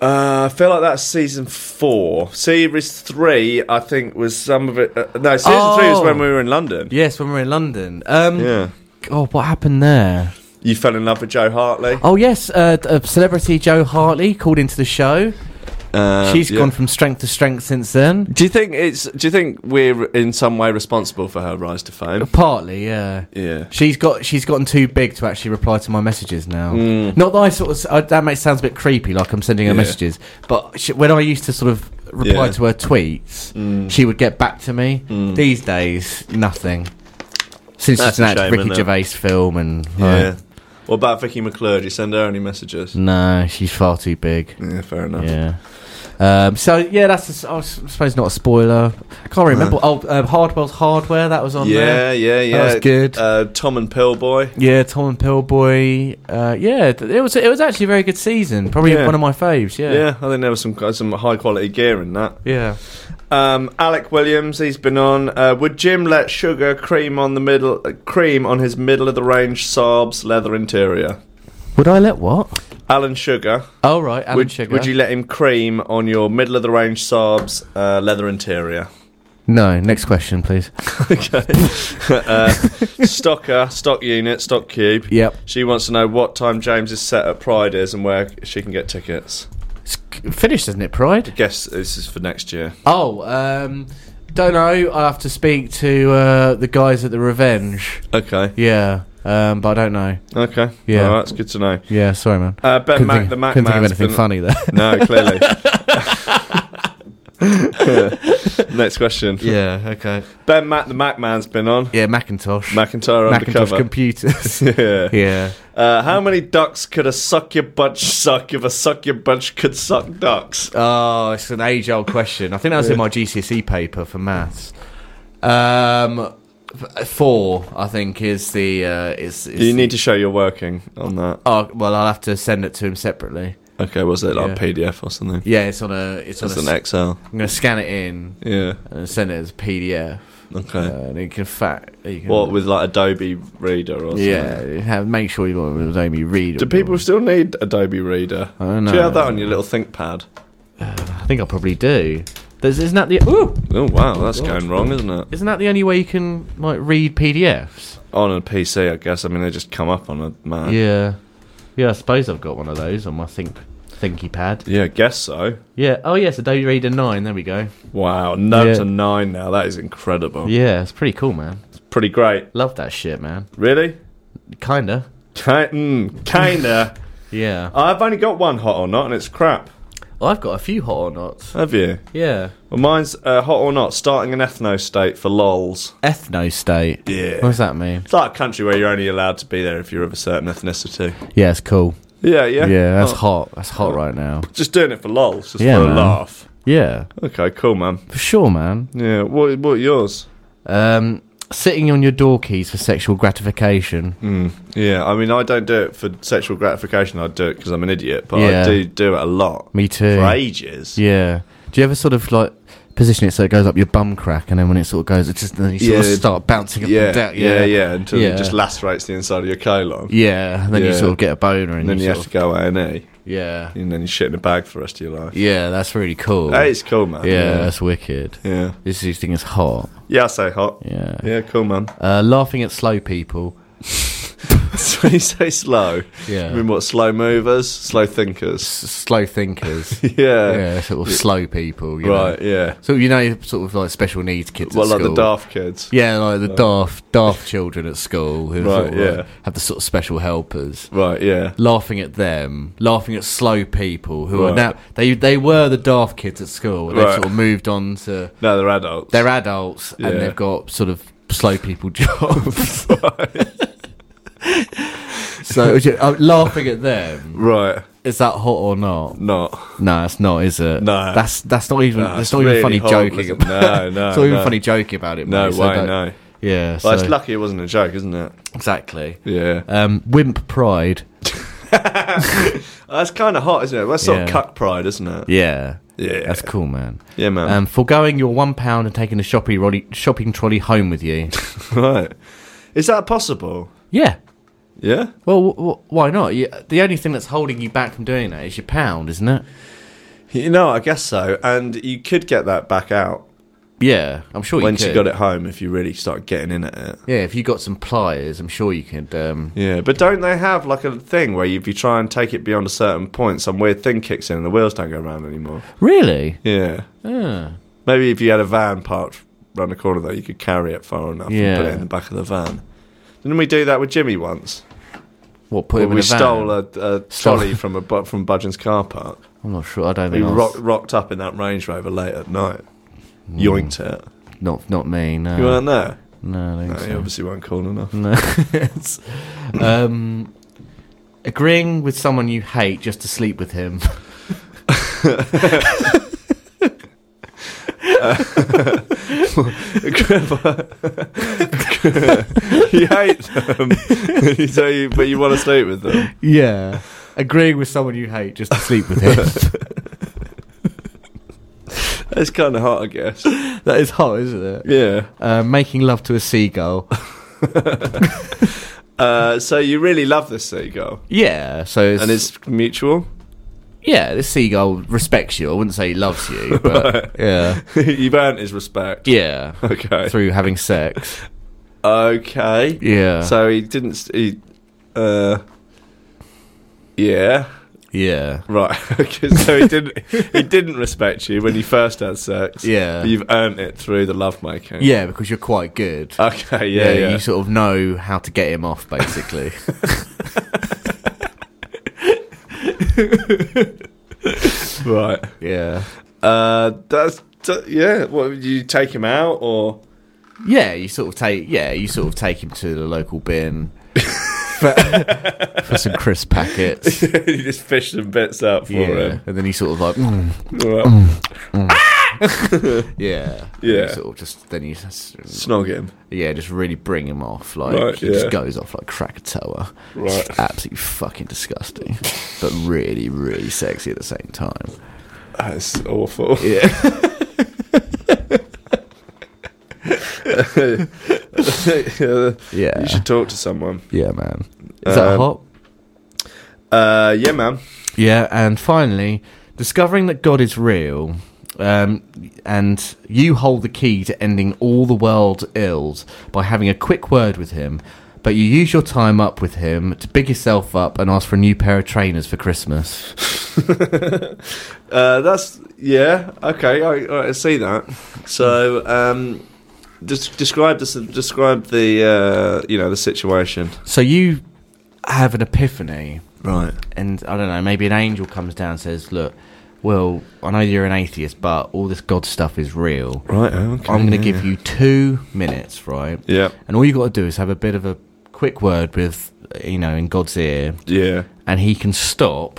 [SPEAKER 3] Uh, I feel like that's season four. Series three, I think, was some of it. Uh, no, season three was
[SPEAKER 2] Oh.
[SPEAKER 3] when we were in London.
[SPEAKER 2] Yes, when we were in London. Um,
[SPEAKER 3] Yeah.
[SPEAKER 2] God, what happened there?
[SPEAKER 3] You fell in love with Joe Hartley.
[SPEAKER 2] Oh yes, uh, d- uh, celebrity Joe Hartley called into the show.
[SPEAKER 3] Uh,
[SPEAKER 2] She's
[SPEAKER 3] yeah.
[SPEAKER 2] gone from strength to strength since then.
[SPEAKER 3] Do you think it's? Do you think we're in some way responsible for her rise to fame?
[SPEAKER 2] Partly, yeah.
[SPEAKER 3] Yeah.
[SPEAKER 2] She's got she's gotten too big to actually reply to my messages now. Not that I sort of s- I, that makes sounds a bit creepy, like I'm sending her
[SPEAKER 3] Mm. Yeah.
[SPEAKER 2] messages. But she, when I used to sort of reply
[SPEAKER 3] Yeah. Mm.
[SPEAKER 2] to her tweets, she would get back to me. These days, nothing. Since
[SPEAKER 3] That's
[SPEAKER 2] she's an
[SPEAKER 3] a
[SPEAKER 2] actor,
[SPEAKER 3] shame,
[SPEAKER 2] Ricky
[SPEAKER 3] isn't it?
[SPEAKER 2] Gervais film, and
[SPEAKER 3] Yeah.
[SPEAKER 2] like,
[SPEAKER 3] What about Vicky McClure? Do you send her any messages?
[SPEAKER 2] no, she's far too big.
[SPEAKER 3] Yeah, fair enough.
[SPEAKER 2] Mm. Yeah. Um, so yeah, that's a s I s- I suppose not a spoiler. I can't remember. Oh, uh, Hardwell's Hardware that was on there.
[SPEAKER 3] Yeah, yeah, yeah.
[SPEAKER 2] That was good.
[SPEAKER 3] Uh, Tom and Pillboy.
[SPEAKER 2] Yeah, Tom and Pillboy. Uh, yeah, th- it was it was actually a very good season. Probably
[SPEAKER 3] Yeah.
[SPEAKER 2] one of my faves. Yeah.
[SPEAKER 3] Yeah. I think there was some uh, some high quality gear in that.
[SPEAKER 2] Yeah.
[SPEAKER 3] Um, Alec Williams, he's been on. Uh, would Jim let sugar cream on the middle uh, cream on his middle of the range Saab's leather interior?
[SPEAKER 2] Would I let what?
[SPEAKER 3] Alan Sugar,
[SPEAKER 2] Oh right, Alan
[SPEAKER 3] would,
[SPEAKER 2] Sugar.
[SPEAKER 3] would you let him cream on your middle of the range Saab's uh, leather interior?
[SPEAKER 2] No. Next question, please.
[SPEAKER 3] okay. uh, stocker, stock unit, stock cube.
[SPEAKER 2] Yep.
[SPEAKER 3] She wants to know what time James's set at Pride is and where she can get tickets.
[SPEAKER 2] It's c- finished, isn't it? Pride.
[SPEAKER 3] Guess this is for next year.
[SPEAKER 2] Oh, um, don't know. I have to speak to uh, the guys at the Revenge.
[SPEAKER 3] Okay.
[SPEAKER 2] Yeah. Um, but I don't know.
[SPEAKER 3] Okay.
[SPEAKER 2] Yeah.
[SPEAKER 3] Alright, that's good to know.
[SPEAKER 2] Yeah. Sorry, man.
[SPEAKER 3] Uh, ben
[SPEAKER 2] couldn't
[SPEAKER 3] Mac,
[SPEAKER 2] think,
[SPEAKER 3] the Mac
[SPEAKER 2] couldn't think of
[SPEAKER 3] Man's
[SPEAKER 2] anything
[SPEAKER 3] been-
[SPEAKER 2] funny there.
[SPEAKER 3] No, clearly. Next question.
[SPEAKER 2] yeah, okay.
[SPEAKER 3] Ben Matt, the Mac Man's been on.
[SPEAKER 2] Yeah, Macintosh.
[SPEAKER 3] McIntyre
[SPEAKER 2] Macintosh
[SPEAKER 3] undercover.
[SPEAKER 2] computers.
[SPEAKER 3] yeah.
[SPEAKER 2] yeah.
[SPEAKER 3] Uh, how many ducks could a suck your bunch suck if a suck your bunch could suck ducks?
[SPEAKER 2] Oh, it's an age old question. I think that was in my GCSE E paper for maths. Um, f- four, I think, is the. Uh, is, is
[SPEAKER 3] You need to show you're working on that.
[SPEAKER 2] Oh, well, I'll have to send it to him separately.
[SPEAKER 3] Okay, was it like
[SPEAKER 2] Yeah.
[SPEAKER 3] PDF or something?
[SPEAKER 2] Yeah, it's on a. It's on
[SPEAKER 3] That's
[SPEAKER 2] a
[SPEAKER 3] an
[SPEAKER 2] s-
[SPEAKER 3] Excel.
[SPEAKER 2] I'm going to scan it in
[SPEAKER 3] Yeah.
[SPEAKER 2] and send it as a PDF.
[SPEAKER 3] Okay.
[SPEAKER 2] Uh, and you can fact. You can,
[SPEAKER 3] what with like Adobe Reader or something?
[SPEAKER 2] Yeah, have, make sure you want to only read.
[SPEAKER 3] Do people still need Adobe Reader?
[SPEAKER 2] I don't
[SPEAKER 3] Do you
[SPEAKER 2] know.
[SPEAKER 3] have that on your little ThinkPad?
[SPEAKER 2] I think I probably do. There's, isn't that the ooh,
[SPEAKER 3] Oh wow, that's going wrong, isn't it?
[SPEAKER 2] Isn't that the only way you can like read PDFs?
[SPEAKER 3] On a PC, I guess. I mean, they just come up on a Mac.
[SPEAKER 2] Yeah, yeah. I suppose I've got one of those on my think thinky pad.
[SPEAKER 3] Yeah, I guess so.
[SPEAKER 2] Yeah. Oh yes, Adobe Reader Nine. There we go.
[SPEAKER 3] Wow, no
[SPEAKER 2] Yeah.
[SPEAKER 3] to nine now. That is incredible.
[SPEAKER 2] Yeah, it's pretty cool, man.
[SPEAKER 3] Pretty great.
[SPEAKER 2] Love that shit, man.
[SPEAKER 3] Really?
[SPEAKER 2] Kinda.
[SPEAKER 3] Ki- mm, kinda.
[SPEAKER 2] Yeah. Oh,
[SPEAKER 3] I've only got one hot or not, and it's crap.
[SPEAKER 2] I've got a few hot or nots.
[SPEAKER 3] Have you?
[SPEAKER 2] Yeah.
[SPEAKER 3] Well, mine's uh, hot or not. Starting an ethno state for lols.
[SPEAKER 2] Ethno state.
[SPEAKER 3] Yeah.
[SPEAKER 2] What does that mean?
[SPEAKER 3] It's like a country where you're only allowed to be there if you're of a certain ethnicity.
[SPEAKER 2] Yeah, it's cool.
[SPEAKER 3] Yeah, yeah.
[SPEAKER 2] Yeah, that's
[SPEAKER 3] Oh,
[SPEAKER 2] hot. That's hot right now.
[SPEAKER 3] Just doing it for lols, just
[SPEAKER 2] Yeah,
[SPEAKER 3] for a
[SPEAKER 2] man.
[SPEAKER 3] laugh.
[SPEAKER 2] Yeah,
[SPEAKER 3] Okay, cool, man.
[SPEAKER 2] for sure, man.
[SPEAKER 3] Yeah, what what are yours?
[SPEAKER 2] Um, sitting on your door keys for sexual gratification.
[SPEAKER 3] Mm. Yeah, I mean, I don't do it for sexual gratification. I do it because I'm an idiot, but I
[SPEAKER 2] Yeah.
[SPEAKER 3] do do it a lot
[SPEAKER 2] Me too.
[SPEAKER 3] for ages.
[SPEAKER 2] Yeah. Do you ever sort of like position it so it goes up your bum crack, and then when it sort of goes, it just then you sort
[SPEAKER 3] Yeah.
[SPEAKER 2] of start bouncing up
[SPEAKER 3] yeah,
[SPEAKER 2] and down.
[SPEAKER 3] yeah,
[SPEAKER 2] Yeah,
[SPEAKER 3] yeah, until
[SPEAKER 2] Yeah.
[SPEAKER 3] it just lacerates the inside of your colon.
[SPEAKER 2] Yeah, and then you
[SPEAKER 3] Yeah.
[SPEAKER 2] sort of get a boner, and,
[SPEAKER 3] And then you
[SPEAKER 2] you
[SPEAKER 3] have
[SPEAKER 2] sort
[SPEAKER 3] to go A and E,
[SPEAKER 2] of, yeah,
[SPEAKER 3] and then you shit in a bag for the rest of your life.
[SPEAKER 2] yeah. That's really cool.
[SPEAKER 3] That is cool, man.
[SPEAKER 2] yeah, that's wicked.
[SPEAKER 3] yeah, yeah.
[SPEAKER 2] This is- thing is hot.
[SPEAKER 3] Yeah, I say hot.
[SPEAKER 2] Yeah.
[SPEAKER 3] Yeah, cool, man.
[SPEAKER 2] Uh, laughing at slow people.
[SPEAKER 3] so you say slow.
[SPEAKER 2] Yeah.
[SPEAKER 3] I mean, what slow movers, slow thinkers.
[SPEAKER 2] S- slow thinkers.
[SPEAKER 3] Yeah.
[SPEAKER 2] yeah, sort of slow people. You
[SPEAKER 3] Right.
[SPEAKER 2] Know?
[SPEAKER 3] Yeah.
[SPEAKER 2] So you know, sort of like special needs kids.
[SPEAKER 3] Well,
[SPEAKER 2] at
[SPEAKER 3] like the
[SPEAKER 2] school.
[SPEAKER 3] daft kids.
[SPEAKER 2] Yeah, like the daft, daft children at school who
[SPEAKER 3] Right,
[SPEAKER 2] sort of like
[SPEAKER 3] yeah.
[SPEAKER 2] have the sort of special helpers.
[SPEAKER 3] Right. Yeah.
[SPEAKER 2] Laughing at them, laughing at slow people who
[SPEAKER 3] Right.
[SPEAKER 2] are now they they were the daft kids at school. and They've
[SPEAKER 3] Right.
[SPEAKER 2] sort of moved on to
[SPEAKER 3] No, they're adults.
[SPEAKER 2] they're adults
[SPEAKER 3] Yeah.
[SPEAKER 2] and they've got sort of slow people jobs. so which- uh, laughing at them
[SPEAKER 3] right.
[SPEAKER 2] is that hot or not?
[SPEAKER 3] Not.
[SPEAKER 2] No, it's not, is it?
[SPEAKER 3] No.
[SPEAKER 2] that's that's not even
[SPEAKER 3] No,
[SPEAKER 2] that's
[SPEAKER 3] it's
[SPEAKER 2] not
[SPEAKER 3] really
[SPEAKER 2] even funny
[SPEAKER 3] hot,
[SPEAKER 2] joking.
[SPEAKER 3] isn't it?
[SPEAKER 2] About,
[SPEAKER 3] No, no,
[SPEAKER 2] it's not even
[SPEAKER 3] no.
[SPEAKER 2] funny joking about it.
[SPEAKER 3] No
[SPEAKER 2] mate, so
[SPEAKER 3] way.
[SPEAKER 2] don't-
[SPEAKER 3] no.
[SPEAKER 2] Yeah,
[SPEAKER 3] Well,
[SPEAKER 2] so-
[SPEAKER 3] it's lucky it wasn't a joke, isn't it?
[SPEAKER 2] exactly.
[SPEAKER 3] Yeah.
[SPEAKER 2] Um, wimp pride.
[SPEAKER 3] Uh, That's kind of hot, isn't it? That's sort of
[SPEAKER 2] Yeah.
[SPEAKER 3] cuck pride, isn't it?
[SPEAKER 2] Yeah.
[SPEAKER 3] Yeah.
[SPEAKER 2] That's cool, man.
[SPEAKER 3] Yeah, man.
[SPEAKER 2] Um, forgoing your one pound and taking the shopping trolley, shopping trolley home with you.
[SPEAKER 3] right. Is that possible?
[SPEAKER 2] yeah.
[SPEAKER 3] Yeah.
[SPEAKER 2] Well, w- w- why not? You, the only thing that's holding you back from doing that is your pound, isn't it?
[SPEAKER 3] You know, I guess so. And you could get that back out
[SPEAKER 2] Yeah, I'm sure
[SPEAKER 3] once
[SPEAKER 2] Oh, you
[SPEAKER 3] you
[SPEAKER 2] could.
[SPEAKER 3] got it home if you really start getting in at it.
[SPEAKER 2] Yeah, if you got some pliers, I'm sure you could. Um,
[SPEAKER 3] Yeah, but don't they have like a thing where if you try and take it beyond a certain point, some weird thing kicks in and the wheels don't go round anymore?
[SPEAKER 2] really?
[SPEAKER 3] Yeah.
[SPEAKER 2] Yeah.
[SPEAKER 3] Maybe if you had a van parked round the corner there, you could carry it far enough and put it
[SPEAKER 2] Yeah.
[SPEAKER 3] in the back of the van. Didn't we do that with Jimmy once?
[SPEAKER 2] What put
[SPEAKER 3] Well,
[SPEAKER 2] him in
[SPEAKER 3] we
[SPEAKER 2] a van?
[SPEAKER 3] stole a, a
[SPEAKER 2] Stole-
[SPEAKER 3] trolley from a bu- from Budgeon's car park.
[SPEAKER 2] I'm not sure. I don't
[SPEAKER 3] We
[SPEAKER 2] think. I
[SPEAKER 3] rock,
[SPEAKER 2] was-
[SPEAKER 3] rocked up in that Range Rover late at night.
[SPEAKER 2] Hmm.
[SPEAKER 3] Yoinked it.
[SPEAKER 2] Not not me. No.
[SPEAKER 3] You weren't there?
[SPEAKER 2] no, I
[SPEAKER 3] No,
[SPEAKER 2] don't think so.
[SPEAKER 3] you obviously weren't cool enough.
[SPEAKER 2] No. It's- um, agreeing with someone you hate just to sleep with him.
[SPEAKER 3] you hate them, you say you, but you want to sleep with them.
[SPEAKER 2] Yeah. Agreeing with someone you hate just to sleep with him.
[SPEAKER 3] That's kind of hot, I guess.
[SPEAKER 2] that is hot, isn't it?
[SPEAKER 3] Yeah.
[SPEAKER 2] Uh, making love to a seagull.
[SPEAKER 3] Uh, so you really love this seagull,
[SPEAKER 2] Yeah. So it's,
[SPEAKER 3] and it's mutual.
[SPEAKER 2] yeah, this seagull respects you. I wouldn't say he loves you, but yeah,
[SPEAKER 3] You've earned his respect.
[SPEAKER 2] yeah,
[SPEAKER 3] Okay.
[SPEAKER 2] through having sex.
[SPEAKER 3] Okay.
[SPEAKER 2] Yeah.
[SPEAKER 3] So he didn't. s- He. Uh. Yeah.
[SPEAKER 2] yeah.
[SPEAKER 3] Right. Okay. So he didn't. he didn't respect you when you first had sex.
[SPEAKER 2] Yeah.
[SPEAKER 3] But you've earned it through the lovemaking.
[SPEAKER 2] Yeah, because you're quite good.
[SPEAKER 3] Okay. Uh, Yeah. Yeah.
[SPEAKER 2] You sort of know how to get him off, basically.
[SPEAKER 3] right.
[SPEAKER 2] yeah.
[SPEAKER 3] Uh. That's D- yeah, what you take him out or
[SPEAKER 2] Yeah, you sort of take yeah, you sort of take him to the local bin for, for some crisp packets.
[SPEAKER 3] you just fish some bits out for
[SPEAKER 2] Yeah,
[SPEAKER 3] him?
[SPEAKER 2] and then he sort of like mm,
[SPEAKER 3] Well,
[SPEAKER 2] yeah,
[SPEAKER 3] Yeah.
[SPEAKER 2] You sort of just then you just,
[SPEAKER 3] Snog him.
[SPEAKER 2] yeah just really bring him off like
[SPEAKER 3] Right,
[SPEAKER 2] he just
[SPEAKER 3] yeah.
[SPEAKER 2] goes off like Krakatoa.
[SPEAKER 3] Right.
[SPEAKER 2] It's absolutely fucking disgusting, but really really sexy at the same time.
[SPEAKER 3] That's awful.
[SPEAKER 2] Yeah, Yeah.
[SPEAKER 3] You should talk to someone.
[SPEAKER 2] yeah, man. Is that
[SPEAKER 3] Um,
[SPEAKER 2] hot?
[SPEAKER 3] Uh, yeah, man.
[SPEAKER 2] Yeah, and finally, discovering that God is real, um, and you hold the key to ending all the world's ills by having a quick word with him. But you use your time up with him to big yourself up and ask for a new pair of trainers for Christmas.
[SPEAKER 3] Uh, that's yeah. Okay, I, I see that. So, um, des- describe this. Describe the uh, you know the situation.
[SPEAKER 2] So you have an epiphany,
[SPEAKER 3] Right.
[SPEAKER 2] and I don't know, maybe an angel comes down and says, "Look, well, I know you're an atheist, but all this God stuff is real.
[SPEAKER 3] Right. Okay.
[SPEAKER 2] I'm going to
[SPEAKER 3] yeah,
[SPEAKER 2] give you two minutes, right?
[SPEAKER 3] Yeah.
[SPEAKER 2] And all you got to do is have a bit of a quick word with, you know, in God's ear,
[SPEAKER 3] Yeah.
[SPEAKER 2] and he can stop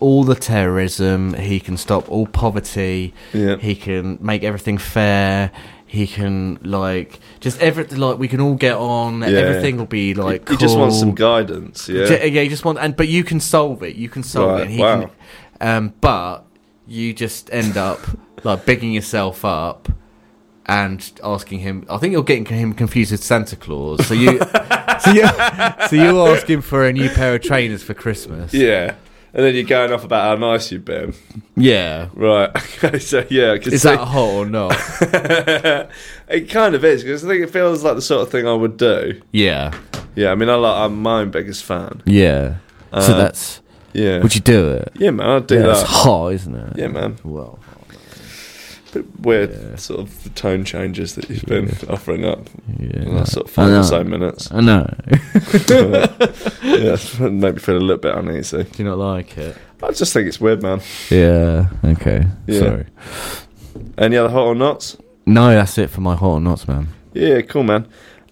[SPEAKER 2] all the terrorism, he can stop all poverty,
[SPEAKER 3] Yeah.
[SPEAKER 2] he can make everything fair, he can, like, just everything, like, we can all get on,
[SPEAKER 3] Yeah.
[SPEAKER 2] everything will be, like,
[SPEAKER 3] He just wants some
[SPEAKER 2] cool.
[SPEAKER 3] guidance. Yeah.
[SPEAKER 2] Ju- yeah, you just want, and but you can solve it, you can solve
[SPEAKER 3] Right,
[SPEAKER 2] it, and he
[SPEAKER 3] wow.
[SPEAKER 2] can, um, but you just end up, like, bigging yourself up. And asking him, I think you're getting him confused with Santa Claus. So you, so you, so you ask him for a new pair of trainers for Christmas.
[SPEAKER 3] yeah. And then you're going off about how nice you've been.
[SPEAKER 2] Yeah.
[SPEAKER 3] Right. Okay. So yeah, I can
[SPEAKER 2] Is
[SPEAKER 3] see-
[SPEAKER 2] that hot or not?
[SPEAKER 3] it kind of is because I think it feels like the sort of thing I would do.
[SPEAKER 2] yeah.
[SPEAKER 3] Yeah. I mean, I like, I'm my own biggest fan.
[SPEAKER 2] Yeah. so that's.
[SPEAKER 3] Uh, Yeah.
[SPEAKER 2] Would you do it?
[SPEAKER 3] yeah, man. I'd do
[SPEAKER 2] yeah, it's
[SPEAKER 3] that.
[SPEAKER 2] hot, isn't it?
[SPEAKER 3] Yeah, man.
[SPEAKER 2] Well.
[SPEAKER 3] Bit weird
[SPEAKER 2] Yeah.
[SPEAKER 3] sort of the tone changes that you've been offering up
[SPEAKER 2] Yeah.
[SPEAKER 3] in the last sort of five
[SPEAKER 2] I know.
[SPEAKER 3] or so minutes.
[SPEAKER 2] I know. Do
[SPEAKER 3] yeah, it's made me feel a little bit uneasy.
[SPEAKER 2] you not like it?
[SPEAKER 3] I just think it's weird, man.
[SPEAKER 2] Yeah. Okay.
[SPEAKER 3] Yeah.
[SPEAKER 2] Sorry.
[SPEAKER 3] Any other hot or nots?
[SPEAKER 2] No, that's it for my hot or nots, man.
[SPEAKER 3] Yeah, cool, man.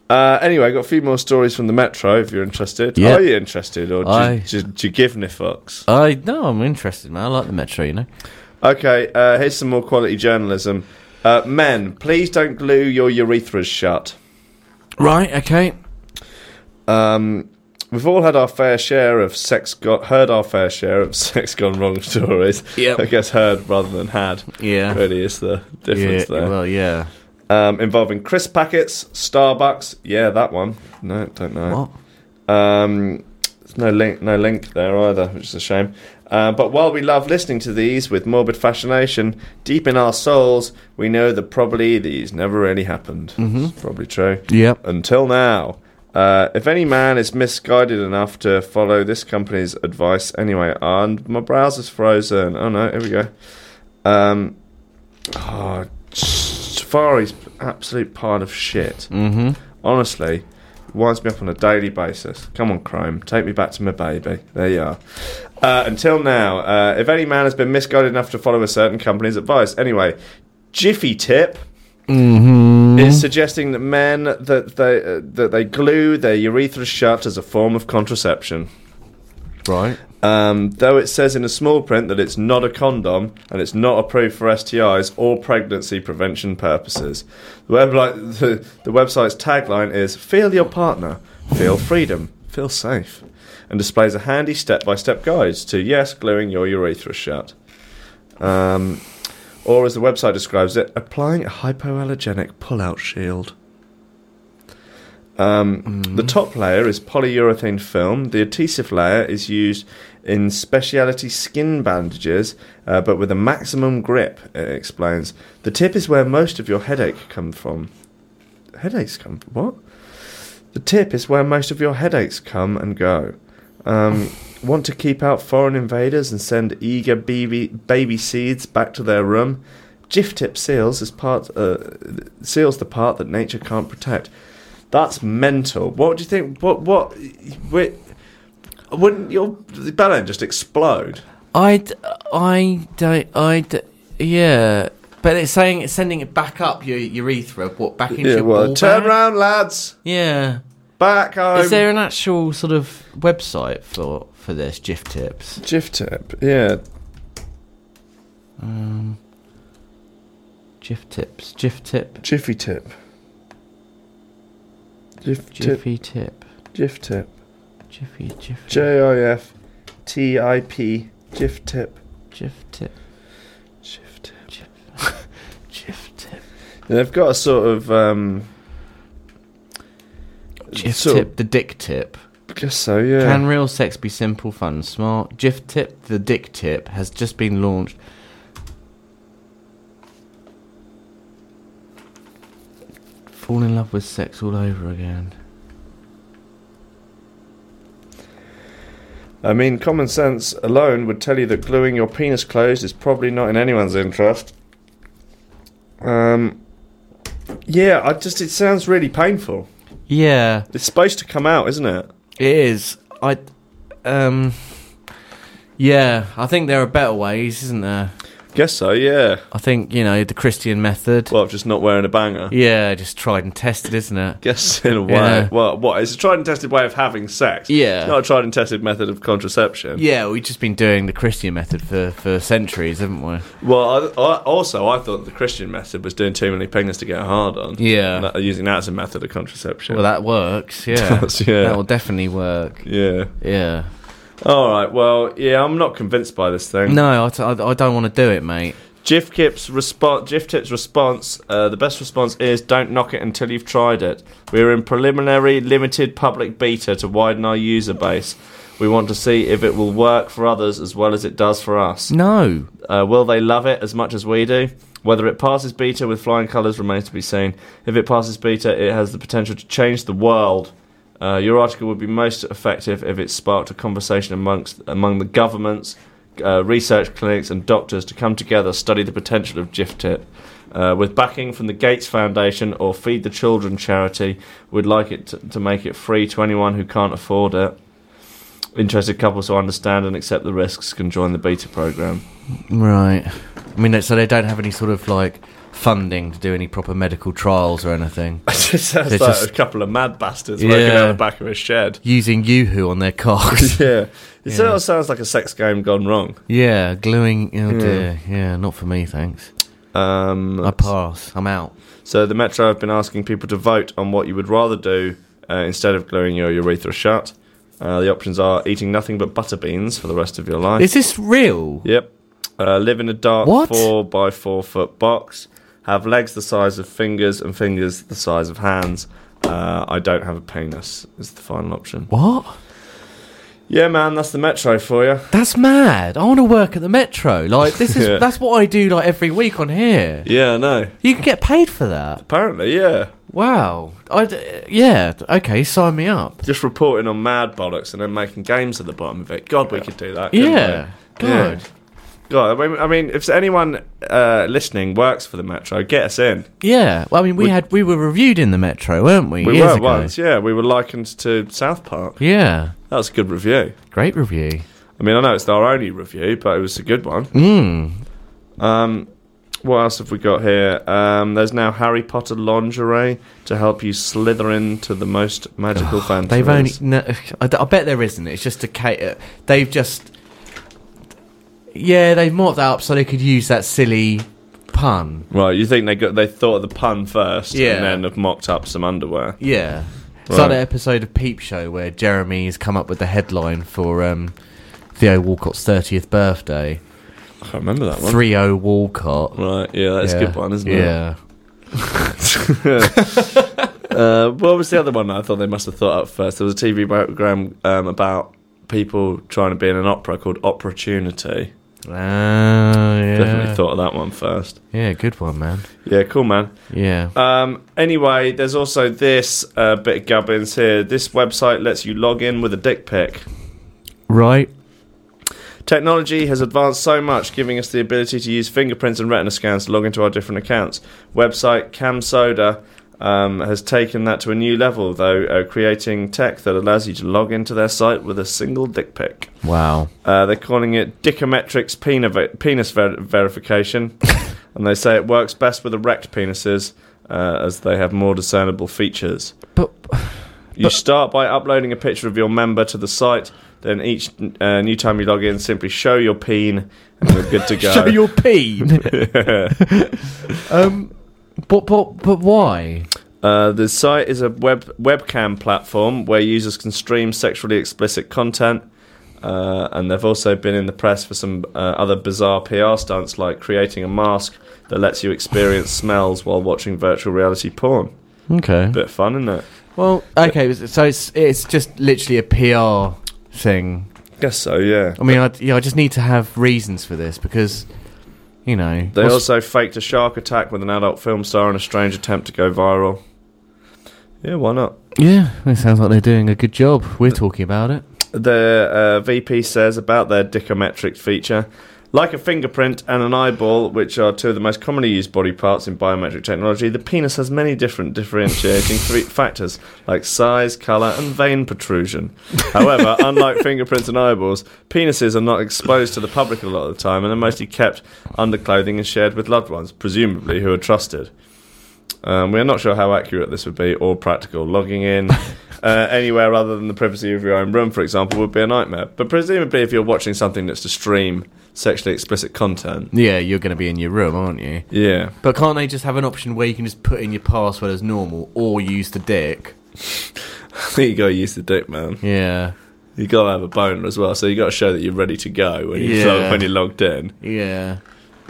[SPEAKER 3] Uh, anyway, I got a few more stories from the Metro if you're interested.
[SPEAKER 2] Yeah.
[SPEAKER 3] Are you interested, or do,
[SPEAKER 2] I-
[SPEAKER 3] you, do, do you give no fucks?
[SPEAKER 2] I no, I'm interested, man. I like the metro, you know.
[SPEAKER 3] Okay, uh, here's some more quality journalism. Uh, men, please don't glue your urethras shut.
[SPEAKER 2] Right. Okay.
[SPEAKER 3] Um, we've all had our fair share of sex got heard our fair share of sex gone wrong stories.
[SPEAKER 2] Yep.
[SPEAKER 3] I guess heard rather than had.
[SPEAKER 2] Yeah.
[SPEAKER 3] Really is the
[SPEAKER 2] Yeah.
[SPEAKER 3] difference there.
[SPEAKER 2] Well, yeah.
[SPEAKER 3] Um, involving crisp packets, Starbucks. Yeah, that one. No, don't know.
[SPEAKER 2] What?
[SPEAKER 3] Um, there's no link, no link there either, which is a shame. Uh, but while we love listening to these with morbid fascination, deep in our souls, we know that probably these never really happened.
[SPEAKER 2] Mm-hmm.
[SPEAKER 3] It's probably true
[SPEAKER 2] Yep.
[SPEAKER 3] until now. Uh, if any man is misguided enough to follow this company's advice, anyway, and my browser's frozen. Oh no, here we go. Um, oh, Safari's absolute pile of shit.
[SPEAKER 2] Mm-hmm.
[SPEAKER 3] Honestly, winds me up on a daily basis. Come on, Chrome, take me back to my baby. There you are. Uh, until now, uh, if any man has been misguided enough to follow a certain company's advice, anyway, Jiffy tip
[SPEAKER 2] Mm-hmm.
[SPEAKER 3] is suggesting that men that they uh, that they glue their urethra shut as a form of contraception.
[SPEAKER 2] Right.
[SPEAKER 3] Um, though it says in a small print that it's not a condom and it's not approved for STIs or pregnancy prevention purposes. The, web the, the website's tagline is "Feel your partner, feel freedom, feel safe," and displays a handy step-by-step guide to yes, gluing your urethra shut. Um, or as the website describes it, applying a hypoallergenic pull-out shield. Um, The top layer is polyurethane film. The adhesive layer is used in specialty skin bandages, uh, but with a maximum grip. It explains. The tip is where most of your headache come from. Headaches come from what? The tip is where most of your headaches come and go. Um, want to keep out foreign invaders and send eager baby, baby seeds back to their room? Jiff tip seals is part uh, seals the part that nature can't protect. That's mental. What do you think? What what? Wait, wouldn't your balloon just explode?
[SPEAKER 2] I, d- I don't, I, d- yeah, But it's saying it's sending it back up your urethra, what back into
[SPEAKER 3] Yeah,
[SPEAKER 2] your
[SPEAKER 3] well,
[SPEAKER 2] ball
[SPEAKER 3] turn Um,
[SPEAKER 2] bag?
[SPEAKER 3] round, lads.
[SPEAKER 2] Yeah.
[SPEAKER 3] Back home.
[SPEAKER 2] Is there an actual sort of website for for this GIF tips?
[SPEAKER 3] GIF tip? Yeah.
[SPEAKER 2] GIF tips, GIF tip,
[SPEAKER 3] Jiffy tip. Jiff tip.
[SPEAKER 2] Jiffy tip,
[SPEAKER 3] Jiff tip.
[SPEAKER 2] Jiffy, Jiffy,
[SPEAKER 3] J I F T I P. Jiff tip.
[SPEAKER 2] GIF tip,
[SPEAKER 3] Jiff tip.
[SPEAKER 2] GIF, GIF tip,
[SPEAKER 3] And they've got a sort of um.
[SPEAKER 2] GIF
[SPEAKER 3] sort of-
[SPEAKER 2] tip, the dick tip.
[SPEAKER 3] guess so. Yeah.
[SPEAKER 2] Can real sex be simple, fun, and smart? GIF tip, the dick tip, has just been launched. Fall in love with sex all over again.
[SPEAKER 3] I mean, common sense alone would tell you that gluing your penis closed is probably not in anyone's interest. Um, yeah, I just it sounds really painful.
[SPEAKER 2] Yeah.
[SPEAKER 3] It's supposed to come out, isn't it?
[SPEAKER 2] It is. I, um, yeah. I think there are better ways, isn't there?
[SPEAKER 3] Guess so. Yeah.
[SPEAKER 2] I think you know the Christian method.
[SPEAKER 3] Well, I'm just not wearing a banger.
[SPEAKER 2] Yeah, just tried and tested, isn't it?
[SPEAKER 3] Guess in a way.
[SPEAKER 2] Yeah.
[SPEAKER 3] Well, what? It's a tried and tested way of having sex.
[SPEAKER 2] Yeah.
[SPEAKER 3] It's not a tried and tested method of contraception.
[SPEAKER 2] Yeah, we've just been doing the Christian method for for centuries, haven't we?
[SPEAKER 3] Well, I, I, also I thought the Christian method was doing too many fingers to get hard on.
[SPEAKER 2] Yeah.
[SPEAKER 3] And that- using that as a method of contraception.
[SPEAKER 2] Well, that works. Yeah,
[SPEAKER 3] does, yeah.
[SPEAKER 2] that will definitely work.
[SPEAKER 3] yeah.
[SPEAKER 2] Yeah.
[SPEAKER 3] All right. Well, yeah. I'm not convinced by this thing.
[SPEAKER 2] No, I, t- I, I don't want to do it, mate.
[SPEAKER 3] Jiff Kip's response. Jiff Tip's response. Uh, the best response is "Don't knock it until you've tried it." We're in preliminary, limited public beta to widen our user base. We want to see if it will work for others as well as it does for us.
[SPEAKER 2] No.
[SPEAKER 3] Uh, will they love it as much as we do? Whether it passes beta with flying colours remains to be seen. If it passes beta, it has the potential to change the world. Uh, your article would be most effective if it sparked a conversation amongst among the governments, uh, research clinics, and doctors to come together study the potential of GIFTIP. Uh, with backing from the Gates Foundation or Feed the Children charity, we'd like it to, to make it free to anyone who can't afford it. Interested couples who understand and accept the risks can join the beta program.
[SPEAKER 2] Right. I mean, so they don't have any sort of like funding to do any proper medical trials or anything.
[SPEAKER 3] It just sounds
[SPEAKER 2] They're
[SPEAKER 3] like
[SPEAKER 2] just-
[SPEAKER 3] a couple of mad bastards working
[SPEAKER 2] Yeah.
[SPEAKER 3] out the back of a shed.
[SPEAKER 2] Using YooHoo on their cocks.
[SPEAKER 3] Yeah. It sort of sounds like a sex game gone wrong.
[SPEAKER 2] Yeah, gluing. Oh dear. Yeah, not for me, thanks.
[SPEAKER 3] Um,
[SPEAKER 2] I pass. I'm out.
[SPEAKER 3] so the Metro have been asking people to vote on what you would rather do uh, instead of gluing your urethra shut. Uh, the options are eating nothing but butter beans for the rest of your life.
[SPEAKER 2] Is this real?
[SPEAKER 3] Yep. Uh, live in a dark
[SPEAKER 2] What?
[SPEAKER 3] four by four foot box. Have legs the size of fingers and fingers the size of hands. Uh, I don't have a penis is the final option.
[SPEAKER 2] What?
[SPEAKER 3] Yeah, man, that's the Metro for you.
[SPEAKER 2] That's mad. I want to work at the Metro. Like this is
[SPEAKER 3] Yeah.
[SPEAKER 2] that's what I do like every week on here.
[SPEAKER 3] Yeah, I know.
[SPEAKER 2] You can get paid for that.
[SPEAKER 3] Apparently, yeah.
[SPEAKER 2] Wow. I d- yeah. Okay, sign me up.
[SPEAKER 3] Just reporting on mad bollocks and then making games at the bottom of it. God, we could do that. couldn't
[SPEAKER 2] Yeah.
[SPEAKER 3] we?
[SPEAKER 2] Good.
[SPEAKER 3] Yeah. God, I mean, I mean, if anyone uh, listening works for the Metro, get us in.
[SPEAKER 2] Yeah. Well, I mean, we,
[SPEAKER 3] We-
[SPEAKER 2] had we were reviewed in the Metro, weren't we?
[SPEAKER 3] We
[SPEAKER 2] years
[SPEAKER 3] were
[SPEAKER 2] ago?
[SPEAKER 3] once, yeah. We were likened to South Park.
[SPEAKER 2] Yeah.
[SPEAKER 3] That was a good review.
[SPEAKER 2] Great review.
[SPEAKER 3] I mean, I know it's our only review, but it was a good one.
[SPEAKER 2] Mm.
[SPEAKER 3] Um, what else have we got here? Um, there's now Harry Potter lingerie to help you slither into the most magical fantasies.
[SPEAKER 2] They've only. No, I, d- I bet there isn't. It's just a cater. They've just. Yeah, they've mocked that up so they could use that silly pun.
[SPEAKER 3] Right, you think they got they thought of the pun first,
[SPEAKER 2] Yeah.
[SPEAKER 3] and then have mocked up some underwear.
[SPEAKER 2] Yeah. It's like
[SPEAKER 3] Right.
[SPEAKER 2] that episode of Peep Show where Jeremy has come up with the headline for um, Theo Walcott's 30th birthday.
[SPEAKER 3] I can't remember that one.
[SPEAKER 2] 3 0 Walcott.
[SPEAKER 3] Right, yeah, that's
[SPEAKER 2] Yeah.
[SPEAKER 3] a good one, isn't
[SPEAKER 2] Yeah.
[SPEAKER 3] it? Yeah. uh, what was the other one? that I thought they must have thought up first. There was a TV program um, about people trying to be in an opera called Opportunity.
[SPEAKER 2] Oh, Ah, yeah.
[SPEAKER 3] Definitely thought of that one first.
[SPEAKER 2] Yeah, good one, man.
[SPEAKER 3] Yeah, cool, man.
[SPEAKER 2] Yeah.
[SPEAKER 3] Um, anyway, there's also this uh, bit of gubbins here. This website lets you log in with a dick pic.
[SPEAKER 2] Right.
[SPEAKER 3] Technology has advanced so much, giving us the ability to use fingerprints and retina scans to log into our different accounts. Website CamSoda um, has taken that to a new level, though, uh, creating tech that allows you to log into their site with a single dick pic.
[SPEAKER 2] Wow.
[SPEAKER 3] Uh, they're calling it Dickometrics peni- penis ver- verification. and they say it works best with erect penises uh, as they have more discernible features.
[SPEAKER 2] But
[SPEAKER 3] You start by uploading a picture of your member to the site. Then each uh, new time you log in, simply show your peen, and you're good to go.
[SPEAKER 2] show your peen. um, but but but why?
[SPEAKER 3] Uh, the site is a web webcam platform where users can stream sexually explicit content, uh, and they've also been in the press for some uh, other bizarre PR stunts, like creating a mask that lets you experience smells while watching virtual reality porn.
[SPEAKER 2] Okay.
[SPEAKER 3] Bit of fun, isn't it?
[SPEAKER 2] Well, okay. So it's it's just literally a PR thing.
[SPEAKER 3] Guess so, yeah.
[SPEAKER 2] I mean, I yeah, I just need to have reasons for this because, you know,
[SPEAKER 3] They
[SPEAKER 2] what's-
[SPEAKER 3] also faked a shark attack with an adult film star in a strange attempt to go viral. Yeah, why not?
[SPEAKER 2] yeah, it sounds like they're doing a good job. We're talking about it.
[SPEAKER 3] The uh, VP says about their dichometric feature. Like a fingerprint and an eyeball, which are two of the most commonly used body parts in biometric technology, the penis has many different differentiating fe- factors, like size, colour, and vein protrusion. However, unlike fingerprints and eyeballs, penises are not exposed to the public a lot of the time and are mostly kept under clothing and shared with loved ones, presumably who are trusted. Um, we are not sure how accurate this would be or practical. Logging in uh, anywhere other than the privacy of your own room, for example, would be a nightmare. But presumably, if you're watching something that's to stream sexually explicit content,
[SPEAKER 2] Yeah, you're going to be in your room, aren't you?
[SPEAKER 3] yeah,
[SPEAKER 2] But can't they just have an option where you can just put in your password as normal or use the dick?
[SPEAKER 3] you gotta use the dick, man.
[SPEAKER 2] Yeah,
[SPEAKER 3] You gotta have a boner as well, so you gotta show that you're ready to go when you
[SPEAKER 2] Yeah.
[SPEAKER 3] so when you're logged in.
[SPEAKER 2] yeah.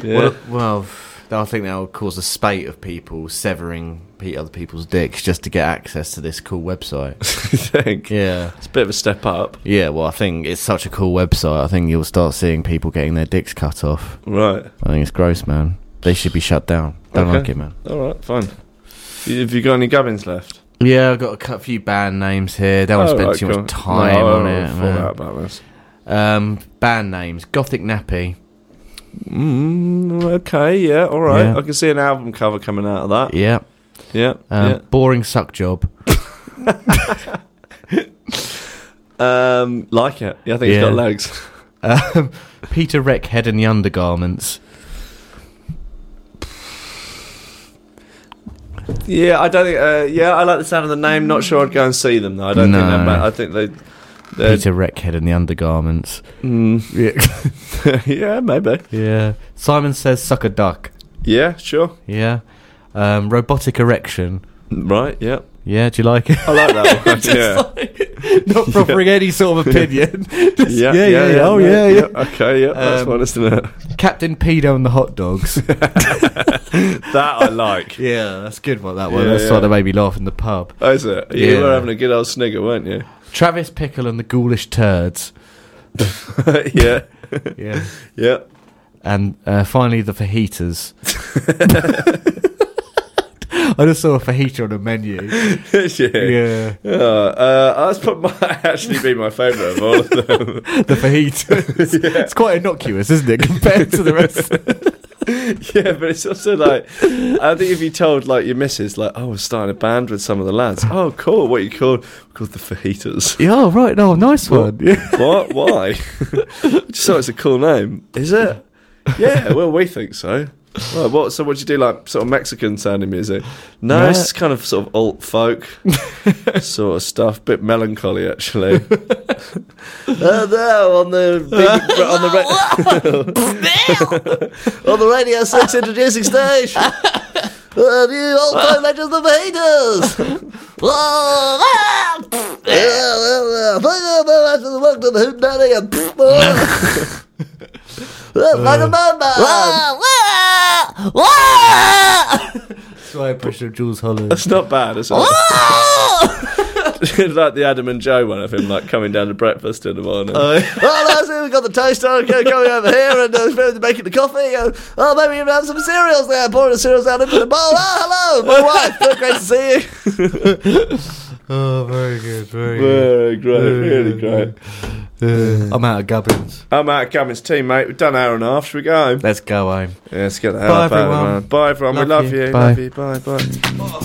[SPEAKER 3] Yeah.
[SPEAKER 2] Well, well, I think that will cause a spate of people severing pe- other people's dicks just to get access to this cool website.
[SPEAKER 3] you think?
[SPEAKER 2] yeah.
[SPEAKER 3] It's a bit of a step up,
[SPEAKER 2] Yeah, well, I think it's such a cool website. I think you'll start seeing people getting their dicks cut off.
[SPEAKER 3] right?
[SPEAKER 2] I think it's gross, man. They should be shut down. Don't
[SPEAKER 3] Okay.
[SPEAKER 2] like it, man.
[SPEAKER 3] All right, fine. You- Have you got any gubbins left?
[SPEAKER 2] Yeah, I've got a cou- few band names here. Don't want to spend
[SPEAKER 3] Alright,
[SPEAKER 2] too
[SPEAKER 3] cool.
[SPEAKER 2] much time
[SPEAKER 3] No, I
[SPEAKER 2] on
[SPEAKER 3] haven't
[SPEAKER 2] it.
[SPEAKER 3] thought
[SPEAKER 2] man.
[SPEAKER 3] out about this.
[SPEAKER 2] Um, band names: Gothic Nappy.
[SPEAKER 3] Mm, okay, yeah, all right.
[SPEAKER 2] Yeah.
[SPEAKER 3] I can see an album cover coming out of that.
[SPEAKER 2] Yeah.
[SPEAKER 3] Yeah,
[SPEAKER 2] Um, Boring suck job.
[SPEAKER 3] yeah. Um, like it. Yeah, I think it's
[SPEAKER 2] Yeah.
[SPEAKER 3] got legs.
[SPEAKER 2] Um, Peter Reckhead and the Undergarments.
[SPEAKER 3] yeah, I don't think. Uh, yeah, I like the sound of the name. Not sure I'd go and see them though. I don't think
[SPEAKER 2] No.
[SPEAKER 3] they're. ma- I think they. They're,
[SPEAKER 2] Peter Reckhead and the Undergarments.
[SPEAKER 3] Uh, mm,
[SPEAKER 2] Yeah.
[SPEAKER 3] yeah, maybe.
[SPEAKER 2] yeah. Simon says suck a duck.
[SPEAKER 3] Yeah, sure.
[SPEAKER 2] Yeah. Um, robotic erection.
[SPEAKER 3] Right. Yeah,
[SPEAKER 2] Yeah, do you like it?
[SPEAKER 3] I like that one. yeah.
[SPEAKER 2] Not proffering any sort of opinion. Just,
[SPEAKER 3] yeah,
[SPEAKER 2] yeah, yeah, yeah.
[SPEAKER 3] no,
[SPEAKER 2] Oh, yeah, yeah.
[SPEAKER 3] Okay, yeah, that's
[SPEAKER 2] Um,
[SPEAKER 3] one, isn't it?
[SPEAKER 2] Captain Pedo and the Hot Dogs.
[SPEAKER 3] That I like.
[SPEAKER 2] yeah, that's a good one, that one.
[SPEAKER 3] Yeah,
[SPEAKER 2] that's
[SPEAKER 3] yeah.
[SPEAKER 2] the one that made me laugh in the pub.
[SPEAKER 3] Oh, is it? You
[SPEAKER 2] Yeah.
[SPEAKER 3] were having a good old snigger, weren't you?
[SPEAKER 2] Travis Pickle and the Ghoulish Turds.
[SPEAKER 3] yeah,
[SPEAKER 2] Yeah.
[SPEAKER 3] yeah.
[SPEAKER 2] And uh, finally, the fajitas. I just saw a fajita on a menu.
[SPEAKER 3] yeah.
[SPEAKER 2] Yeah.
[SPEAKER 3] Yeah, uh, that's prob- might actually be my favourite of all of them.
[SPEAKER 2] The fajitas. It's quite innocuous, isn't it, compared to the rest?
[SPEAKER 3] yeah, but it's also like I think if you told like your missus, like, oh, we're starting a band with some of the lads. Oh, cool. What you called? Called the fajitas.
[SPEAKER 2] yeah, oh, right. No, nice one. Yeah.
[SPEAKER 3] what? Why? Just thought it's a cool name. Is it? Yeah. Well, we think so. Well, what? So, what'd you do? Like sort of Mexican sounding music? No,
[SPEAKER 2] No.
[SPEAKER 3] it's kind of sort of alt folk sort of stuff. Bit melancholy, actually. uh, there on the big, on the ra- on the Radio 6 introducing stage. The new old time legends, the Vader's.
[SPEAKER 2] That's my impression of Jules Holland.
[SPEAKER 3] It's not bad, is it? like the Adam and Joe one of him, like coming down to breakfast in the morning.
[SPEAKER 4] Oh, no, see, we've got the toaster okay, coming over here and uh, making the coffee. Uh, oh, maybe even have some cereals there. Pouring the cereals out into the bowl. Oh, hello, my wife. Oh, great to see you.
[SPEAKER 2] Oh, very good, very
[SPEAKER 3] Very great, really great.
[SPEAKER 2] good. I'm out of gubbins.
[SPEAKER 3] I'm out of Gavin's team, mate. We've done an hour and a half. Should we go home?
[SPEAKER 2] Let's go home.
[SPEAKER 3] Yeah, let's get the hell
[SPEAKER 2] Bye,
[SPEAKER 3] up out of
[SPEAKER 2] everyone.
[SPEAKER 3] there, man. Bye, everyone. we
[SPEAKER 2] Love
[SPEAKER 3] love
[SPEAKER 2] you.
[SPEAKER 3] you.
[SPEAKER 2] Bye.
[SPEAKER 3] Love you. Bye, bye.